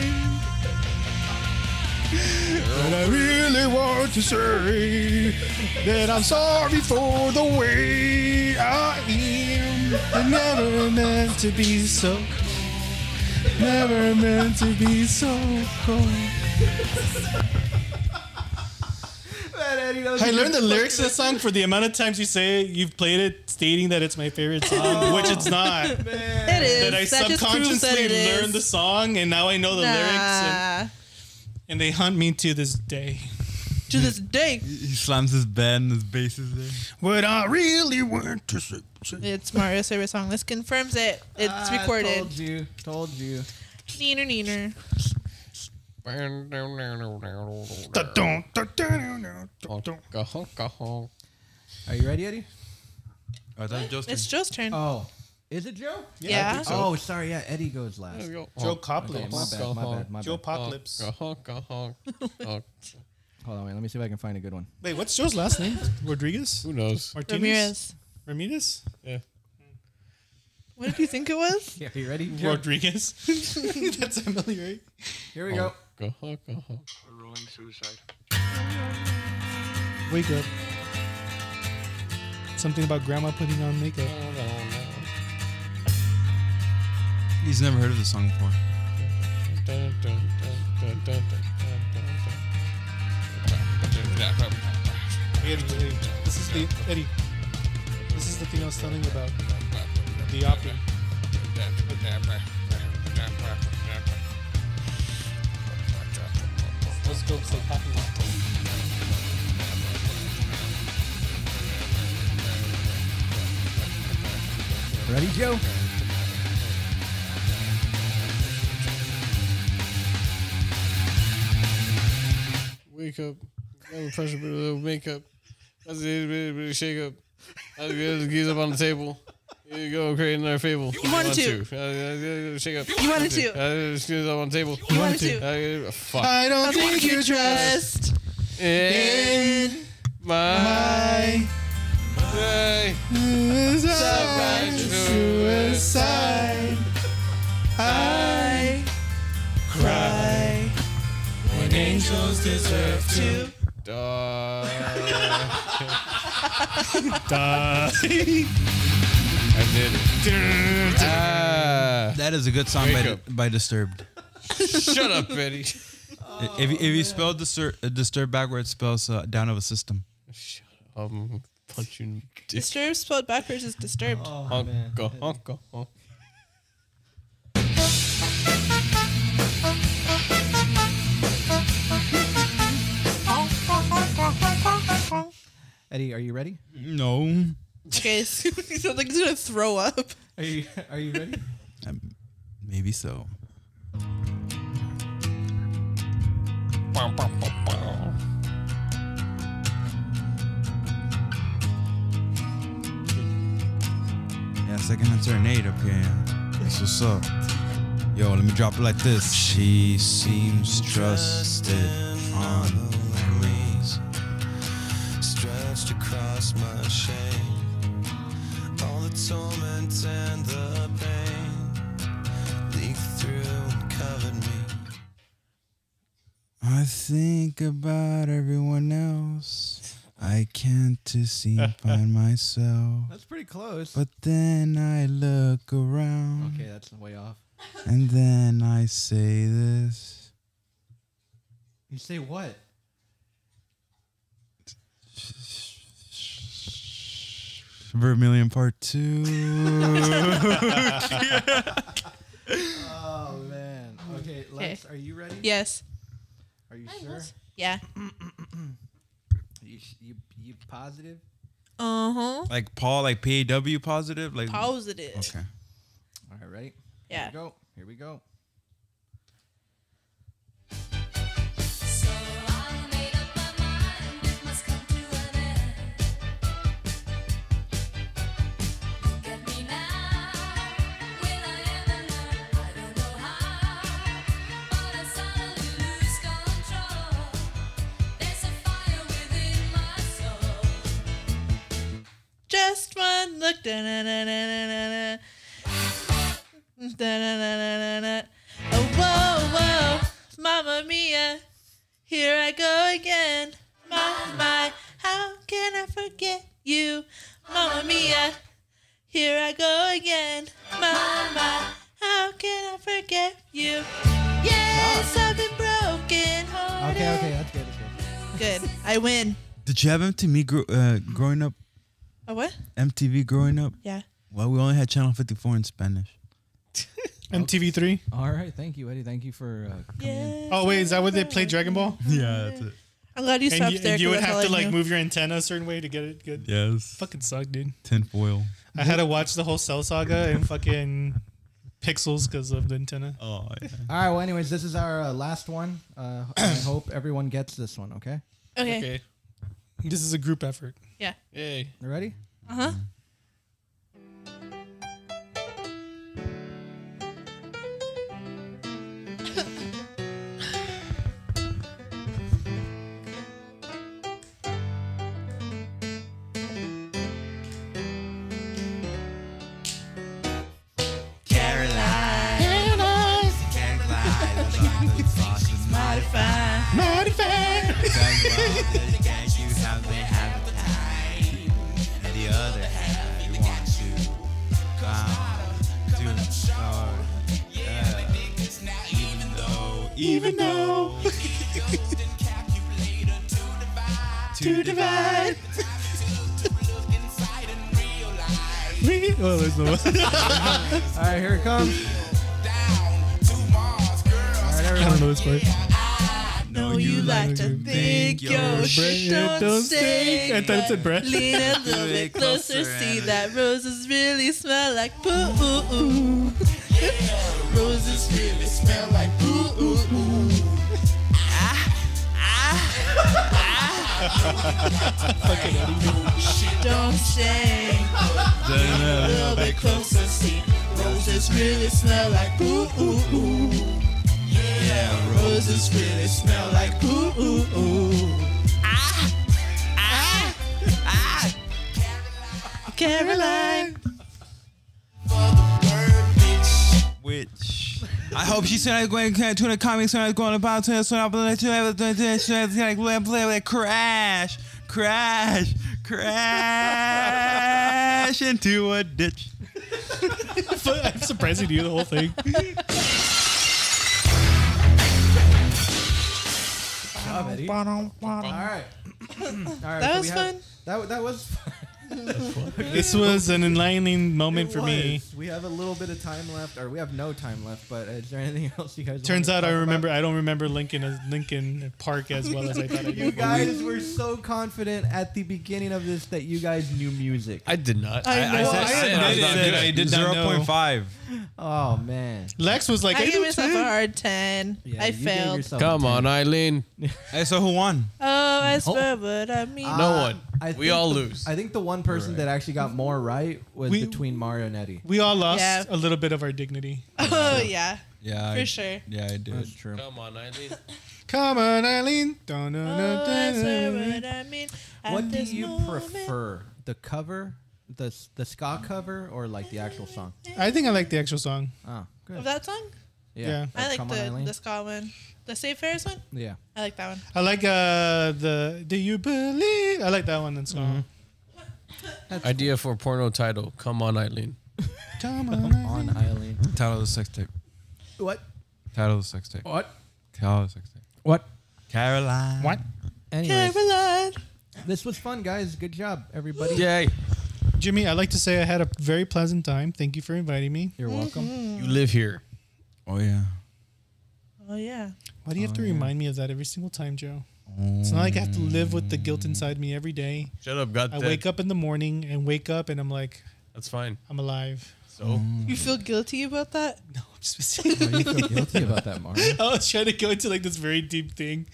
S11: What I really want to say. That I'm sorry for the way I am. I never meant to be so cold. Never meant to be so cold.
S6: I learned the lyrics to the song for the amount of times you say it, you've played it, stating that it's my favorite song, which it's not.
S7: It is.
S6: That I
S7: just proves that
S6: subconsciously
S7: it is.
S6: learned the song, and now I know the
S7: nah.
S6: lyrics, and, and they haunt me to this day.
S7: to this day,
S9: He slams his bed and his bass is there.
S6: What I really want to say.
S7: it's Mario's favorite song. This confirms it. It's
S4: Ah,
S7: recorded.
S4: Told you. Told you.
S7: Neener neener.
S3: Honka, honka, honk.
S4: Are you ready, Eddie?
S9: Oh, that's Justin.
S7: It's Joe's turn.
S4: Oh, is it Joe?
S7: Yeah. I think
S4: Oh, sorry. Yeah, Eddie goes last.
S3: Joe
S4: Okay, Oh, my
S6: Coplips.
S4: bad. Oh, My bad. My
S6: Joe
S4: bad.
S6: Potlips.
S3: Honka, honk, honk.
S4: Hold on, wait. Let me see if I can find a good one.
S6: Wait, what's Joe's last name? Rodriguez?
S3: Who knows?
S6: Martinez?
S7: Ramirez.
S6: Ramirez?
S7: What did you think it was?
S4: Yeah, you ready? Joe?
S6: Rodriguez? That's Emily, right?
S4: Here we go.
S3: Honka, honka, honk.
S5: Rolling suicide.
S6: Wake up. Something about grandma putting on makeup.
S9: He's never heard of this song before.
S6: Hey, Eddie, Eddie, this is the Eddie. This is the thing I was telling you about. The opera. Let's go say happy.
S4: Ready, Joe?
S3: Wake up. Got pressure, but a little makeup. That's a bit, bit of shake up. That's good. Geese up on the table. Here you go, creating another fable. You
S7: wanted to.
S3: Uh, uh, uh, shake up.
S7: You wanted to.
S3: Uh, Geese up on the table.
S7: You wanted to.
S3: Uh, uh, fuck.
S6: I don't think you dress
S7: Just
S3: in my
S6: my
S3: day.
S6: desire suicide. I cry when angels deserve to
S3: Duh.
S6: die.
S3: I did it. Ah.
S9: That is a good song by,
S3: Jacob.
S9: by Disturbed.
S3: Shut up, Eddie.
S9: if if you spell disturb, uh, disturb backwards, it spells uh, down of a system.
S3: Um, punch you in the dick.
S7: Disturbed spelled backwards is disturbed.
S3: Oh. Honka, honka, honka.
S4: Eddie, are you ready?
S9: No.
S7: Okay, so you sound like he's gonna throw up.
S4: Are you Are you ready?
S9: Maybe so. Yeah, second and turn eight up here. That's what's up. Yo, let me drop it like this. She seems trusted on her knees.
S1: stretched across my shame. All the torment and the pain leaked through and covered me.
S9: I think about everyone else. I can't to seem find myself.
S4: That's pretty close.
S9: But then I look around.
S4: Okay, that's way off.
S9: And then I say this.
S4: You say what?
S9: Vermilion Part 2.
S4: Oh man. Okay, Lex, are you ready?
S7: Yes.
S4: Are you sure?
S7: Yeah.
S4: You, you you positive?
S7: Uh huh.
S9: like Paul, like PAW positive? Like
S7: Positive.
S9: Okay.
S4: All right, ready?
S7: Yeah.
S4: Here we go. Here we go.
S1: So I made up my mind it must come to an end. Look at me now, will I ever learn? I don't know how, but I suddenly lose control. There's a fire within my soul.
S7: Just one look. Da na na na na na. Da na na na na na. Oh whoa whoa, Mamma Mia, here I go again. My my, how can I forget you, Mamma Mia? Here I go again. My my, how can I forget you? Yes, I've been broken hearted.
S4: Okay, okay, that's good. That's good.
S7: Good, I win.
S9: Did you have MTV gro- uh, growing up?
S7: A what?
S9: MTV growing up?
S7: Yeah.
S9: Well, we only had Channel 54 in Spanish.
S6: MTV3.
S4: All right, thank you, Eddie. Thank you for uh, coming in.
S6: Oh wait, is that where they play Dragon Ball?
S9: Yeah, that's it.
S7: I'm glad you
S6: And
S7: stopped
S6: you,
S7: there.
S6: and you
S7: 'cause
S6: would
S7: that's all
S6: have to
S7: I
S6: like
S7: knew.
S6: move your antenna a certain way to get it good.
S9: Yes.
S6: Fucking suck, dude.
S9: Tinfoil.
S6: I had to watch the whole Cell Saga and fucking Pixels because of the antenna.
S9: Oh, yeah.
S4: All right. Well, anyways, this is our uh, last one. Uh, I hope everyone gets this one. Okay.
S7: Okay.
S6: This is a group effort.
S7: Yeah.
S3: Yay.
S4: You ready?
S7: Uh huh.
S1: Caroline.
S7: Caroline.
S1: Modify. Sometimes you have the appetite, and the other half you want to bound to start. Yeah. Even though, even though, to divide.
S6: Oh, there's no
S4: All right, here it comes. All right,
S6: I don't know
S4: everyone.
S6: this part.
S7: No, you like to think your shit don't stink.
S6: I thought it said breath.
S7: Lean a little bit closer, see that roses really smell like poo. roses really smell like poo.
S1: Fucking Eddie.
S7: Don't say. A little bit closer, see roses really smell like poo.
S1: Yeah, roses really smell like poo.
S7: Caroline.
S9: Which I hope she's not going to the comics when I was going about to this when I was like play like crash, crash, crash into a ditch.
S6: I'm surprised you do the whole thing.
S4: All right. All right.
S7: That
S4: so
S7: was
S4: we have-
S7: fun.
S4: That wa- that was fun.
S6: this was an enlightening moment
S4: It
S6: for me.
S4: was. We have a little bit of time left, or we have no time left. But uh, is there anything else you guys?
S6: Turns
S4: wanted to
S6: out I
S4: talk about?
S6: remember I don't remember Lincoln as Lincoln Park as well as I thought I did.
S4: you guys were so confident at the beginning of this that you guys knew music.
S3: I did not.
S6: I I- I know. said- I said I was not good. I did not know.
S9: 0.5.
S4: Oh man.
S6: Lex was
S7: I gave myself a hard 10. I failed.
S3: Come on, Eileen.
S9: hey, so who won?
S7: Oh, I swear, but I mean.
S4: Uh, I
S3: We
S4: think
S3: all
S4: the-
S3: lose.
S4: I think the one person that actually got more right was
S6: We-
S4: between Mario and Eddie.
S6: We all lost
S7: Yeah.
S6: a little bit of our dignity.
S7: Oh, yeah.
S9: Yeah,
S7: For sure.
S9: Yeah, I did. That's
S4: true.
S3: Come on, Eileen.
S6: Come on, Eileen. Dun, dun, dun,
S7: Oh, I
S6: dun,
S7: swear,
S6: dun.
S7: but I mean. at
S4: What do
S7: this
S4: you
S7: moment-
S4: prefer, the cover, the s- the ska cover, or like the actual song?
S6: I think I like the actual song.
S4: Oh,
S7: Of
S4: good.
S7: that song?
S6: Yeah.
S7: I
S4: Or
S7: like
S4: Come on,
S7: the,
S4: Eileen.
S7: the Scott one. The Save Ferris one?
S4: Yeah.
S7: I like that one.
S6: I like uh the Do you believe? I like that one. That's song.
S3: Idea for porno title. Come on, Eileen.
S6: Come on.
S4: On Eileen.
S9: Title of the sex tape.
S4: What?
S9: Title of the sex tape.
S4: What?
S9: Title of the sex tape.
S4: What?
S9: Caroline.
S6: What?
S4: Anyways, this was fun, guys. Good job, everybody.
S6: Jimmy, I'd like to say I had a very pleasant time. Thank you for inviting me.
S4: You're
S7: Mm-hmm.
S4: welcome.
S3: You live here.
S9: Oh yeah.
S7: Oh, yeah.
S6: Why do you have
S7: Oh,
S6: to
S7: yeah.
S6: remind me of that every single time, Joe? It's not like I have to live with the guilt inside me every day.
S3: Shut up, God.
S6: I wake up in the morning and wake up and I'm like,
S3: That's fine.
S6: I'm alive.
S3: So
S7: You feel guilty about that?
S6: No, I'm just Why
S4: do you feel guilty about that, Mario?
S6: I was trying to go into like this very deep thing.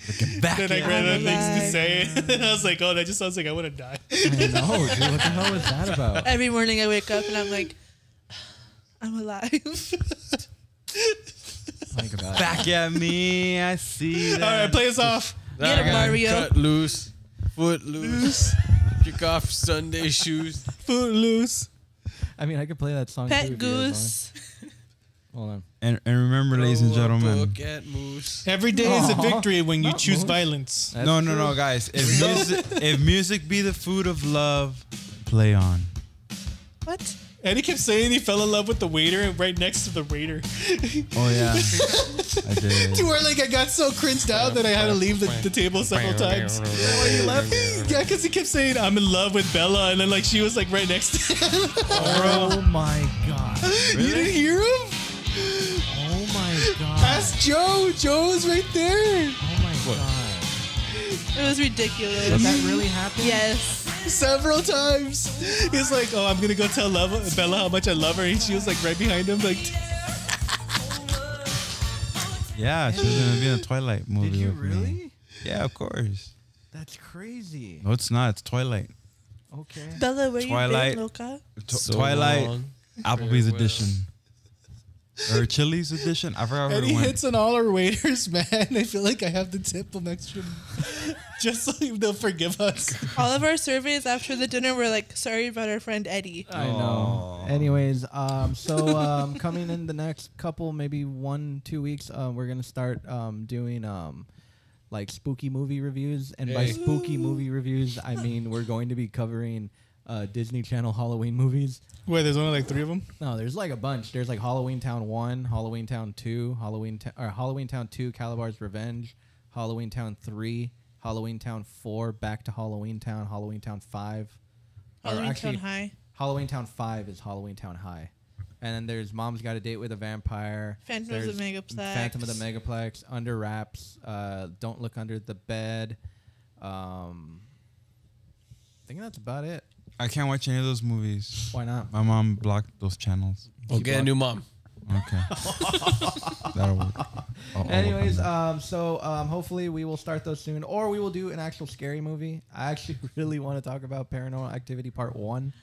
S4: back
S6: then I
S4: at
S6: ran out of
S4: it.
S6: things to say. and I was like, oh, that just sounds like I want to die.
S4: I know, dude. What the hell was that about?
S7: Every morning I wake up and I'm like, I'm alive.
S4: Think about it.
S9: Back at me, I see. That.
S6: All right, play us off.
S3: Now
S7: Get
S3: I
S7: it,
S3: gotta
S7: Mario.
S3: Cut loose. Foot loose. Kick off Sunday shoes.
S6: Foot loose.
S4: I mean, I could play that song. too
S7: Pet
S4: if you guys
S7: goose.
S4: want. Hold on.
S9: And, and remember, ladies and
S3: Throw a
S9: gentlemen.
S3: book at moose.
S6: Every day is a
S4: Aw.
S6: victory when you
S4: Not
S6: choose
S4: most.
S6: violence.
S4: That's
S9: no, no,
S4: true.
S9: no, guys. If music, if music be the food of love, play on.
S7: What?
S6: And he kept saying he fell in love with the waiter and right next to the waiter.
S9: Oh yeah, I did.
S6: to where like I got so cringed out that I had to leave the, the table several times.
S3: Oh,
S4: you left
S6: Yeah, because he kept saying I'm in love with Bella, and then like she was like right next to him.
S4: Oh my god.
S6: You didn't hear him?
S4: Oh my god.
S6: Ask Joe. Joe was right there.
S4: Oh my god.
S7: It was ridiculous.
S4: Did that really happen?
S7: Yes.
S6: Several times. He's like, oh, I'm gonna go tell love- Bella how much I love her, and she was like right behind him, like.
S9: Yeah, she was gonna be in a Twilight movie.
S4: Did you
S9: with me.
S4: really?
S9: Yeah, of course.
S4: That's crazy.
S9: No, it's not. It's Twilight.
S4: Okay.
S7: Bella, where you
S9: Twilight.
S7: been, Loca?
S9: Tw-
S3: So
S9: Twilight.
S3: long,
S9: Applebee's
S3: farewell.
S9: edition. Or Chili's edition. I forgot where
S6: And
S9: it
S6: he
S9: went.
S6: hits on all our waiters, man. I feel like I have to tip them extra, just so they'll forgive us.
S7: All of our surveys after the dinner were like, sorry about our friend Eddie.
S4: I know. Anyways, um, so um, coming in the next couple, maybe one, two weeks, uh, we're gonna start um, doing um, like spooky movie reviews, and by
S3: Hey.
S4: spooky movie reviews, I mean we're going to be covering uh, Disney Channel Halloween movies.
S6: Wait, there's only like three of them.
S4: No, there's like a bunch. There's like Halloween Town One, Halloween Town Two, Halloween Ta- or Halloween Town Two, Calabar's Revenge, Halloween Town Three, Halloween Town Four, Back to Halloween Town, Halloween Town Five. or
S7: Halloween
S4: actually-
S7: Town High.
S4: Halloween Town Five is Halloween Town High, and then there's Mom's Got a Date with a Vampire,
S7: Phantom of the
S4: there's
S7: Megaplex.
S4: Phantom of the Megaplex, Under Wraps, uh, Don't Look Under the Bed. Um, I think that's about it.
S9: I can't watch any of those movies.
S4: Why not?
S9: My mom blocked those channels.
S3: We'll get a new mom.
S9: Okay. That'll work. I'll- I'll
S4: Anyways,
S9: work on
S4: um, so um, hopefully we will start those soon, or we will do an actual scary movie. I actually really want to talk about Paranormal Activity Part One.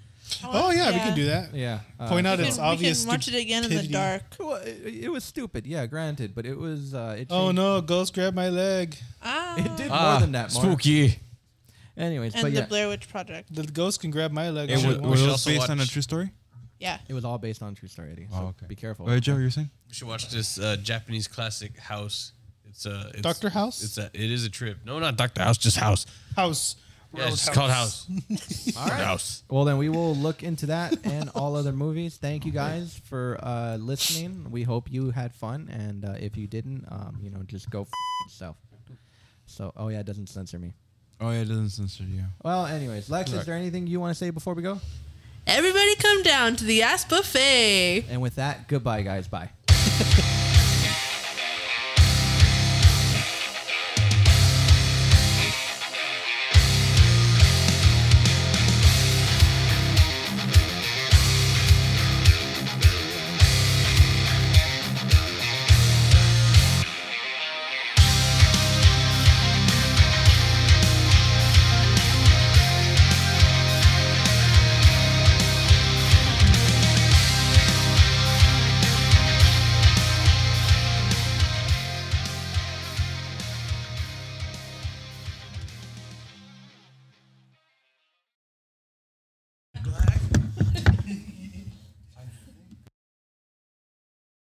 S6: Oh yeah, we can do that.
S4: Yeah, uh,
S6: Point out
S7: We
S6: its
S7: can,
S6: obvious.
S7: we can watch it again in the
S6: stupidity.
S7: dark.
S4: Well, it, it was stupid. Yeah, granted, but it was. Uh, it
S6: Oh
S4: changed-
S6: no, ghost grabbed my leg.
S7: Ah.
S4: it did
S3: Ah,
S4: more than that. Mark.
S3: spooky.
S4: Anyways,
S7: and
S4: but
S7: the
S4: yeah,
S7: Blair Witch Project.
S6: The ghost can grab my leg.
S9: that. It
S6: Should
S9: was,
S6: we
S3: we
S9: was
S6: watch
S3: should
S9: it
S3: also
S9: based on a
S3: watch-
S9: true story?
S7: Yeah.
S4: it was all based on true story. Eddie, So
S9: Oh, okay.
S4: be careful.
S9: Wait, Joe, you're saying?
S3: We should watch this uh, Japanese classic House. It's a it's,
S6: Dr. House?
S3: It's a it is a trip. No, not Doctor House, just House.
S6: House.
S3: Yeah, it's just called House. House.
S4: Well, then we will look into that and all other movies. Thank you guys for uh, listening. We hope you had fun, and uh, if you didn't, um, you know, just go f- yourself. So, oh yeah, it doesn't censor me.
S9: Oh yeah, it doesn't censor you.
S4: Well, anyways, Lex, is
S9: Look.
S4: there anything you want to say before we go?
S7: Everybody come down to the ass buffet.
S4: And with that, goodbye, guys. Bye.